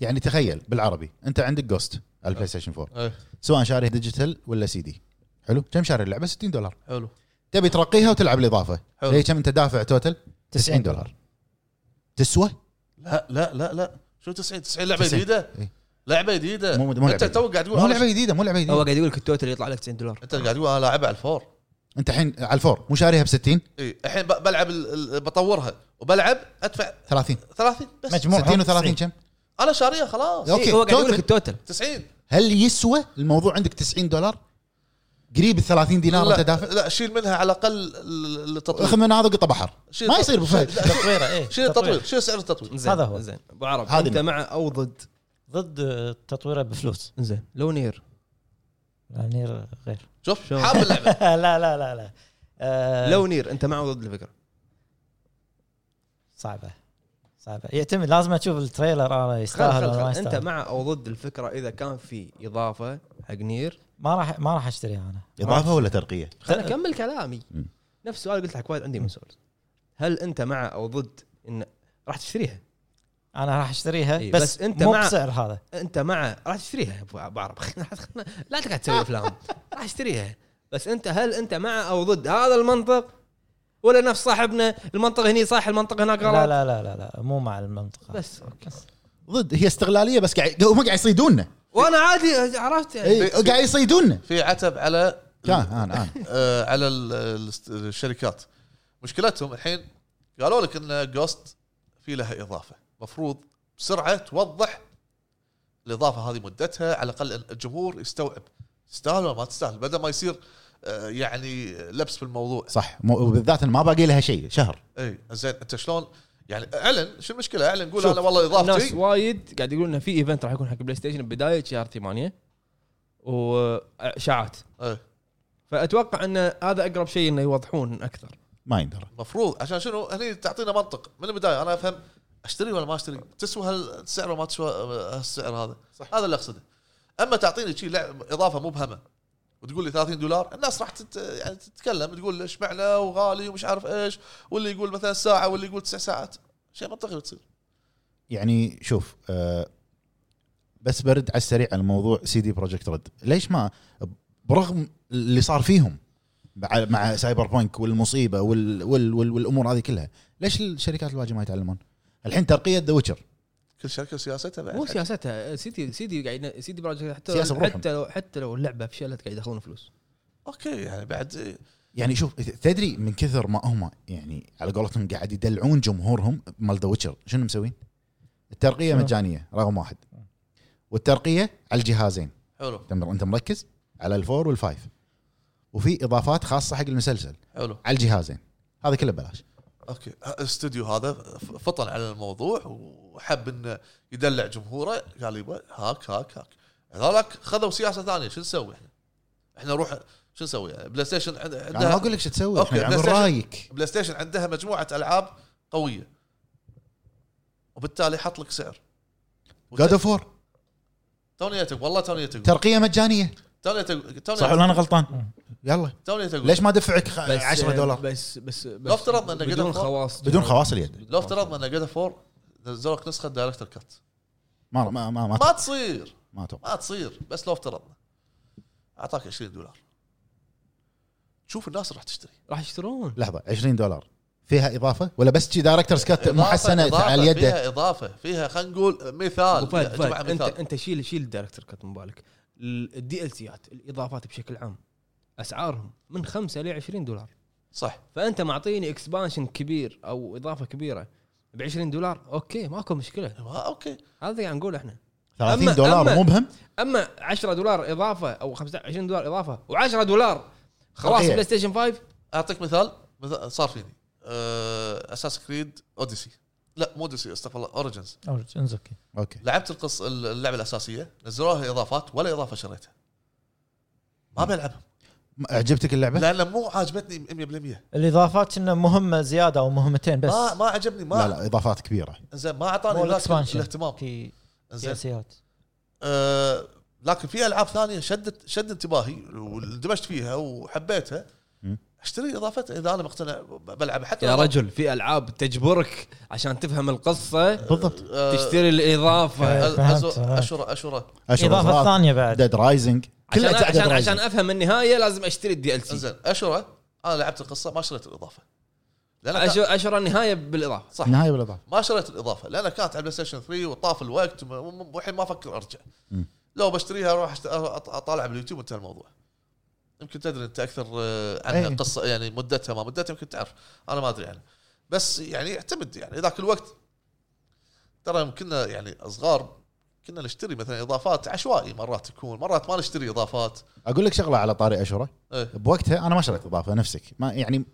يعني تخيل بالعربي انت عندك جوست على آه. البلاي ستيشن 4 إيه. سواء شاري ديجيتال ولا سي دي حلو كم شاري اللعبه 60 دولار حلو تبي ترقيها وتلعب الاضافه حلو. هي كم انت دافع توتل 90 دولار تسوى لا لا لا لا شو 90 90 لعبه 90. جديده إيه. لعبه جديده مو- مو انت لعبة تو قاعد تقول مو أنا لعبه جديده مو لعبه هو جديده قاعد يقول لك التوتل يطلع لك 90 دولار انت قاعد تقول انا لاعبها على الفور انت الحين على الفور مو شاريها ب 60 اي الحين ب- بلعب ال- ال- بطورها وبلعب ادفع 30 30 بس مجموع 60 و30 كم؟ انا شاريها خلاص أوكي، إيه، هو قاعد يقول لك توتل. التوتل 90 هل يسوى الموضوع عندك 90 دولار؟ قريب ال 30 دينار انت لا دافع؟ لا شيل منها على الاقل ال- اخذ التطوير من هذا قطه بحر شيل ما التطوير. يصير ابو فهد تطويره إيه. ايه شيل التطوير شيل سعر التطوير زين هذا هو. زين ابو عرب هذه انت نقطة. مع او ضد ضد آه، تطويره بفلوس زين لو نير يعني غير شوف شوف. حاب اللعبه لا لا لا لا آه، لو نير انت مع او ضد الفكره صعبه صعبه يعتمد لازم اشوف التريلر انا خل يستاهل خل ولا ما خل. انت يستاهل مع او ضد الفكره اذا كان في اضافه حق نير ما راح ما راح اشتريها انا اضافه ولا ترقيه؟ خل اكمل كلامي مم. نفس السؤال قلت لك وايد عندي من سولز هل انت مع او ضد ان راح تشتريها انا راح اشتريها إيه، بس, بس أنت مو مع- بسعر هذا انت مع راح تشتريها أبو- ابو عرب لا تقعد تسوي افلام راح تشتريها بس انت هل انت مع او ضد هذا المنطق ولا نفس صاحبنا المنطق هني صح المنطق هناك لا غلط لا لا لا, لا مو مع المنطقه بس اوكي ضد هي استغلاليه بس قاعد هم قاعد يصيدوننا وانا عادي عرفت يعني إي، قاعد يصيدوننا في عتب على كان انا انا آه، على ال- ال- الشركات مشكلتهم الحين قالوا لك ان جوست في لها اضافه مفروض بسرعه توضح الاضافه هذه مدتها على الاقل الجمهور يستوعب تستاهل ولا ما تستاهل بدل ما يصير آه، يعني لبس في الموضوع صح مو- وبالذات إن ما باقي لها شيء شهر اي إيه، زين انت شلون يعني اعلن شو المشكله اعلن قول شوف، انا والله الناس اضافتي وايد قاعد يقولون انه في ايفنت راح يكون حق بلاي ستيشن بدايه شهر 8 واشاعات إيه. فاتوقع ان هذا اقرب شيء انه يوضحون اكثر ما يندرى مفروض عشان شنو هني تعطينا منطق من البدايه انا افهم اشتري ولا ما اشتري تسوى هالسعر ولا ما تسوى آه، هالسعر هذا صح. هذا اللي اقصده اما تعطيني شيء لعب اضافه مبهمه وتقول لي 30 دولار الناس راح تت... يعني تتكلم تقول ايش معنى وغالي ومش عارف ايش واللي يقول مثلا ساعه واللي يقول تسع ساعات شيء منطقي بتصير يعني شوف آه، بس برد على السريع على موضوع سي دي بروجكت ريد ليش ما برغم اللي صار فيهم مع مع سايبر بانك والمصيبه وال وال وال والامور هذه كلها ليش الشركات الواجهه ما يتعلمون الحين ترقيه ذا ويتشر كل شركه وسياستها بعد مو سياستها سيدي سيدي قاعد سيدي بروجكت حتى سياسة لو بروحهم. حتى لو حتى لو اللعبه فشلت قاعد يدخلون فلوس اوكي يعني بعد يعني شوف تدري من كثر ما هم يعني على قولتهم قاعد يدلعون جمهورهم مال ذا ويتشر شنو مسوين؟ الترقيه شنو؟ مجانيه رقم واحد والترقيه على الجهازين حلو تم- انت مركز على الفور والفايف وفي اضافات خاصه حق المسلسل حلو على الجهازين هذا كله ببلاش اوكي الاستوديو آه، هذا ف- فطن على الموضوع وحب انه يدلع جمهوره قال يبا هاك هاك هاك هذولك خذوا سياسه ثانيه شو نسوي احنا؟ احنا نروح شو نسوي؟ بلاي ستيشن عند- انا يعني ما عندها اقول لك شو تسوي أوكي، احنا بلاي عن ستيشن. رايك بلاي ستيشن عندها مجموعه العاب قويه وبالتالي حط لك سعر جاد اوف وور توني أتق- والله توني أتق- ترقيه مجانيه توني أتق- توني صح ولا انا غلطان؟ يلا توني أتق- ليش ما ادفعك خ- إيه. 10 أه، دولار بس بس, بس لو افترضنا إن بدون قدر- خواص بدون خواص اليد لو افترضنا ان جاد فور نزلوا لك نسخه دايركتر كات ما ما ما ما, ما تصير ما اتوقع ما تصير بس لو افترضنا اعطاك 20 دولار شوف الناس راح تشتري راح يشترون لحظه 20 دولار فيها اضافه ولا بس شي دايركترز كات محسنه إضافة طيب، على اليد فيها اضافه فيها خلينا نقول مثال أبو فهد، يا فهد، جماعه انت مثال انت شيل شيل الدايركتر كات من بالك الدي ال سيات الاضافات بشكل عام اسعارهم من 5 ل 20 دولار صح فانت معطيني اكسبانشن كبير او اضافه كبيره ب 20 دولار اوكي ماكو مشكله آه، اوكي هذا يعني نقول احنا 30 أما- دولار أما- مبهم اما 10 دولار اضافه او 15 20 دولار اضافه و10 دولار خلاص طبيعي. بلاي ستيشن 5 اعطيك مثال مثال صار فيني اساس كريد اوديسي لا مو اوديسي استغفر الله اوريجنز أورج- اوكي اوكي لعبت القص اللعبه الاساسيه نزلوها اضافات ولا اضافه شريتها ما بلعبها ما- عجبتك اللعبه؟ لان مو عاجبتني 100% الاضافات كنا مهمه زياده او مهمتين بس ما ما عجبني ما لا لا اضافات كبيره زين ما مو اعطاني ذاك الإكسبانشن. الاهتمام في زين سياسيات آه، لكن في العاب ثانيه شدت شد انتباهي واندمجت فيها وحبيتها مم. اشتري اضافه اذا انا مقتنع بلعب حتى يا لو- رجل في العاب تجبرك عشان تفهم القصه بالضبط آه، تشتري الاضافه آه، فهمت، أز- آه. اشره اشره اضافه ثانيه بعد ديد رايزنج عشان عشان, عشان افهم النهايه لازم اشتري الدي ال سي انزين اشره انا لعبت القصه ما شريت الاضافه لان كان- اشهر النهايه بالاضافه صح النهايه بالاضافه ما شريت الاضافه لان كانت على بلاي ستيشن 3 وطاف الوقت وم- وم- والحين ما افكر ارجع مم. لو بشتريها اروح أشت- أط- اطالع باليوتيوب وانتهى الموضوع يمكن تدري انت اكثر آه، عنها أي. إيه. القصه يعني مدتها ما مدتها يمكن تعرف انا ما ادري عنها بس يعني يعتمد يعني ذاك الوقت ترى يوم كنا يعني صغار كنا نشتري مثلا اضافات عشوائي مرات تكون مرات ما نشتري اضافات اقول لك شغله على طاري اشهره ايه بوقتها انا ما شريت اضافه نفسك ما يعني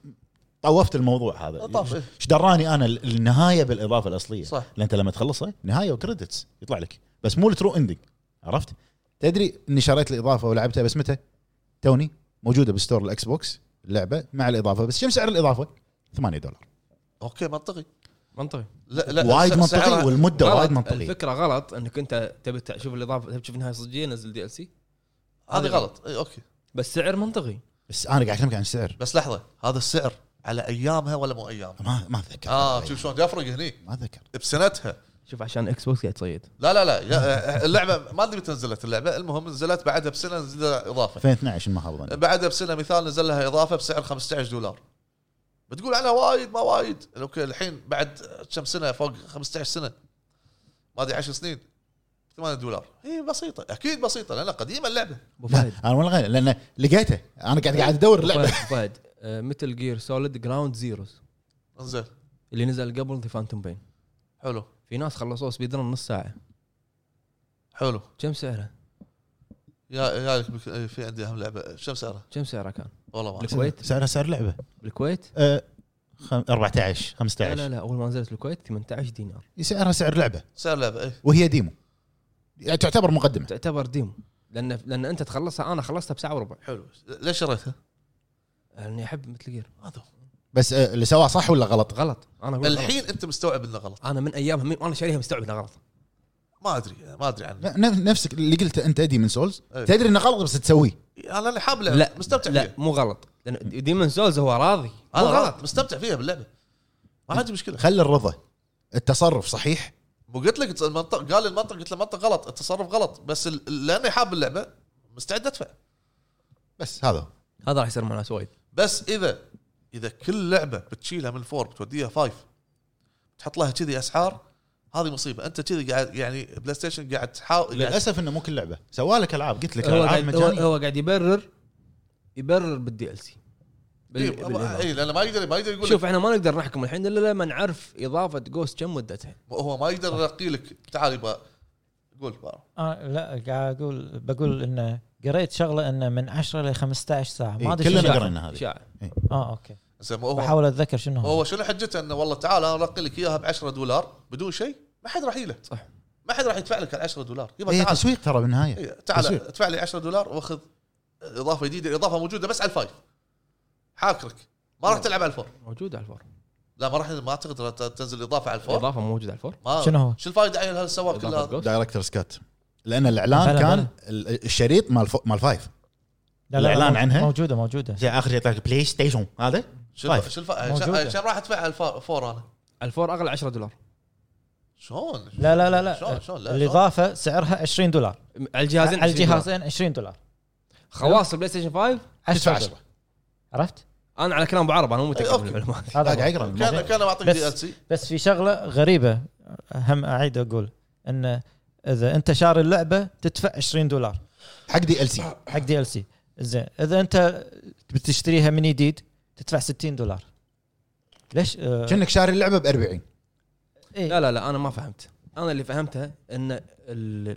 طوفت الموضوع هذا اضافه إيه. ايش دراني انا ال- النهايه بالاضافه الاصليه صح لان انت لما تخلصه نهايه وكريدتس يطلع لك بس مو الترو اندنج عرفت؟ تدري اني شريت الاضافه ولعبتها بس متى؟ توني موجوده بستور الاكس بوكس اللعبه مع الاضافه بس كم سعر الاضافه؟ 8 دولار اوكي منطقي منطقي لا لا وايد س- منطقي سعرها- والمده غلط. وايد منطقيه الفكره غلط انك انت تبي تشوف الاضافه تبي تشوف النهايه صجيه نزل دي ال سي هذه غلط إيه، اي اوكي بس سعر منطقي بس انا قاعد اكلمك عن السعر بس لحظه هذا السعر على ايامها ولا مو ايامها ما ما اتذكر اه شوف شلون يفرق هني ما اتذكر بسنتها شوف عشان اكس بوكس قاعد تصيد لا لا لا يا- اللعبه ما ادري متى نزلت اللعبه المهم نزلت بعدها بسنه نزل لها اضافه 2012 إن ما خاب ظني بعدها بسنه مثال نزل لها اضافه بسعر 15 دولار بتقول عنها وايد ما وايد اوكي الحين بعد كم سنه فوق 15 سنه ما ادري 10 سنين 8 دولار إيه، هي بسيطه اكيد بسيطه لان قديمه اللعبه ابو لا فهد انا ولا غير لان لقيته انا قاعد قاعد ادور أبو اللعبه فهد- فهد آه، متل جير سوليد جراوند زيروز انزين اللي نزل قبل ذا فانتوم بين حلو في ناس خلصوه سبيد رن نص ساعه حلو كم سعره؟ يا يا لك بك- إيه، في عندي اهم لعبه شو سعرها؟ كم سعره كان؟ والله ما أعرف. الكويت سعرها سعر لعبه بالكويت؟ آه، خم- 14 لا لا 15 لا اول ما نزلت بالكويت 18 دينار سعرها سعر لعبه سعر لعبه ايه وهي ديمو يعني تعتبر مقدمه تعتبر ديمو لان لان انت تخلصها انا خلصتها بساعه وربع حلو ليش شريتها؟ لاني احب مثل جير هذا هو. بس آه، اللي سواه صح ولا غلط؟ غلط انا اقول الحين الحين انت مستوعب انه غلط انا من ايامها من- وانا شاريها مستوعب انها غلط ما ادري ما ادري عنه ن- ن- نفسك اللي قلته انت ادي من سولز إيه. تدري انه غلط بس تسويه انا اللي حابله لا مستمتع لا فيها مو غلط لان ديمون سولز هو راضي مو انا غلط غلط مستمتع فيها باللعبه ما عندي مشكله خلي الرضا التصرف صحيح مو قلت لك المنطق قال المنطق قلت له المنطق غلط التصرف غلط بس ال- لاني حاب اللعبه مستعد ادفع بس هذا هو هذا راح يصير مع ناس وايد بس اذا اذا كل لعبه بتشيلها من الفور بتوديها فايف تحط لها كذي اسعار هذه مصيبه انت كذي قاعد يعني بلاي ستيشن قاعد تحاول قاعد للاسف انه مو كل لعبه سوالك العاب قلت لك هو العاب قاعد, هو, مجانيه هو قاعد يبرر يبرر بالدي ال سي إيه، ما- اي لان ما يقدر ما يقدر يقول شوف لك احنا ما نقدر نحكم الحين الا لما نعرف اضافه جوست كم مدتها هو ما يقدر يرقي لك تعال يبا قول بارو. آه لا قاعد اقول بقول انه قريت شغله انه من 10 ل 15 ساعه ما إيه، ادري شنو كلنا شاف. قرينا هذه اشاعه اه اوكي زين هو بحاول اتذكر شنو هو هو شنو حجته انه والله تعال انا ارقي لك اياها ب 10 دولار بدون شيء ما حد راح يله صح. ما حد راح يدفع لك ال 10 دولار يبا هي تعال تسويق ترى بالنهايه إيه، تعال تسويق. ادفع لي 10 دولار واخذ اضافه جديده الاضافه موجوده بس على الفايف حاكرك ما راح تلعب على الفور موجوده على الفور لا ما راح ما اعتقد راح تنزل الاضافه على الفور الاضافه موجوده على الفور ما شنو هو؟ شو الفائده عيل هالسوالف إضافة كلها Ghost. دايركتر سكات لان الاعلان بلى، كان ال- الشريط مال فو- مال فايف لا لا الإعلان لا عنها؟ موجوده موجوده زي اخر شيء يطلع لك بلاي ستيشن هذا شنو فايف. شو الفائده موجودة. عشان راح ادفع على الفا- الفور انا على الفور اغلى 10 دولار شلون لا لا لا لا شلون شلون لا شلون؟ الاضافه سعرها 20 دولار م- على الجهازين على 20 دولار. الجهازين 20 دولار خواص البلاي ستيشن 5 تدفع 10 10 دولار عرفت؟ إيه. انا على كلام ابو عرب انا مو متاكد أوكي. من المعلومات هذا قاعد هو. اقرا كان الموضوع. كان معطيك بس- دي ال سي بس في شغله غريبه هم اعيد اقول انه اذا انت شاري اللعبه تدفع 20 دولار حق دي ال سي حق دي ال سي زين اذا انت بتشتريها من جديد تدفع 60 دولار ليش؟ آه كأنك شاري اللعبه ب 40 إيه؟ لا لا لا انا ما فهمت انا اللي فهمته ان ال-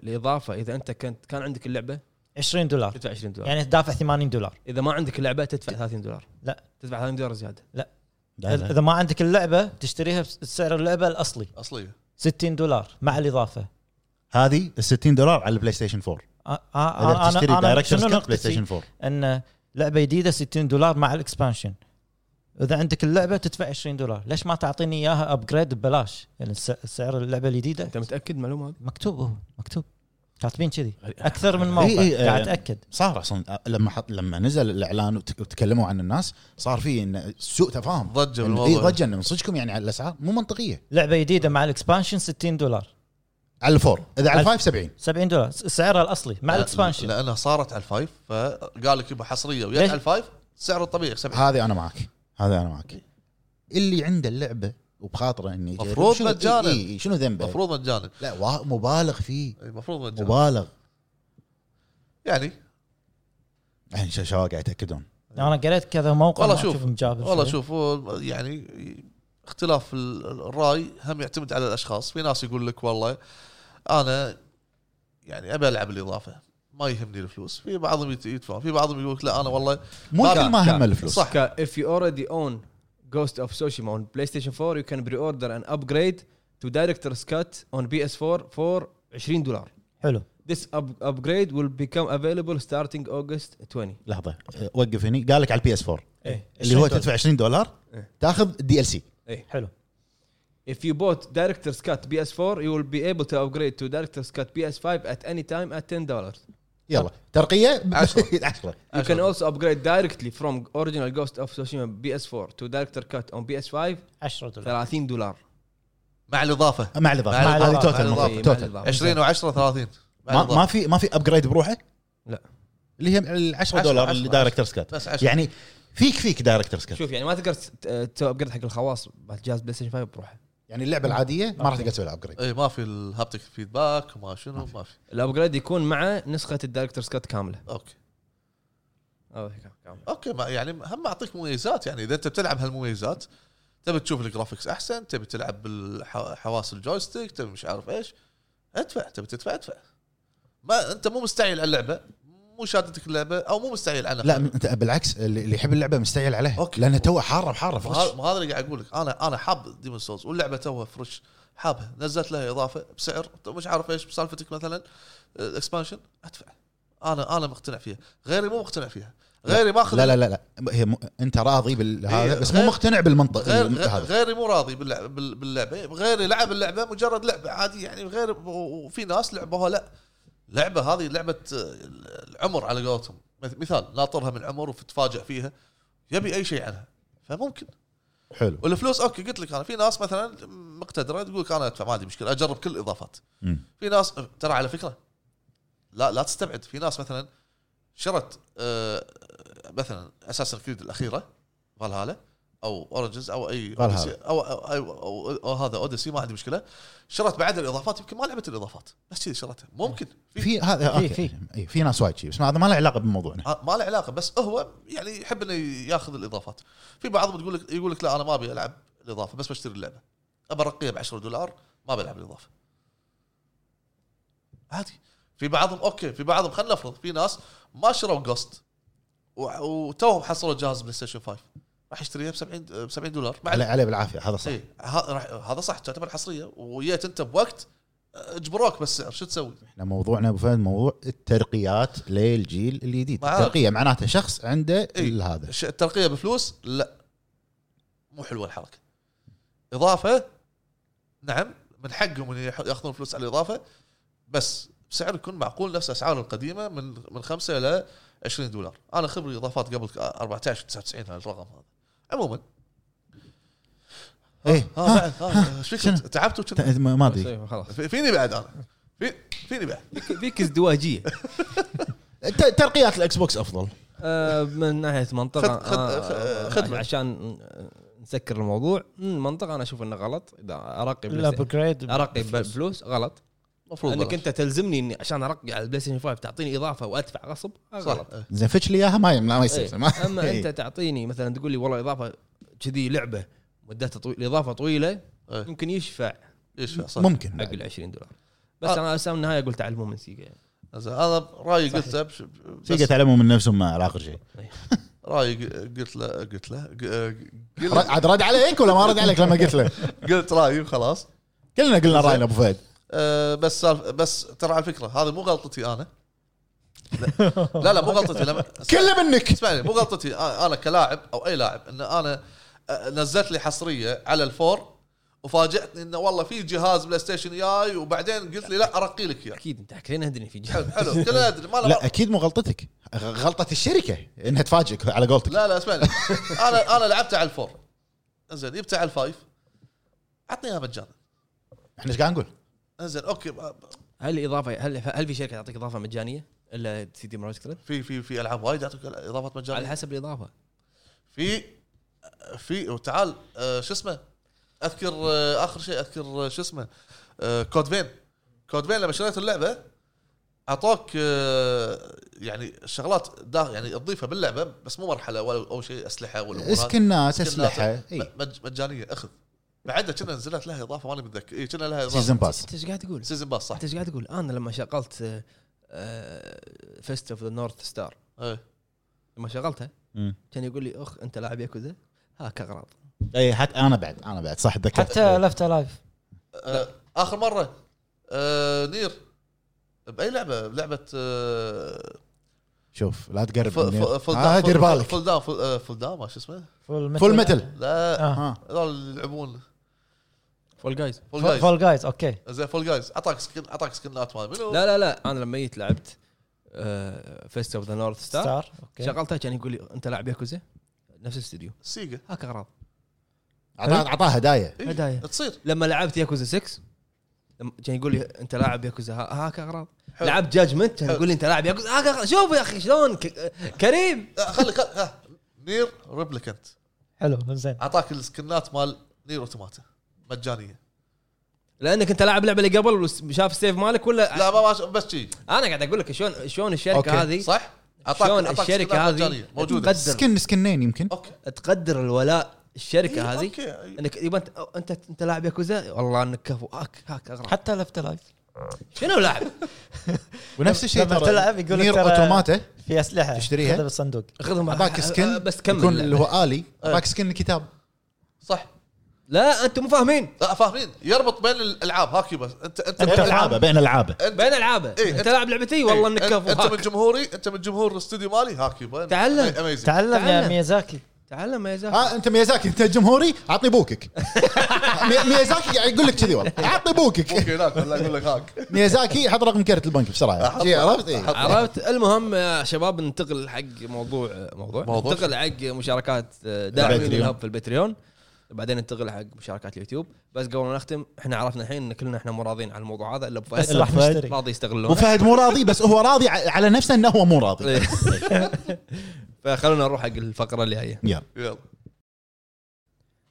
الاضافه اذا انت كنت كان عندك اللعبه 20 دولار تدفع 20 دولار يعني تدافع 80 دولار اذا ما عندك اللعبه تدفع 30 دولار لا. تدفع 30 دولار زياده اذا إذا ما عندك اللعبه تشتريها بسعر اللعبه الاصلي اصليه 60 دولار مع الاضافه هذه ال 60 دولار على البلاي ستيشن 4 آه آه اذا انا تشتري انا, أنا دايركتر شنو سكات بلاي نقطتي ستيشن 4 ان لعبه جديده 60 دولار مع الاكسبانشن اذا عندك اللعبه تدفع 20 دولار ليش ما تعطيني اياها ابجريد ببلاش يعني الس- سعر اللعبه الجديده انت متاكد من المعلومه هذه؟ مكتوب هو مكتوب كاتبين كذي غريب. إيه، اكثر من إي- إي- موقع إي. قاعد اتاكد صار اصلا لما حط لما نزل الاعلان وت- وتكلموا عن الناس صار في إن سوء تفاهم ضجه إن- اي بالموضوع ضجه انه من صدقكم يعني على الاسعار مو منطقيه لعبه جديده مع الاكسبانشن 60 دولار على الفور اذا على على- الفايف 70 70 دولار س- سعرها الاصلي مع لا- الاكسبانشن لانها صارت على الفايف فقال لك يبا حصريه وياك ليش؟ على الفايف سعره الطبيعي 70 هذه انا معك هذه انا معك اللي عنده اللعبه وبخاطره انه يجرب، مفروض شنو- إي- مجانا. إي- إي، شنو ذنبه؟ المفروض مجانا لا وا- مبالغ فيه المفروض مجانا مبالغ يعني الحين شا- شباب قاعد يتاكدون انا قريت كذا موقع والله ما شوف. أشوف مجابر والله شوي. شوف هو يعني اختلاف ال- الراي هم يعتمد على الاشخاص في ناس يقول لك والله انا يعني ابي العب الاضافه ما يهمني الفلوس في بعضهم يت- يدفعون في بعضهم يقول لك لا انا والله مو ما- كل ما هم كان. الفلوس صح. if you already own Ghost of Tsushima on PlayStation 4 you can pre-order an upgrade to director's cut on PS4 for 20 دولار حلو This up- upgrade will become available starting August 20 لحظه أه، وقف هني قال لك على البي اس 4 ايه اللي هو 20 دولار. تدفع 20 دولار إيه. تاخذ دي ال سي حلو If you bought director's cut PS4 you will be able to upgrade to director's cut PS5 at any time at 10 dollars يلا ترقيه 10 10. You عشرة. can also upgrade directly from original Ghost of Tsushima PS4 to director cut on PS5 10 دولار 30 دولار مع الاضافه مع مع الاضافه هذه الإضافة. توتال مع المفروض إيه، توتال مع الإضافة. 20 و10 30 مع ما, الإضافة. ما في ما في ابجريد بروحه؟ لا. اللي هي ال 10 10 دولار 10 اللي دايركترز كات بس 10 يعني فيك فيك دايركترز كات شوف يعني ما تقدر ت- تسوي ابجريد حق الخواص بعد جهاز بلاي ستيشن 5 بروحه يعني اللعبه العاديه ما راح تقدر تسوي لها ابجريد اي ما في الهابتك فيدباك وما شنو ما في الابجريد يكون مع نسخه الدايركترز كات كامله اوكي أو هيك كامله اوكي ما يعني هم اعطيك مميزات يعني اذا انت بتلعب هالمميزات تبي تشوف الجرافكس احسن تبي تلعب بالحواس الجويستيك تبي مش عارف ايش ادفع تبي تدفع ادفع ما انت مو مستعجل على اللعبه مو شادتك اللعبه او مو مستعجل عنها لا انت بالعكس اللي اللي يحب اللعبه مستعجل عليها أوكي. لانها توها حاره بحاره ما هذا- فرش ما هذا اللي قاعد اقول لك انا انا حاب ديمون سولز واللعبه توها فريش حابها نزلت لها اضافه بسعر طب مش عارف ايش بسالفتك آه، مثلا اكسبانشن ادفع انا انا مقتنع فيها غيري مو مقتنع فيها غيري ماخذ لا لا لا لا هي م... انت راضي بالهذا إيه، بس مو غير- مقتنع بالمنطق غير الم- غ- هذا غيري مو راضي باللع- بال- باللعبه غيري لعب اللعبه مجرد لعبه عادي يعني غير و- وفي ناس لعبوها لا لعبه هذه لعبه آه، العمر على قولتهم مث- مثال ناطرها من عمر وتتفاجئ فيها يبي اي شيء عنها فممكن حلو والفلوس اوكي قلت لك انا في ناس مثلا مقتدره تقول لك انا ادفع ما عندي مشكله اجرب كل الاضافات مم. في ناس ترى على فكره لا لا تستبعد في ناس مثلا شرت آه، مثلا اساسا كريد الاخيره فالهالا او اورنجز او اي Valhalla. أوديسي أو, أو, أو, أو, أو, هذا اوديسي ما عندي مشكله شرت بعد الاضافات يمكن ما لعبت الاضافات بس كذي شرتها ممكن في في هذا في- اوكي في. إيه، في ناس وايد شي، بس ما هذا ما له علاقه بموضوعنا آه، ما له علاقه بس هو يعني يحب انه ياخذ الاضافات في بعضهم تقول لك يقول لك لا انا ما ابي العب الاضافه بس بشتري اللعبه ابى ارقيها ب 10 دولار ما بلعب الاضافه عادي في بعضهم اوكي في بعضهم خلينا نفرض في ناس ما شروا جوست و- وتوهم حصلوا جهاز بلاي ستيشن 5 راح يشتريها ب 70 ب 70 دولار مع عليه عليه بالعافيه هذا صح إيه، ه- راح- هذا صح تعتبر حصريه وجيت انت بوقت آه، اجبروك بالسعر شو تسوي؟ احنا موضوعنا ابو فهد موضوع الترقيات للجيل الجديد معاك. الترقيه معناته شخص عنده إيه. هذا ش- الترقيه بفلوس لا مو حلوه الحركه اضافه نعم من حقهم ان يح- ياخذون فلوس على الاضافه بس بسعر يكون معقول نفس اسعار القديمه من من 5 الى 20 دولار انا خبري اضافات قبل ك- 14 99 هالرقم هذا عموما ايه ها ها، آه، بعد ها ايش فيك شنو؟ تعبت وكذا؟ ت- ما ما ادري طيب، خلاص في- فيني بعد انا في فيني بعد فيك- فيك ازدواجيه ت- ترقيات الاكس بوكس افضل آه، من ناحيه منطقه خد- خد- آه، خدمة. عشان نسكر الموضوع مم، منطقه انا اشوف انه غلط اذا ارقي بلاي ستيشن- الابجريد ارقي بفلوس غلط المفروض انك انت تلزمني اني عشان ارقي على البلاي ستيشن 5 تعطيني اضافه وادفع غصب هذا صح غلط زين فتش لي اياها ما يم- ما إيه. يصير ما- اما إيه. انت تعطيني مثلا تقول لي والله اضافه كذي لعبه مدتها طويله الاضافه طويله إيه. يمكن يشفع ايش صح ممكن حق بعد. ال 20 دولار بس آه. انا اسام النهايه قلت علموا من سيجا يعني. زين، انا رايي قلته بش- بس- سيجا تعلموا من نفسهم على اخر شيء رايي ق- قلت له قلت له ق- ر- قل- عاد رد عليك ولا ما رد عليك لما قلت له قلت رايي وخلاص كلنا قلنا راينا ابو فهد أه بس سالف- بس ترى على فكره هذه مو غلطتي انا لا لا, لا مو غلطتي لما كله منك اسمعني مو آه، غلطتي أ- انا كلاعب او اي لاعب ان انا أ- نزلت لي حصريه على الفور وفاجئتني انه والله في جهاز بلاي ستيشن جاي وبعدين قلت لي لا ارقي لك اياه اكيد انت كلنا ندري في جهاز حلو حلو كلنا ندري ما له لا اكيد مو غلطتك غ- غلطه الشركه انها تفاجئك على قولتك لا لا اسمعني انا انا لعبته على الفور انزين جبته على الفايف عطني اياها مجانا احنا ايش قاعد نقول؟ انزين اوكي ب- ب- هل اضافه هل هل في شركه تعطيك اضافه مجانيه الا سي دي مرايز كلب؟ في في في العاب وايد يعطوك اضافات على مجانيه حسب الاضافه في في وتعال آه، شو اسمه اذكر آه، اخر شيء اذكر آه، شو اسمه آه، كود فين كود فين لما شريت اللعبه اعطوك آه، يعني شغلات دا يعني تضيفها باللعبه بس مو مرحله ولا او شيء اسلحه ولا أمور هذه. اسكنات سكنات. اسلحه اي م- مج- مجانيه اخذ بعدها كنا نزلت لها اضافه ماني متذكر اي كنا لها اضافه سيزون باس انت ايش قاعد تقول؟ سيزون باس صح انت ايش قاعد تقول؟ انا لما شغلت آه، فيست اوف ذا نورث ستار إيه. لما شغلتها كان يقول لي اخ انت لاعب ياكوزا هاك اغراض اي إيه، حتى انا بعد انا بعد صح تذكرت حتى لفت لايف آه، اخر مره آه نير باي لعبه لعبه آه شوف لا تقرب ف- ف- فل فول آه داون دير فول- بالك فول داون فول- آه، فول داون ما شو اسمه فول فول متل لا آه. ها هذول اللي يلعبون فول جايز فول جايز فول جايز اوكي زين فول جايز اعطاك سكن اعطاك سكنات ما منو لا لا لا انا لما جيت لعبت آه، فيست اوف ذا نورث ستار ستار اوكي شغلتها كان يقول لي انت لاعب ياكوزا نفس الاستوديو سيجا هاك اغراض اعطاه أعطاه هدايا إيه، هدايا. تصير لما لعبت ياكوزا 6 لما كان يقول لي انت لاعب ياكوزا ها- هاك اغراض حلو. لعبت جاجمنت كان حلو. يقول لي انت لاعب ياكوزا هاك اغراض شوف يا اخي شلون ك- كريم آه، خليك خل- ها. نير ريبليكنت حلو زين اعطاك السكنات مال نير اوتوماتا مجانيه لانك انت لاعب لعبه اللي قبل وشاف السيف مالك ولا لا ما ما- بس شي انا قاعد اقول لك شلون شلون أوكي. الشركه هذه صح اعطاك شلون أعطاك الشركه سكنات هذه مجانية موجوده تقدر سكن سكنين يمكن اوكي تقدر الولاء الشركه إيه، هذه اوكي انك يبا انت انت, انت لاعب ياكوزا والله انك كفو هاك هاك اغراض حتى لفت لايف شنو لاعب ونفس الشيء لما تلعب يقول لك نير ترى- اوتوماتا في اسلحه تشتريها؟ خذها بالصندوق أه، اخذهم اعطاك سكن بس يكون كمل اللي اللعبة. هو الي اعطاك أيوة. سكن الكتاب صح لا انتم مو فاهمين لا فاهمين يربط بين الالعاب هاكي بس انت انت أنت الألعاب. ألعابة، بين العابه انت بين العابه إيه، انت أنت- إيه، لاعب لعبتي والله انك أنت- كفو انت من هاك. جمهوري انت من جمهور الاستوديو مالي هاكي بين- تعلم. Amazing. تعلم يا تعلم. ميازاكي تعلم يا آه. زلمه ها انت آه، ميازاكي انت جمهوري اعطني بوكك مي- ميازاكي قاعد يقول لك كذي والله اعطني بوكك اوكي هناك ولا اقول لك هاك ميازاكي حط رقم كرت البنك بسرعه أحط- شي عرفت إيه. أحط- عرفت المهم يا شباب ننتقل حق موضوع موضوع, موضوع. ننتقل حق مشاركات داعمين الباتريون. الهب في الباتريون بعدين ننتقل حق مشاركات اليوتيوب بس قبل ما نختم احنا عرفنا الحين ان كلنا احنا مو راضيين على الموضوع هذا الا ابو بس فهد راح نشتري راضي يستغلون وفهد مو راضي بس هو راضي ع- على نفسه انه هو مو راضي إيه. فخلونا نروح حق الفقره اللي جايه يلا يلا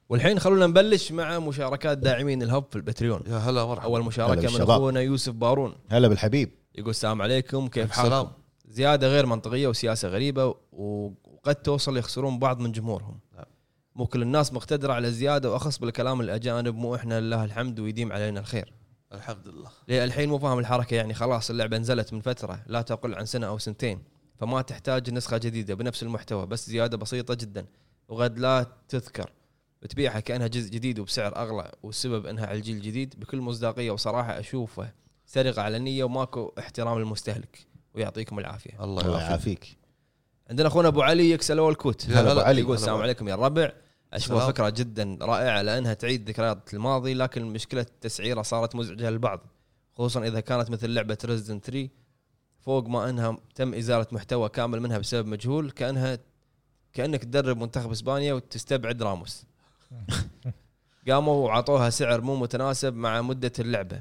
والحين خلونا نبلش مع مشاركات داعمين الهب في الباتريون يا هلا مرحبا اول هلا مشاركه من بالشباب. اخونا يوسف بارون هلا بالحبيب يقول السلام عليكم كيف السلام. حالكم زياده غير منطقيه وسياسه غريبه و- وقد توصل يخسرون بعض من جمهورهم نعم. مو كل الناس مقتدره على الزياده واخص بالكلام الاجانب مو احنا لله الحمد ويديم علينا الخير الحمد لله ليه الحين مو فاهم الحركه يعني خلاص اللعبه نزلت من فتره لا تقل عن سنه او سنتين فما تحتاج نسخه جديده بنفس المحتوى بس زياده بسيطه جدا وقد لا تذكر بتبيعها كانها جزء جديد وبسعر اغلى والسبب انها على الجيل الجديد بكل مصداقيه وصراحه اشوفه سرقه علنيه وماكو احترام للمستهلك ويعطيكم العافيه الله يعافيك عندنا اخونا ابو علي يكسلو الكوت يا هلا أبو علي. يقول هلا السلام أبو عليكم يا الربع اشوفها سلام. فكره جدا رائعه لانها تعيد ذكريات الماضي لكن مشكله التسعيره صارت مزعجه للبعض خصوصا اذا كانت مثل لعبه ريزدن 3 فوق ما انها تم ازاله محتوى كامل منها بسبب مجهول كانها كانك تدرب منتخب اسبانيا وتستبعد راموس قاموا وعطوها سعر مو متناسب مع مده اللعبه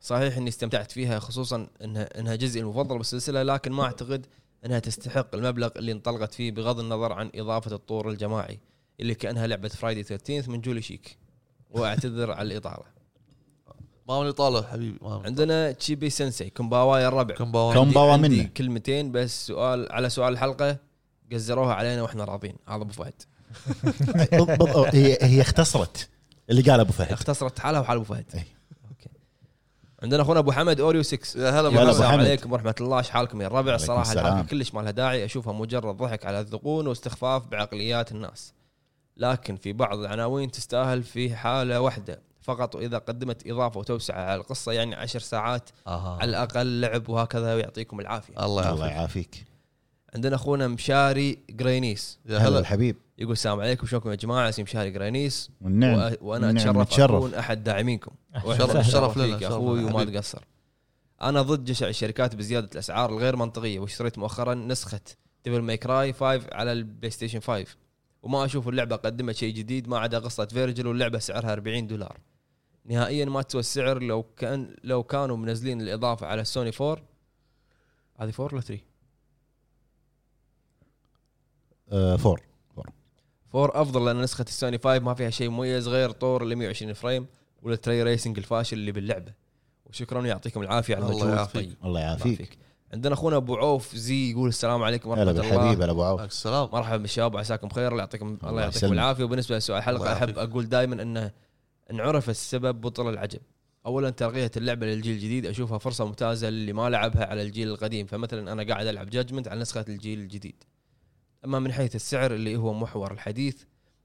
صحيح اني استمتعت فيها خصوصا انها انها جزئي المفضل بالسلسله لكن ما اعتقد انها تستحق المبلغ اللي انطلقت فيه بغض النظر عن اضافه الطور الجماعي اللي كانها لعبه فرايدي 13 من جولي شيك واعتذر على الاطاله ما من طالع حبيبي ما من عندنا تشيبي سensei كومباوا يا الربع كم باون كم- كومباوا عندي- عندي مني. كلمتين بس سؤال على سؤال الحلقه قزروها علينا واحنا راضين هذا ابو فهد بالضبط. هي هي اختصرت اللي قال ابو فهد اختصرت حالها وحال ابو فهد إي. اوكي عندنا اخونا ابو حمد اوريو 6 يا هلا يا هلا مرحبا أبو السلام حمد. عليكم ورحمه الله شحالكم يا الربع وعليكم صراحه السلام. الحلقه كلش ما لها داعي اشوفها مجرد ضحك على الذقون واستخفاف بعقليات الناس لكن في بعض العناوين تستاهل في حاله واحده فقط واذا قدمت اضافه وتوسعه على القصه يعني عشر ساعات آها. آه. على الاقل لعب وهكذا ويعطيكم العافيه آه. الله الله يعافيك يعافيك عندنا اخونا مشاري جرينيس يا هلا هلا الحبيب يقول السلام عليكم شلونكم يا جماعه اسمي مشاري جرينيس والنعم وأ- وانا نعم، اتشرف نتشرف. اكون احد داعمينكم شرف- شرف لنا، فيك يا شرف اخوي لنا، وما حبيبي. تقصر انا ضد جشع الشركات بزياده الاسعار الغير منطقيه واشتريت مؤخرا نسخه ديفل ماي كراي 5 على البلاي ستيشن 5 وما اشوف اللعبه قدمت شيء جديد ما عدا قصه فيرجل واللعبه سعرها 40 دولار نهائيا ما تسوى السعر لو كان لو كانوا منزلين الاضافه على سوني 4 هذه 4 ولا 3 آه، فور 4 افضل لان نسخه السوني 5 ما فيها شيء مميز غير طور ال 120 فريم والتري ريسنج الفاشل اللي باللعبه وشكرا ويعطيكم العافيه على الله المجهود يعافيك. الطيب. الله الله يعافيك يعافيك عندنا اخونا ابو عوف زي يقول السلام عليكم ورحمه هلا بالحبيب الله هلا ابو عوف عليك السلام مرحبا بالشباب عساكم خير الله يعطيكم الله الله يعطيكم يسلمك. العافيه وبالنسبه لسؤال الله الحلقه احب يعافيك. اقول دائما انه ان عرف السبب بطل العجب اولا ترقيه اللعبه للجيل الجديد اشوفها فرصه ممتازه اللي ما لعبها على الجيل القديم فمثلا انا قاعد العب جاجمنت على نسخه الجيل الجديد اما من حيث السعر اللي هو محور الحديث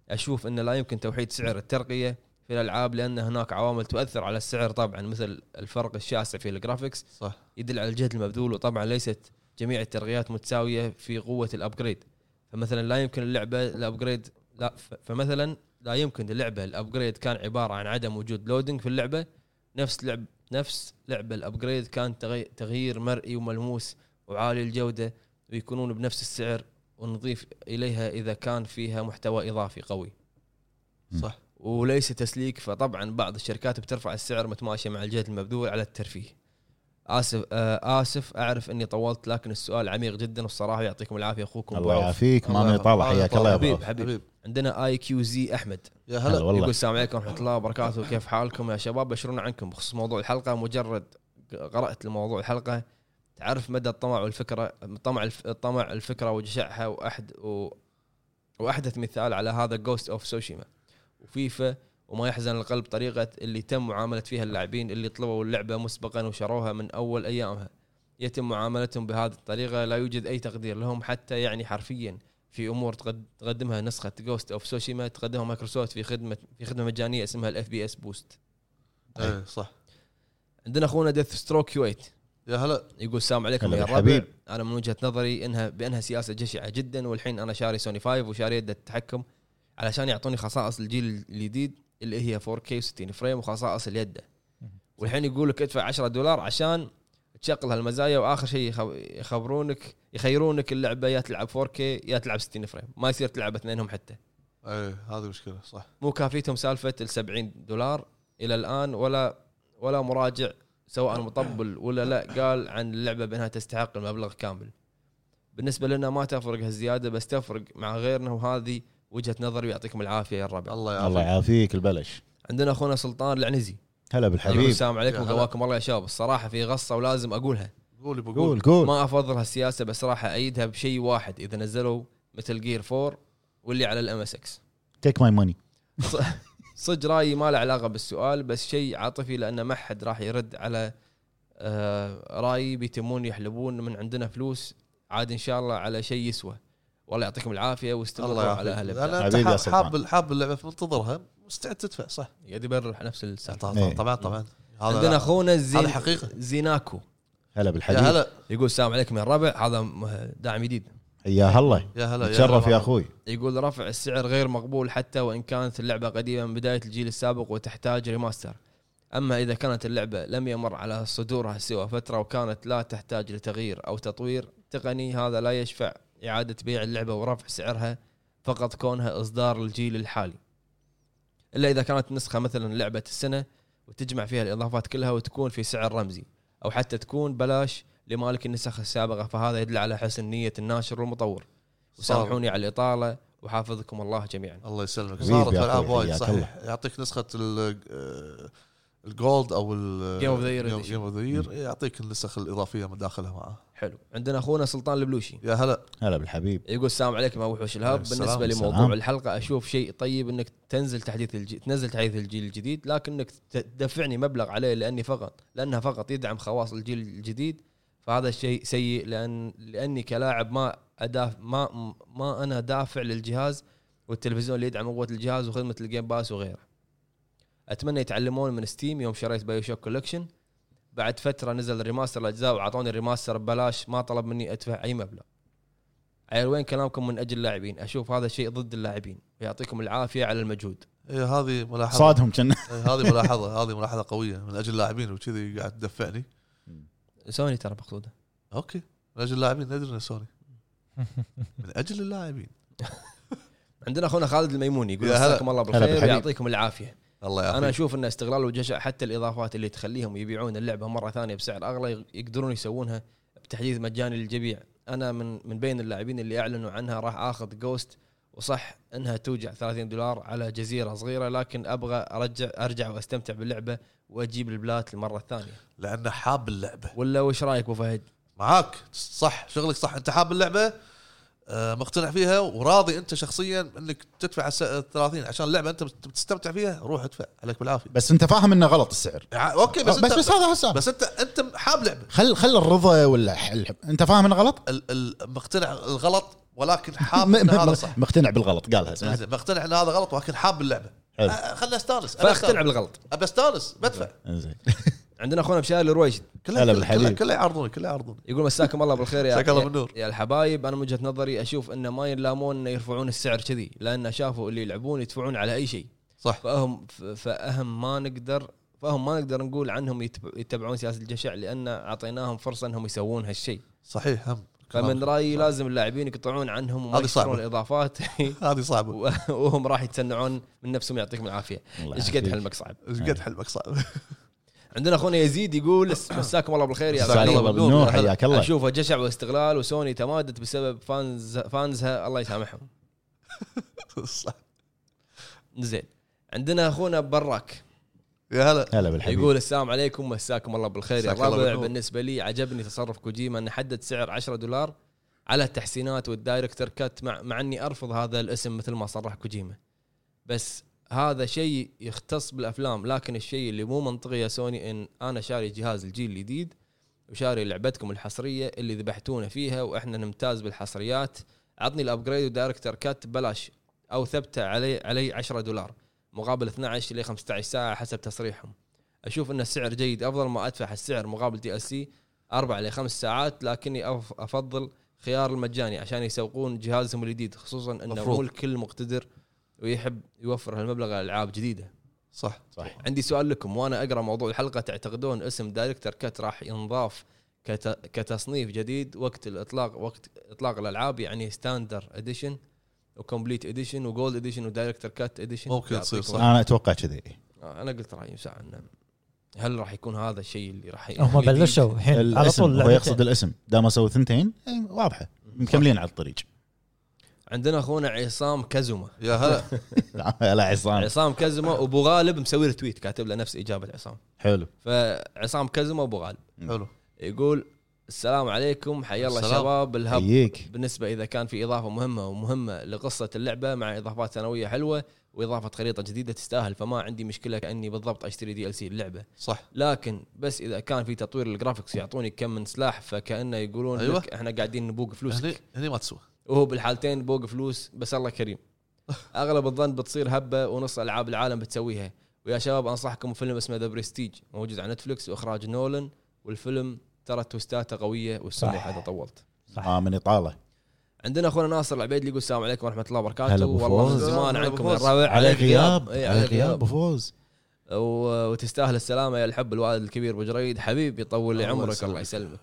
اشوف انه لا يمكن توحيد سعر الترقيه في الالعاب لان هناك عوامل تؤثر على السعر طبعا مثل الفرق الشاسع في الجرافيكس صح يدل على الجهد المبذول وطبعا ليست جميع الترقيات متساويه في قوه الابجريد فمثلا لا يمكن اللعبه الابجريد لا ف- فمثلا لا يمكن اللعبه الابجريد كان عباره عن عدم وجود لودنج في اللعبه نفس لعب نفس لعبه الابجريد كان تغي- تغيير مرئي وملموس وعالي الجوده ويكونون بنفس السعر ونضيف اليها اذا كان فيها محتوى اضافي قوي صح وليس تسليك فطبعا بعض الشركات بترفع السعر متماشية مع الجهد المبذول على الترفيه اسف آه اسف اعرف اني طولت لكن السؤال عميق جدا والصراحه يعطيكم العافيه اخوكم الله بعوف. يعافيك الله ما يعافيك. نطالع حياك الله يا ابو حبيب، عوف. حبيب. حبيب عندنا اي كيو زي احمد يا هلا هلا يقول والله السلام عليكم ورحمه الله وبركاته كيف حالكم يا شباب بشرونا عنكم بخصوص موضوع الحلقه مجرد قرات لموضوع الحلقه تعرف مدى الطمع والفكره طمع الف- الطمع الفكره وجشعها واحد و واحدث مثال على هذا جوست اوف سوشيما وفيفا وما يحزن القلب طريقه اللي تم معامله فيها اللاعبين اللي طلبوا اللعبه مسبقا وشروها من اول ايامها يتم معاملتهم بهذه الطريقه لا يوجد اي تقدير لهم حتى يعني حرفيا في امور تقد- تقدمها نسخه جوست اوف سوشيما تقدمها مايكروسوفت في خدمه في خدمه مجانيه اسمها الاف بي اس بوست إيه، صح عندنا اخونا ديث ستروك كويت يا هلا يقول السلام عليكم هلا يا الربع بالحبيب. انا من وجهه نظري انها بانها سياسه جشعه جدا والحين انا شاري سوني 5 وشاري يد التحكم علشان يعطوني خصائص الجيل الجديد اللي هي 4K 60 فريم وخصائص اليد والحين يقول لك ادفع 10 دولار عشان تشغل هالمزايا واخر شيء يخ- يخبرونك يخيرونك اللعبه يا تلعب 4K يا تلعب 60 فريم ما يصير تلعب اثنينهم حتى ايه هذه مشكله صح مو كافيتهم سالفه ال 70 دولار الى الان ولا ولا مراجع سواء مطبل ولا لا قال عن اللعبه بانها تستحق المبلغ كامل. بالنسبه لنا ما تفرق هالزياده بس تفرق مع غيرنا وهذه وجهه نظري ويعطيكم العافيه يا الربع. الله يعافيك الله يعافيك البلش عندنا اخونا سلطان العنزي هلا يقول بالحبيب السلام يا عليكم هلا. قواكم الله يا شباب الصراحه في غصه ولازم اقولها قول بقول قول قول ما افضل هالسياسه بس راح ايدها بشيء واحد اذا نزلوا مثل جير 4 واللي على الام اس اكس. تيك ماي ماني صدق رايي ما له علاقه بالسؤال بس شيء عاطفي لان ما حد راح يرد على آه، رايي بيتمون يحلبون من عندنا فلوس عاد ان شاء الله على شيء يسوى والله يعطيكم العافيه الله واستمروا على يعافيك هالابداع انا أنت حبيبي يا حاب- سلطان. حاب حاب اللعبه فمنتظرها مستعد تدفع صح قاعد يبرر نفس السالفه طبعا إيه. طبعا طبعا طيب، هذا عندنا اخونا هذا زين حقيقة. زيناكو هلا يا بالحبيب هلا يقول السلام عليكم يا الربع هذا م- داعم جديد يا هلا يا هلا تشرف هلا. يا اخوي يقول رفع السعر غير مقبول حتى وان كانت اللعبه قديمه من بدايه الجيل السابق وتحتاج ريماستر اما اذا كانت اللعبه لم يمر على صدورها سوى فتره وكانت لا تحتاج لتغيير او تطوير تقني هذا لا يشفع اعاده بيع اللعبه ورفع سعرها فقط كونها اصدار الجيل الحالي الا اذا كانت نسخه مثلا لعبه السنه وتجمع فيها الاضافات كلها وتكون في سعر رمزي او حتى تكون بلاش لمالك النسخ السابقه فهذا يدل على حسن نيه الناشر والمطور وسامحوني على الاطاله وحافظكم الله جميعا الله يسلمك حبيبي صارت يا أخوي، العاب وايد حياك صحيح يعطيك نسخه ال- آه، الجولد او ال Game of the Year Game- Game of the Year. إيه، يعطيك النسخ الاضافيه مداخلها معاه حلو عندنا اخونا سلطان البلوشي يا هلا هلا بالحبيب يقول السلام عليكم ابو وحوش الهاب السلام، بالنسبه السلام. لموضوع الحلقه اشوف شيء طيب انك تنزل تحديث الجي... تنزل تحديث الجيل الجديد لكنك ت- تدفعني مبلغ عليه لاني فقط لانها فقط يدعم خواص الجيل الجديد فهذا الشيء سيء لان لاني كلاعب ما ادافع ما ما انا دافع للجهاز والتلفزيون اللي يدعم قوه الجهاز وخدمه الجيم باس وغيره اتمنى يتعلمون من ستيم يوم شريت بايو شوك كولكشن بعد فتره نزل الريماستر الاجزاء واعطوني الريماستر ببلاش ما طلب مني ادفع اي مبلغ عيل وين كلامكم من اجل اللاعبين اشوف هذا شيء ضد اللاعبين ويعطيكم العافيه على المجهود إيه هذه ملاحظه صادهم كنا إيه هذه ملاحظه هذه ملاحظه قويه من اجل اللاعبين وكذي قاعد تدفعني سوني ترى مقصوده اوكي من اجل اللاعبين ندري انه سوني من اجل اللاعبين عندنا اخونا خالد الميموني يقول يا هلا. مساكم الله هلا بالخير بالحبيب. ويعطيكم العافيه الله انا يعافيك اشوف ان استغلال وجشع حتى الاضافات اللي تخليهم يبيعون اللعبه مره ثانيه بسعر اغلى يق- يقدرون يسوونها بتحديث مجاني للجميع انا من من بين اللاعبين اللي اعلنوا عنها راح اخذ جوست وصح انها توجع 30 دولار على جزيره صغيره لكن ابغى ارجع ارجع واستمتع باللعبه واجيب البلات المره الثانيه لانه حاب اللعبه ولا وش رايك ابو فهد؟ معاك صح شغلك صح انت حاب اللعبه آه، مقتنع فيها وراضي انت شخصيا انك تدفع الس- 30 عشان اللعبه انت بت- بتستمتع فيها روح ادفع عليك بالعافيه بس انت فاهم انه غلط السعر ع- اوكي بس آه، بس انت بس, بس هذا هو السعر بس انت انت حاب لعبه خل خل الرضا ولا حل. انت فاهم انه غلط؟ ال- ال- مقتنع الغلط ولكن حاب م- ان هذا م- صح مقتنع بالغلط قالها سمعت زين، مقتنع ان هذا غلط ولكن حاب اللعبه حلو. آه. آه، خلنا استانس أنا فاقتنع أستانس. بالغلط ابى استانس بدفع انزين عندنا اخونا بشار الرويشد كلها هلا كلها- بالحبيب. كلها- كلها يعرضوني كلها يعرضوني يقول مساكم الله بالخير يا مساك الله بالنور. يا الحبايب انا من وجهه نظري اشوف انه ما ينلامون انه يرفعون السعر كذي لان شافوا اللي يلعبون يدفعون على اي شيء صح فهم ف- فاهم ما نقدر فهم ما نقدر نقول عنهم يتب- يتبعون سياسه الجشع لان اعطيناهم فرصه انهم يسوون هالشيء صحيح هم فمن رايي لازم اللاعبين يقطعون عنهم وما هذه صعبة. يشترون الاضافات هذه صعبه و- وهم راح يتسنعون من نفسهم يعطيكم العافيه ايش قد حلمك صعب ايش قد حلمك صعب عندنا اخونا يزيد يقول "اس- مساكم الله بالخير يا مساك أخوان. الله بالنور. بالنور. حياك الله. اشوفه جشع واستغلال وسوني تمادت بسبب فانز فانزها الله يسامحهم صح زين عندنا اخونا براك يا هلا هلا بالحبيب يقول السلام عليكم مساكم الله بالخير يا مساك الله الربع بالنور. بالنسبه لي عجبني تصرف كوجيما انه حدد سعر 10 دولار على التحسينات والدايركتر كات مع, مع اني ارفض هذا الاسم مثل ما صرح كوجيما بس هذا شيء يختص بالافلام لكن الشيء اللي مو منطقي يا سوني ان انا شاري جهاز الجيل الجديد وشاري لعبتكم الحصريه اللي ذبحتونا فيها واحنا نمتاز بالحصريات عطني الابجريد ودايركتر كات ببلاش او ثبته علي علي 10 دولار مقابل 12 ل 15 ساعه حسب تصريحهم اشوف ان السعر جيد افضل ما ادفع السعر مقابل دي اس سي اربع لخمس ساعات لكني أف- افضل خيار المجاني عشان يسوقون جهازهم الجديد خصوصا انه مفروض. مو الكل مقتدر ويحب يوفر هالمبلغ على العاب جديده صح صح عندي سؤال لكم وانا اقرا موضوع الحلقه تعتقدون اسم دايركتر كات راح ينضاف كت... كتصنيف جديد وقت الاطلاق وقت اطلاق الالعاب يعني ستاندر اديشن وكومبليت اديشن وجولد اديشن ودايركتر كات اديشن ممكن تصير، صح. انا اتوقع كذي إيه، انا آه، قلت رايي ساعه انه هل راح يكون هذا الشيء اللي راح ي- هم الجديد؟ بلشوا الحين على الاسم طول هو يقصد لعبتين. الاسم دام سووا ثنتين إي، واضحه مكملين على الطريق عندنا اخونا عصام كزمه يا هلا لا عصام عصام كزمه وابو غالب مسوي له تويت كاتب له نفس اجابه عصام حلو فعصام كزمه وابو غالب حلو يقول السلام عليكم حيا الله السلام. شباب الهب حييك بالنسبه اذا كان في اضافه مهمه ومهمه لقصه اللعبه مع اضافات ثانويه حلوه واضافه خريطه جديده تستاهل فما عندي مشكله كاني بالضبط اشتري دي ال سي اللعبه صح لكن بس اذا كان في تطوير الجرافكس يعطوني كم من سلاح فكانه يقولون أيوة. أيوة. لك احنا قاعدين نبوق هني فلوسك هني ما تسوى وهو بالحالتين بوق فلوس بس الله كريم اغلب الظن بتصير هبه ونص العاب العالم بتسويها ويا شباب انصحكم فيلم اسمه ذا برستيج موجود على نتفلكس واخراج نولن والفيلم ترى توستاته قويه والسموح صح. اذا طولت صح. آه من اطاله عندنا اخونا ناصر العبيد يقول السلام عليكم ورحمه الله وبركاته هلا أبو والله من فوز. زمان هلا أبو عنكم يا فوز. الربع على غياب إيه، على غياب وفوز و- وتستاهل السلامه يا الحب الوالد الكبير ابو جريد حبيبي طول لي الله عمرك يسلمك. الله يسلمك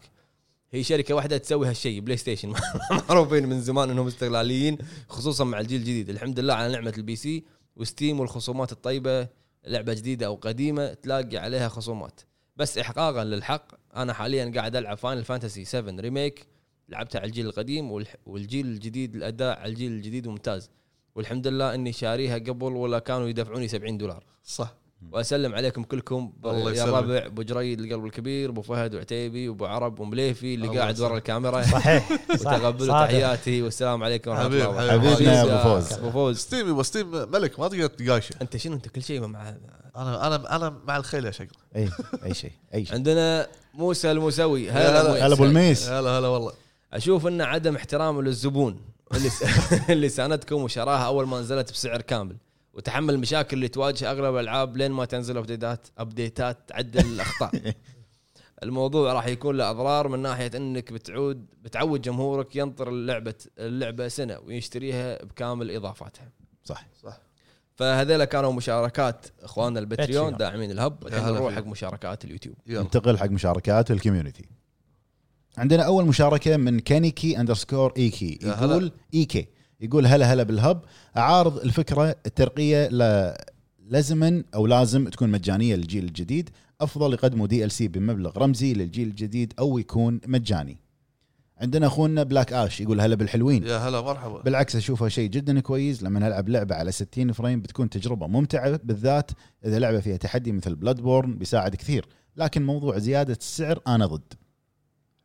هي شركه واحده تسوي هالشيء بلاي ستيشن معروفين من زمان انهم استغلاليين خصوصا مع الجيل الجديد الحمد لله على نعمه البي سي وستيم والخصومات الطيبه لعبه جديده او قديمه تلاقي عليها خصومات بس احقاقا للحق انا حاليا قاعد العب فاينل فانتسي 7 ريميك لعبتها على الجيل القديم والح- والجيل الجديد الاداء على الجيل الجديد ممتاز والحمد لله اني شاريها قبل ولا كانوا يدفعوني 70 دولار صح واسلم عليكم كلكم الله يا يسلمك. الربع ابو جريد القلب الكبير ابو فهد وعتيبي وابو عرب ومليفي اللي الله قاعد يسلمك. ورا الكاميرا صحيح وتقبلوا تحياتي والسلام عليكم ورحمه حبيب- الله حبيبنا وبركاته. يا حبيبي أبو فوز. ابو فوز ستيم وستيم ملك ما تقدر تقايشه انت شنو انت كل شيء مع انا انا انا مع الخيل يا شقله اي اي شيء اي شيء عندنا موسى الموسوي هلا. هلا هلا ابو الميس. الميس هلا هلا والله اشوف ان عدم احترام للزبون اللي س... اللي ساندكم وشراها اول ما نزلت بسعر كامل وتحمل المشاكل اللي تواجه اغلب الالعاب لين ما تنزل ابديتات ابديتات تعدل الاخطاء الموضوع راح يكون له اضرار من ناحيه انك بتعود بتعود جمهورك ينطر اللعبه اللعبه سنه ويشتريها بكامل اضافاتها صح فهذيلا كانوا مشاركات اخواننا البتريون باتريون. داعمين الهب الحين هلا نروح فيك. حق مشاركات اليوتيوب يلا ننتقل حق مشاركات الكوميونتي عندنا اول مشاركه من كانيكي اندرسكور ايكي يا هلا. يقول ايكي يقول هلا هلا بالهب اعارض الفكره الترقيه ل... لازما او لازم تكون مجانيه للجيل الجديد افضل يقدموا دي ال سي بمبلغ رمزي للجيل الجديد او يكون مجاني عندنا اخونا بلاك اش يقول هلا بالحلوين يا هلا مرحبا بالعكس اشوفها شيء جدا كويس لما نلعب لعبه على 60 فريم بتكون تجربه ممتعه بالذات اذا لعبه فيها تحدي مثل بلاد بورن بيساعد كثير لكن موضوع زياده السعر انا ضد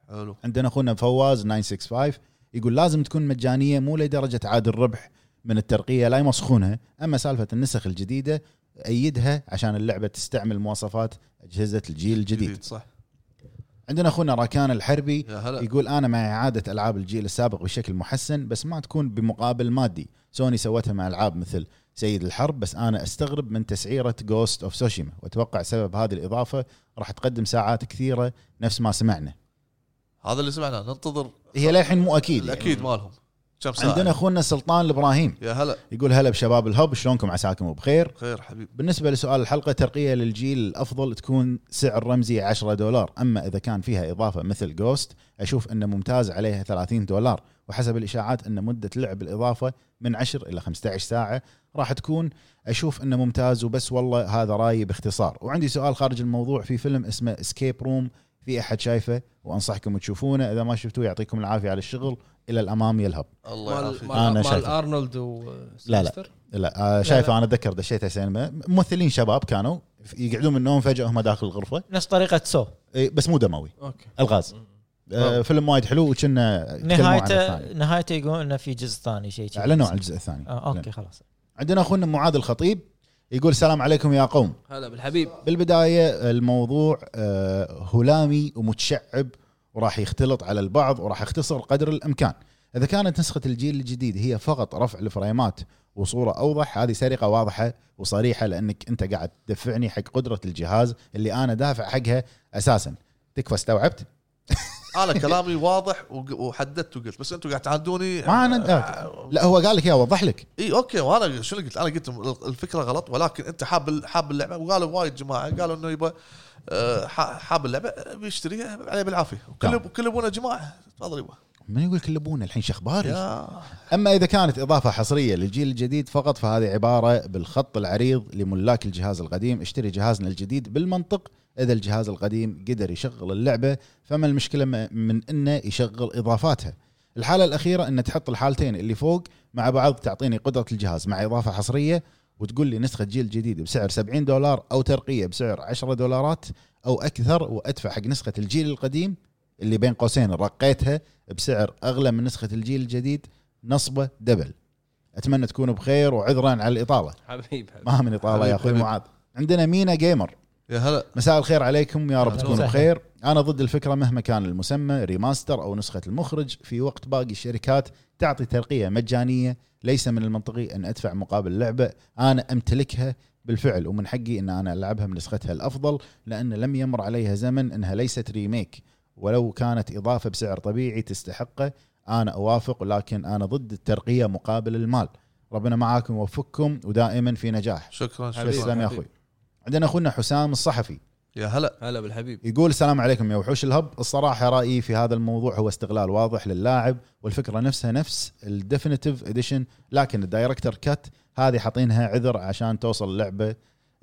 حلو عندنا اخونا فواز 965 يقول لازم تكون مجانيه مو لدرجه عاد الربح من الترقيه لا يمسخونها اما سالفه النسخ الجديده ايدها عشان اللعبه تستعمل مواصفات اجهزه الجيل الجديد صح عندنا اخونا راكان الحربي يا هلا يقول انا مع اعاده العاب الجيل السابق بشكل محسن بس ما تكون بمقابل مادي سوني سوتها مع العاب مثل سيد الحرب بس انا استغرب من تسعيره جوست اوف سوشيما واتوقع سبب هذه الاضافه راح تقدم ساعات كثيره نفس ما سمعنا هذا اللي سمعناه ننتظر هي للحين مو اكيد يعني. الاكيد مالهم كم ساعه عندنا اخونا سلطان الابراهيم يا هلا يقول هلا بشباب الهب شلونكم عساكم بخير خير حبيبي بالنسبة لسؤال الحلقة ترقية للجيل الأفضل تكون سعر رمزي 10 دولار أما إذا كان فيها إضافة مثل جوست أشوف أنه ممتاز عليها 30 دولار وحسب الإشاعات أن مدة لعب الإضافة من 10 إلى 15 ساعة راح تكون أشوف أنه ممتاز وبس والله هذا رأيي باختصار وعندي سؤال خارج الموضوع في فيلم اسمه اسكيب روم في أحد شايفه وأنصحكم تشوفونه إذا ما شفتوه يعطيكم العافية على الشغل إلى الأمام يلهب الله مال يعافيك أنا مال, مال شايفه. ارنولد و لا، لا. سيلفستر. لا آه، شايفه أنا أتذكر دشيته سينما ممثلين شباب كانوا يقعدون من النوم فجأة هم داخل الغرفة نفس طريقه سو إيه، بس مو دموي اوكي الغاز آه فيلم وايد حلو وكنا تكلموا عن نهايته الثاني. نهايته يقولون انه في جزء ثاني شيء شي. اعلنوا عن الجزء الثاني آه اوكي خلاص عندنا اخونا معاذ الخطيب يقول السلام عليكم يا قوم هلا بالحبيب بالبدايه الموضوع آه، هلامي ومتشعب وراح يختلط على البعض وراح يختصر قدر الامكان اذا كانت نسخه الجيل الجديد هي فقط رفع الفريمات وصوره اوضح هذه سرقه واضحه وصريحه لانك انت قاعد تدفعني حق قدره الجهاز اللي انا دافع حقها اساسا تكفى استوعبت انا كلامي واضح وق- وحددت وقلت بس انتم قاعد آه، تعاندوني ما أنا- لا هو قال لك اياها وضح لك اي اوكي وانا شنو قلت؟ انا قلت الفكره غلط ولكن انت حاب حاب اللعبه وقالوا وايد جماعه قالوا انه يبغى آه، ح- حاب اللعبه بيشتريها عليه بالعافيه وكل تمام. كل ابونا جماعه تفضل يبا من يقول لك اللبونه الحين شخباري يا اما اذا كانت اضافه حصريه للجيل الجديد فقط فهذه عباره بالخط العريض لملاك الجهاز القديم اشتري جهازنا الجديد بالمنطق اذا الجهاز القديم قدر يشغل اللعبه فما المشكله م- من انه يشغل اضافاتها الحاله الاخيره ان تحط الحالتين اللي فوق مع بعض تعطيني قدره الجهاز مع اضافه حصريه وتقول لي نسخه جيل جديد بسعر 70 دولار او ترقيه بسعر 10 دولارات او اكثر وادفع حق نسخه الجيل القديم اللي بين قوسين رقيتها بسعر اغلى من نسخه الجيل الجديد نصبه دبل اتمنى تكونوا بخير وعذرا على الاطاله حبيب حبيب ما من اطاله يا اخوي معاذ عندنا مينا جيمر يا هلا مساء الخير عليكم يا رب أهلا تكونوا وسهلا. بخير انا ضد الفكره مهما كان المسمى ريماستر او نسخه المخرج في وقت باقي الشركات تعطي ترقيه مجانيه ليس من المنطقي ان ادفع مقابل لعبه انا امتلكها بالفعل ومن حقي ان انا العبها بنسختها الافضل لان لم يمر عليها زمن انها ليست ريميك ولو كانت اضافه بسعر طبيعي تستحقه انا اوافق ولكن انا ضد الترقيه مقابل المال ربنا معاكم ووفقكم ودائما في نجاح شكرا شكرا تسلم يا اخوي عندنا اخونا حسام الصحفي يا هلا هلا بالحبيب يقول السلام عليكم يا وحوش الهب الصراحة رأيي في هذا الموضوع هو استغلال واضح للاعب والفكرة نفسها نفس الديفينيتيف اديشن لكن الدايركتر كات هذه حاطينها عذر عشان توصل اللعبة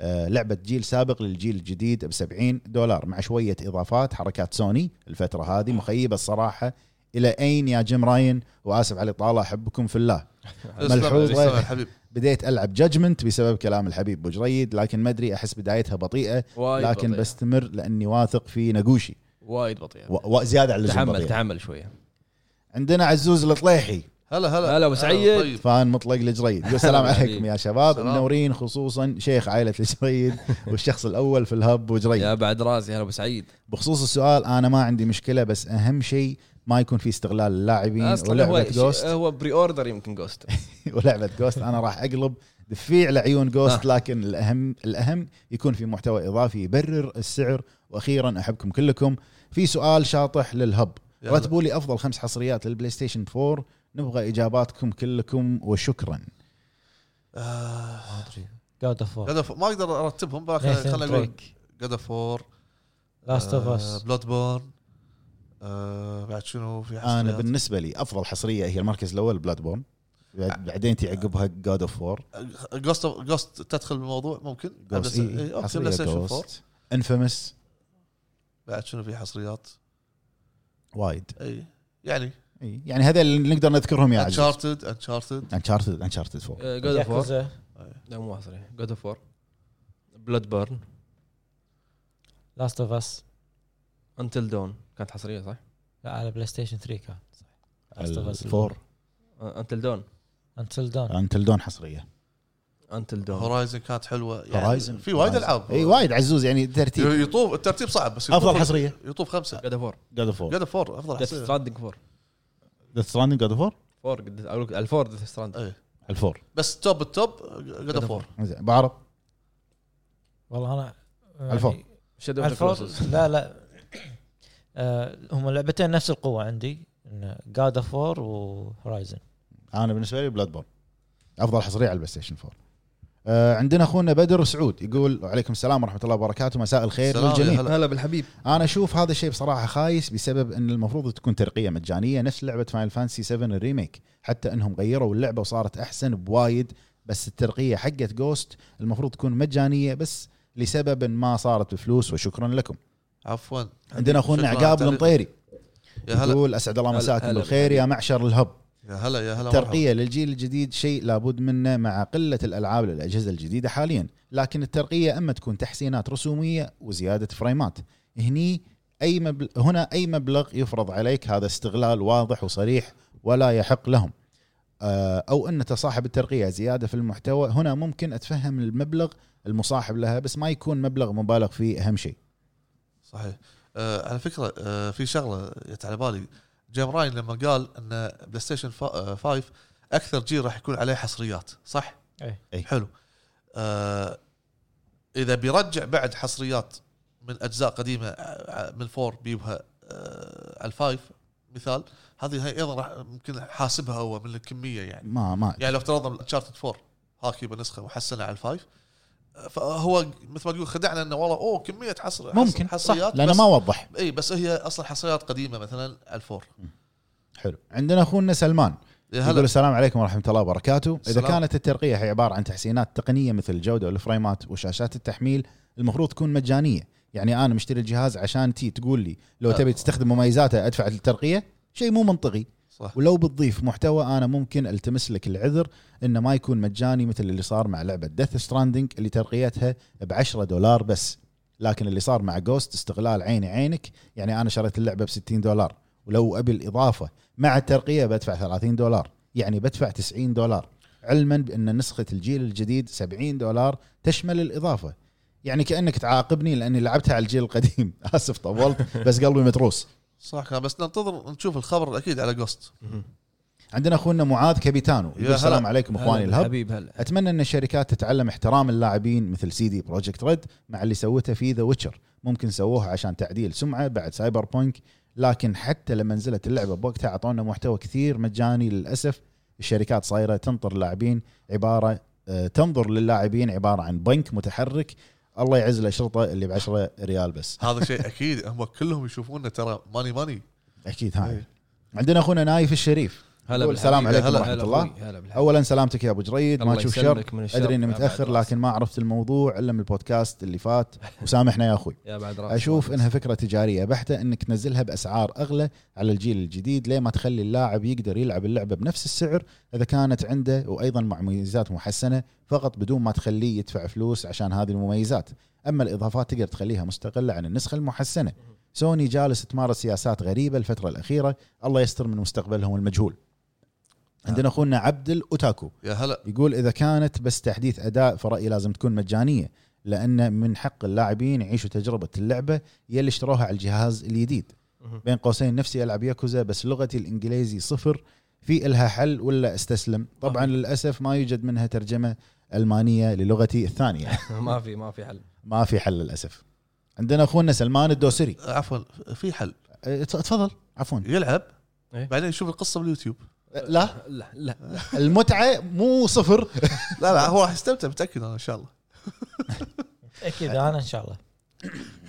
آه، لعبة جيل سابق للجيل الجديد ب 70 دولار مع شوية إضافات حركات سوني الفترة هذه مخيبة الصراحة إلى أين يا جيم راين وآسف على الإطالة أحبكم في الله ملحوظة. اسلم يا حبيبي بديت ألعب جاجمنت بسبب كلام الحبيب بجريد لكن ما أدري أحس بدايتها بطيئة وايد لكن بطيئة. بستمر لأني واثق في ناغوشي وايد بطيئه و- وزياده على اللزوم تحمل بطيئة. تحمل شويه عندنا عزوز الطليحي هلا هلا هلا أبو سعيد. طيب. فان مطلق الجريد يقول السلام عليكم يا شباب سلام. منورين خصوصا شيخ عائله الجريد والشخص الاول في الهب يا وجريد بعد راسي هلا ابو سعيد بخصوص السؤال انا ما عندي مشكله بس اهم شيء ما يكون في استغلال اللاعبين اصلا هو ولعبه جوست هو بري اوردر يمكن جوست ولعبه جوست انا راح اقلب في على عيون جوست آه. لكن الاهم الاهم يكون في محتوى اضافي يبرر السعر واخيرا احبكم كلكم في سؤال شاطح للهب يلا. رتبوا لي افضل خمس حصريات للبلاي ستيشن 4 نبغى اجاباتكم كلكم وشكرا آه، جاد اوف وور God of- ما اقدر ارتبهم نيثن خلينا نقول دريك جاد اوف وور لاست uh, اوف اس بلود بورن آه، بعد شنو في انا حصريات؟ بالنسبه لي افضل حصريه هي المركز الاول بلاد بورن بعدين تعقبها جاد اوف وور جوست جوست تدخل بالموضوع ممكن بس- إيه، اوكي بلاي ستيشن 4 انفيمس بعد شنو في حصريات وايد اي يعني إي، يعني هذا اللي نقدر نذكرهم يا عزيز انشارتد انشارتد انشارتد انشارتد 4 جود اوف وور ياكوزا لا مو حصري جود اوف وور بلاد بيرن لاست اوف اس انتل دون كانت حصريه صح؟ لا على بلاي ستيشن 3 كان Last of Us 4 انتل دون انتل دون انتل دون حصريه انتل دون هورايزن كانت حلوه يعني هورايزن في وايد العاب اي وايد عزوز يعني ترتيب يطوف الترتيب صعب بس افضل يطوف- حصريه يطوف خمسه جود اوف وور جاد اوف 4 جاد فور افضل ديث حصريه ستراندنج فور ذا ستراندنج جاد اوف 4 فور قد- أقول لك الفور ديث ستراندنج إيه. الفور بس توب التوب جاد فور زين بعرض والله انا يعني الفور. شادو اوف الفور كلوسس لا لا آه هم لعبتين نفس القوه عندي جاد اوف وور وهورايزن انا بالنسبه لي بلاد بورن افضل حصريه على البلاي ستيشن 4 آه عندنا اخونا بدر سعود يقول وعليكم السلام ورحمه الله وبركاته مساء الخير سلام يا للجميع هلا بالحبيب انا اشوف هذا الشيء بصراحه خايس بسبب ان المفروض تكون ترقيه مجانيه نفس لعبه فاينل فانسي 7 الريميك حتى انهم غيروا اللعبه وصارت احسن بوايد بس الترقيه حقت جوست المفروض تكون مجانيه بس لسبب ما صارت بفلوس وشكرا لكم عفوا عندنا اخونا شكراً عقاب طيب. على المطيري يا هلا يقول اسعد الله هلا- مساكم هلا بالخير يا بالحبيب. معشر الهب يا هلا يا هلا مرحبا. الترقيه للجيل الجديد شيء لابد منه مع قله الالعاب للاجهزه الجديده حاليا لكن الترقيه اما تكون تحسينات رسوميه وزياده فريمات هني اي مبل... هنا اي مبلغ يفرض عليك هذا استغلال واضح وصريح ولا يحق لهم آه، او ان تصاحب الترقيه زياده في المحتوى هنا ممكن اتفهم المبلغ المصاحب لها بس ما يكون مبلغ مبالغ فيه اهم شيء صحيح آه على فكره آه في شغله جت على بالي جيم راين لما قال ان بلاي ستيشن 5 اكثر آه، جيل راح يكون عليه حصريات صح؟ إيه. إيه. حلو آه اذا بيرجع بعد حصريات من اجزاء قديمه آه، من الفور بيبها آه على الفايف مثال هذه هي ايضا راح ممكن حاسبها هو من الكميه يعني ما ما يعني لو افترضنا انشارتد 4 هاكي بنسخه وحسنها على الفايف فهو مثل ما تقول خدعنا انه والله اوه كميه حصر ممكن صح حصريات لانه بس- ما وضح اي بس هي اصلا حصريات قديمه مثلا الفور حلو عندنا اخونا سلمان يا يقول هلا السلام عليكم ورحمه الله وبركاته اذا السلام. كانت الترقيه هي عباره عن تحسينات تقنيه مثل الجوده والفريمات وشاشات التحميل المفروض تكون مجانيه يعني انا مشتري الجهاز عشان تي تقول لي لو آه. تبي تستخدم مميزاته ادفع للترقيه شيء مو منطقي صح ولو بتضيف محتوى انا ممكن التمس لك العذر انه ما يكون مجاني مثل اللي صار مع لعبه ديث ستراندنج اللي ترقيتها ب 10 دولار بس لكن اللي صار مع جوست استغلال عيني عينك يعني انا شريت اللعبه ب 60 دولار ولو ابي الاضافه مع الترقيه بدفع 30 دولار يعني بدفع 90 دولار علما بان نسخه الجيل الجديد 70 دولار تشمل الاضافه يعني كانك تعاقبني لاني لعبتها على الجيل القديم اسف طولت بس قلبي متروس صح كان بس ننتظر نشوف الخبر اكيد على جوست عندنا اخونا معاذ كابيتانو يقول هلا. السلام عليكم هلا اخواني الهب بالحبيب هلا اتمنى ان الشركات تتعلم احترام اللاعبين مثل سي دي بروجكت ريد مع اللي سوته في ذا ويتشر ممكن سووها عشان تعديل سمعه بعد سايبر بونك لكن حتى لما نزلت اللعبه بوقتها اعطونا محتوى كثير مجاني للاسف الشركات صايره تنطر اللاعبين عباره آه، تنظر للاعبين عباره عن بنك متحرك الله يعز الشرطه اللي ب 10 ريال بس هذا شيء اكيد هم كلهم يشوفوننا ترى ماني ماني اكيد هاي إيه. عندنا اخونا نايف الشريف هلا يقول بالحبيب. السلام عليكم هلا- ورحمة هلا الله. أخوي. هلا بالحبيب. اولا سلامتك يا ابو جريد ما الله تشوف شر يسلمك من الشر. ادري اني يا بعد متاخر رأس. لكن ما عرفت الموضوع الا من البودكاست اللي فات وسامحنا يا اخوي يا بعد راس اشوف انها فكره تجاريه بحته انك تنزلها باسعار اغلى على الجيل الجديد ليه ما تخلي اللاعب يقدر يلعب اللعبه بنفس السعر اذا كانت عنده وايضا مع مميزات محسنه فقط بدون ما تخليه يدفع فلوس عشان هذه المميزات اما الاضافات تقدر تخليها مستقله عن النسخه المحسنه سوني جالس تمارس سياسات غريبه الفتره الاخيره الله يستر من مستقبلهم المجهول عندنا اخونا عبد الاوتاكو يا هلا يقول اذا كانت بس تحديث اداء فرأيي لازم تكون مجانيه لان من حق اللاعبين يعيشوا تجربه اللعبه يلي اشتروها على الجهاز الجديد مهم. بين قوسين نفسي العب ياكوزا بس لغتي الانجليزي صفر في الها حل ولا استسلم طبعا للاسف ما يوجد منها ترجمه المانيه للغتي الثانيه ما في ما في حل ما في حل للاسف عندنا اخونا سلمان الدوسري عفوا في حل أه، تفضل عفوا يلعب إيه. بعدين يشوف القصه باليوتيوب لا لا لا المتعه مو صفر لا لا هو راح يستمتع متاكد انا ان شاء الله اكيد انا ان شاء الله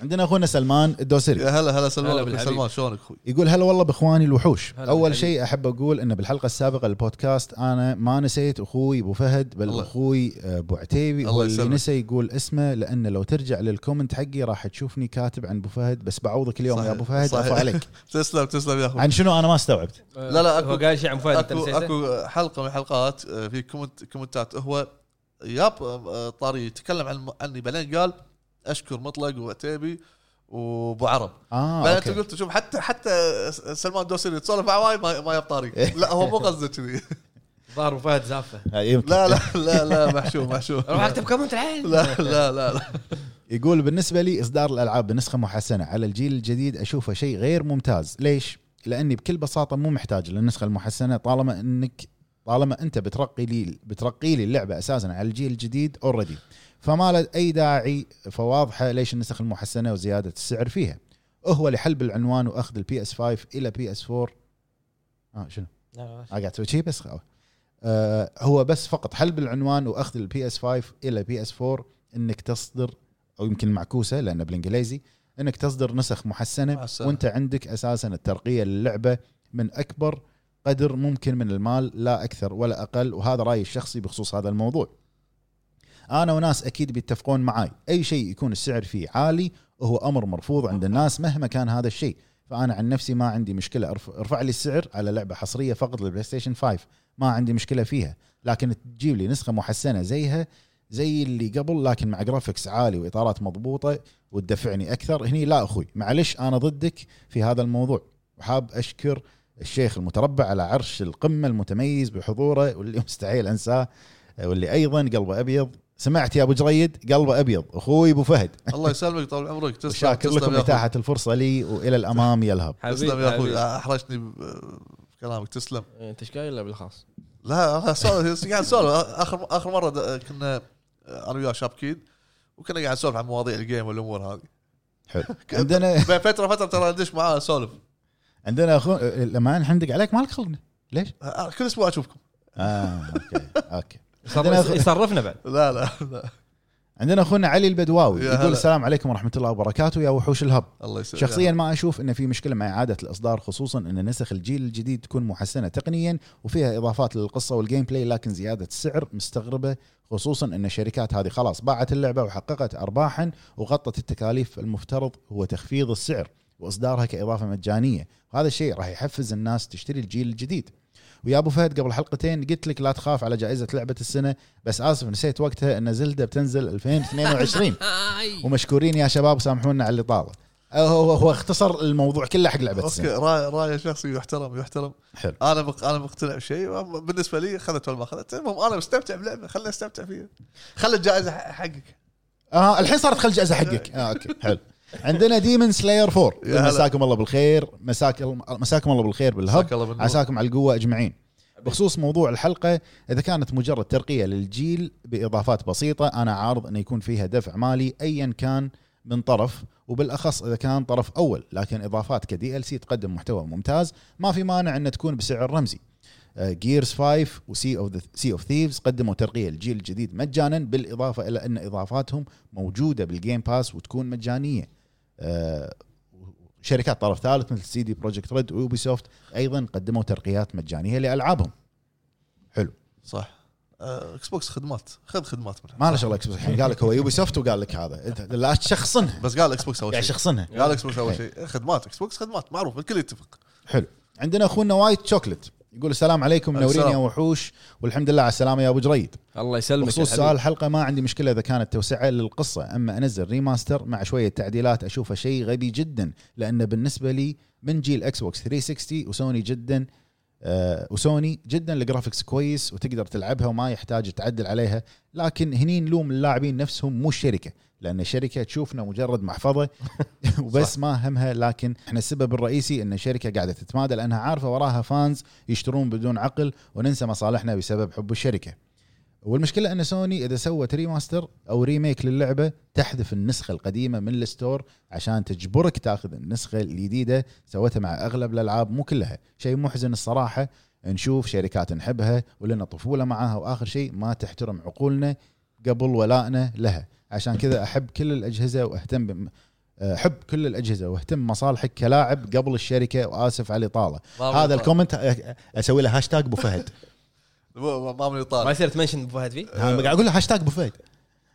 عندنا اخونا سلمان الدوسري يا هلا هلا هلا سلمان بالحبيب. سلمان شلونك اخوي؟ يقول هلا والله باخواني الوحوش هلا اول بالحبيب. شيء احب اقول ان بالحلقه السابقه البودكاست انا ما نسيت اخوي ابو فهد بل الله. اخوي ابو عتيبي الله هو اللي يسلمك. نسى يقول اسمه لانه لو ترجع للكومنت حقي راح تشوفني كاتب عن ابو فهد بس بعوضك اليوم صحيح، يا ابو فهد صحيح. عفو عليك تسلم تسلم يا اخوي عن شنو انا ما استوعبت لا لا، لا أكو- هو قال شيء عن فهد انت اكو نسيته؟ اكو حلقه من الحلقات آه، في كومنت كومنتات هو ياب آه، طاري يتكلم عن عني بعدين قال اشكر مطلق وعتيبي وابو عرب اه بعدين انت أوكي. قلت شوف حتى حتى سلمان دوسري يتسولف مع واي ما ما ياب طاري إيه. لا هو مو قصده كذي ظهر فهد زافه آه، يمكن. لا لا لا لا محشوم محشوم روح اكتب كومنت الحين لا لا لا لا يقول بالنسبة لي إصدار الألعاب بنسخة محسنة على الجيل الجديد أشوفه شيء غير ممتاز ليش؟ لأني بكل بساطة مو محتاج للنسخة المحسنة طالما أنك طالما أنت بترقي لي بترقي لي اللعبة أساسا على الجيل الجديد اوريدي فما له أي داعي فواضحة ليش النسخ المحسنة وزيادة السعر فيها هو لحلب العنوان وأخذ البي اس 5 إلى بي اس 4 آه شنو؟ أنا قاعد اسوي شيء بس خلاص. آه هو بس فقط حل بالعنوان واخذ البي اس 5 الى بي اس 4 انك تصدر او يمكن معكوسه لانه بالانجليزي انك تصدر نسخ محسنه محسنة. وانت عندك اساسا الترقيه للعبه من اكبر قدر ممكن من المال لا اكثر ولا اقل وهذا رايي الشخصي بخصوص هذا الموضوع. انا وناس اكيد بيتفقون معاي اي شيء يكون السعر فيه عالي وهو امر مرفوض عند الناس مهما كان هذا الشيء فانا عن نفسي ما عندي مشكله أرف- ارفع لي السعر على لعبه حصريه فقط للبلاي ستيشن 5 ما عندي مشكله فيها لكن تجيب لي نسخه محسنه زيها زي اللي قبل لكن مع جرافيكس عالي واطارات مضبوطه وتدفعني اكثر هني لا اخوي معلش انا ضدك في هذا الموضوع وحاب اشكر الشيخ المتربع على عرش القمه المتميز بحضوره واللي مستحيل انساه واللي ايضا قلبه ابيض سمعت يا ابو جريد قلبه ابيض اخوي ابو فهد الله يسلمك طول عمرك تسلم شاكر تسلم لكم يا أخوي. اتاحه الفرصه لي والى الامام يلهب تسلم يا آه. حبيبي. اخوي احرجتني ب- بكلامك تسلم انت ايش قايل ولا بالخاص؟ لا أنا سولف- قاعد نسولف اخر اخر مره د- كنا انا وياه شابكين وكنا قاعد نسولف عن مواضيع الجيم والامور هذه حلو عندنا بين فتره فتره ترى ادش معاه اسولف عندنا اخو لما نحندق عليك مالك خلقنا ليش؟ أه، كل اسبوع اشوفكم اه اوكي اوكي عندنا يصرف- أخ- يصرفنا بعد لا لا لا عندنا اخونا علي البدواوي يا يقول هلا. السلام عليكم ورحمه الله وبركاته يا وحوش الهب الله يسلمك شخصيا ما اشوف انه في مشكله مع اعاده الاصدار خصوصا ان نسخ الجيل الجديد تكون محسنه تقنيا وفيها اضافات للقصه والجيم بلاي لكن زياده السعر مستغربه خصوصا ان الشركات هذه خلاص باعت اللعبه وحققت ارباحا وغطت التكاليف المفترض هو تخفيض السعر واصدارها كاضافه مجانيه وهذا الشيء راح يحفز الناس تشتري الجيل الجديد ويا ابو فهد قبل حلقتين قلت لك لا تخاف على جائزه لعبه السنه بس اسف نسيت وقتها ان زلده بتنزل 2022 ومشكورين يا شباب سامحونا على الاطاله هو هو اختصر الموضوع كله حق لعبه اوكي السنه راي راي شخصي يحترم يحترم حلو انا بق... انا مقتنع بشيء بالنسبه لي خذت ولا ما اخذت المهم انا مستمتع بلعبه خليني استمتع فيها خلي الجائزه ح- حقك اه الحين صارت خل الجائزه حقك اه اوكي حلو عندنا ديمن سلاير 4 يا هلا. مساكم الله بالخير مساكم مساكم الله بالخير بالهب جزاك الله بالنور. عساكم على القوه اجمعين بخصوص موضوع الحلقه اذا كانت مجرد ترقيه للجيل باضافات بسيطه انا عارض انه يكون فيها دفع مالي ايا كان من طرف وبالاخص اذا كان طرف اول لكن اضافات كدي ال سي تقدم محتوى ممتاز ما في مانع ان تكون بسعر رمزي آه، جيرز 5 وسي اوف سي اوف ثيفز قدموا ترقيه للجيل الجديد مجانا بالاضافه الى ان اضافاتهم موجوده بالجيم باس وتكون مجانيه آه، شركات طرف ثالث مثل سي دي بروجكت ريد ويوبي سوفت ايضا قدموا ترقيات مجانيه لالعابهم صح آه، اكس بوكس خدمات خذ خدمات منها ما له شغل Xbox. الحين قال لك هو يوبي سوفت وقال لك هذا انت لا تشخصنها بس قال اكس بوكس اول قاعد شيء شخصنها قال اكس بوكس اول شيء خدمات اكس بوكس خدمات معروف الكل يتفق حلو عندنا اخونا وايت شوكلت يقول السلام عليكم عليكم منورين يا السلام. وحوش والحمد لله على السلامه يا ابو جريد الله يسلمك يا بخصوص حبيبي. سؤال الحلقه ما عندي مشكله اذا كانت توسعه للقصه اما انزل ريماستر مع شويه تعديلات اشوفه شيء غبي جدا لان بالنسبه لي من جيل اكس بوكس 360 وسوني جدا آه وسوني جدا الجرافكس كويس وتقدر تلعبها وما يحتاج تعدل عليها لكن هني نلوم اللاعبين نفسهم مو الشركه لان الشركه تشوفنا مجرد محفظه وبس ما همها لكن احنا السبب الرئيسي ان الشركه قاعده تتمادى لانها عارفه وراها فانز يشترون بدون عقل وننسى مصالحنا بسبب حب الشركه والمشكله ان سوني اذا سوت ريماستر او ريميك للعبه تحذف النسخه القديمه من الستور عشان تجبرك تاخذ النسخه الجديده سوتها مع اغلب الالعاب مو كلها شيء محزن الصراحه نشوف شركات نحبها ولنا طفوله معاها واخر شيء ما تحترم عقولنا قبل ولائنا لها عشان كذا احب كل الاجهزه واهتم بم... احب كل الاجهزه واهتم مصالحك كلاعب قبل الشركه واسف على الاطاله آه، هذا الكومنت أ- اسوي له هاشتاج ابو فهد ضامن ما يطالع يصير تمنشن ابو فهد فيه أنا قاعد اقول له هاشتاج ابو فهد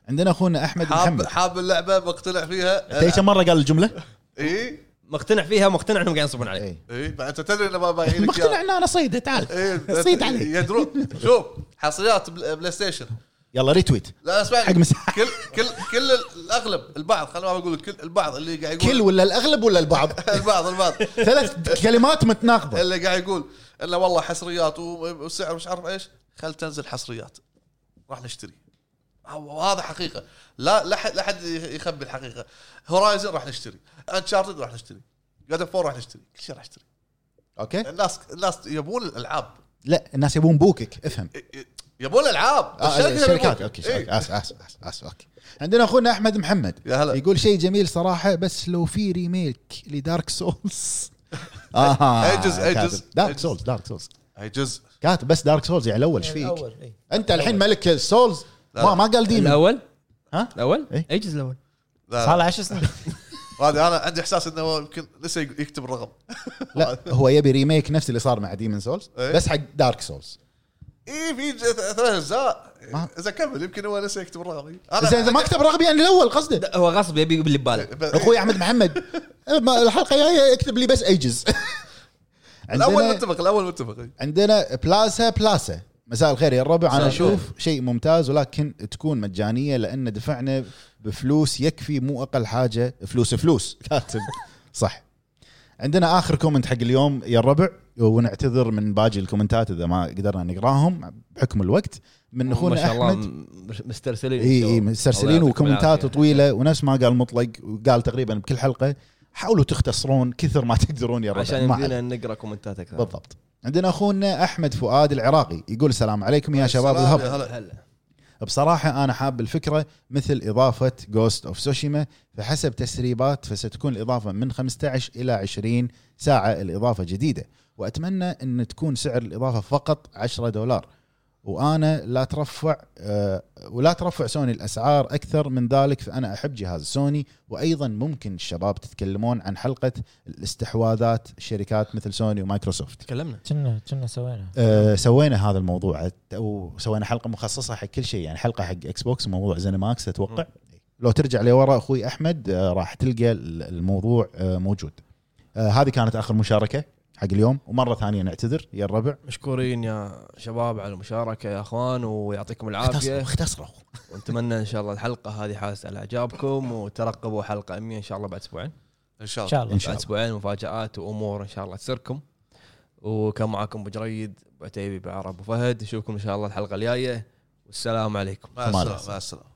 عندنا اخونا احمد حاب محمد إيه. حاب اللعبه مقتنع فيها آه، تيشا مره قال الجمله اي مقتنع فيها مقتنع انهم قاعدين يصبون عليه إيه. اي بعد انت تدري انه ما بايعين لك مقتنع ان انا صيده تعال إيه، صيد علي. يدرون شوف حصريات بل- آه، بلاي ستيشن يلا ريتويت لا اسمعني حق مس- كل كل كل الاغلب البعض خليني ما اقول لك كل البعض اللي قاعد يقول كل ولا الاغلب ولا البعض البعض البعض ثلاث كلمات متناقضه اللي قاعد يقول انه والله حصريات و- وسعر مش عارف ايش خل تنزل حصريات راح نشتري وهذا حقيقه لا لا حد لا حد يخبي الحقيقه هورايزن راح نشتري انشارتد راح نشتري جاد اوف راح نشتري كل شيء راح نشتري اوكي الناس الناس يبون الالعاب لا الناس يبون بوكك افهم يبون العاب آه، الشركة الشركات يبون. اوكي إيه. شركة. اسف اسف اسف اسف اوكي عندنا اخونا احمد محمد يا هلا يقول شيء جميل صراحه بس لو في ريميك لدارك سولز اها أي جزء- أي جزء. دارك سولز دارك سولز هاي جزء كاتب بس دارك سولز يعني الاول ايش فيك؟ الاول انت الحين ملك السولز لا. ما ما قال ديمن الاول ها؟ الاول؟ إيه. اي جزء الاول لا، صار له 10 سنين هذا انا عندي احساس انه هو يمكن لسه يكتب الرقم لا هو يبي ريميك نفس اللي صار مع ديمن سولز إيه. بس حق دارك سولز اي إيه، في ج- ثلاث اجزاء ما- اذا كمل يمكن هو لسه يكتب الرقم إيه. زين اذا ما كتب رغبي يعني الاول قصده هو غصب يبي يجيب اللي بباله اخوي احمد محمد أه، ما الحلقه الجايه اكتب لي بس ايجز الاول عندنا متفق الاول متفق إيه. إي. عندنا بلاسا بلاسا مساء الخير يا الربع انا مساء الخير. اشوف شيء ممتاز ولكن تكون مجانيه لان دفعنا بفلوس يكفي مو اقل حاجه فلوس فلوس كاتب صح عندنا اخر كومنت حق اليوم يا الربع ونعتذر من باقي الكومنتات اذا ما قدرنا نقراهم بحكم الوقت من ما اخونا شاء الله احمد م- مسترسلين اي اي الله مسترسلين يعطيكم وكومنتات العافية. طويله ونفس ما قال مطلق وقال تقريبا بكل حلقه حاولوا تختصرون كثر ما تقدرون يا الربع عشان ما يمدينا نقرا كومنتات اكثر بالضبط عندنا اخونا احمد فؤاد العراقي يقول السلام عليكم يا شباب السلام الهب يا هلا. هلا بصراحه انا حاب الفكره مثل اضافه جوست اوف سوشيما فحسب تسريبات فستكون الاضافه من 15 الى 20 ساعه الاضافه جديده واتمنى ان تكون سعر الاضافه فقط 10 دولار وانا لا ترفع آه، ولا ترفع سوني الاسعار اكثر من ذلك فانا احب جهاز سوني وايضا ممكن الشباب تتكلمون عن حلقه الاستحواذات شركات مثل سوني ومايكروسوفت تكلمنا كنا كنا سوينا آه، سوينا هذا الموضوع عت- وسوينا حلقه مخصصه حق كل شيء يعني حلقه حق اكس بوكس وموضوع زينماكس اتوقع لو ترجع لورا اخوي احمد آه، راح تلقى ال- الموضوع آه، موجود آه، هذه كانت اخر مشاركه حق اليوم ومره ثانيه نعتذر يا الربع مشكورين يا شباب على المشاركه يا اخوان ويعطيكم اختصروا العافيه اختصروا ونتمنى ان شاء الله الحلقه هذه حاسه على اعجابكم وترقبوا حلقه 100 ان شاء الله بعد اسبوعين ان شاء ان الله شاء الله إن شاء بعد الله. اسبوعين مفاجات وامور ان شاء الله تسركم وكان معاكم ابو جريد ابو عتيبي ابو عرب ابو فهد نشوفكم ان شاء الله الحلقه الجايه والسلام عليكم مع ثم السلامه عليكم. مع السلامه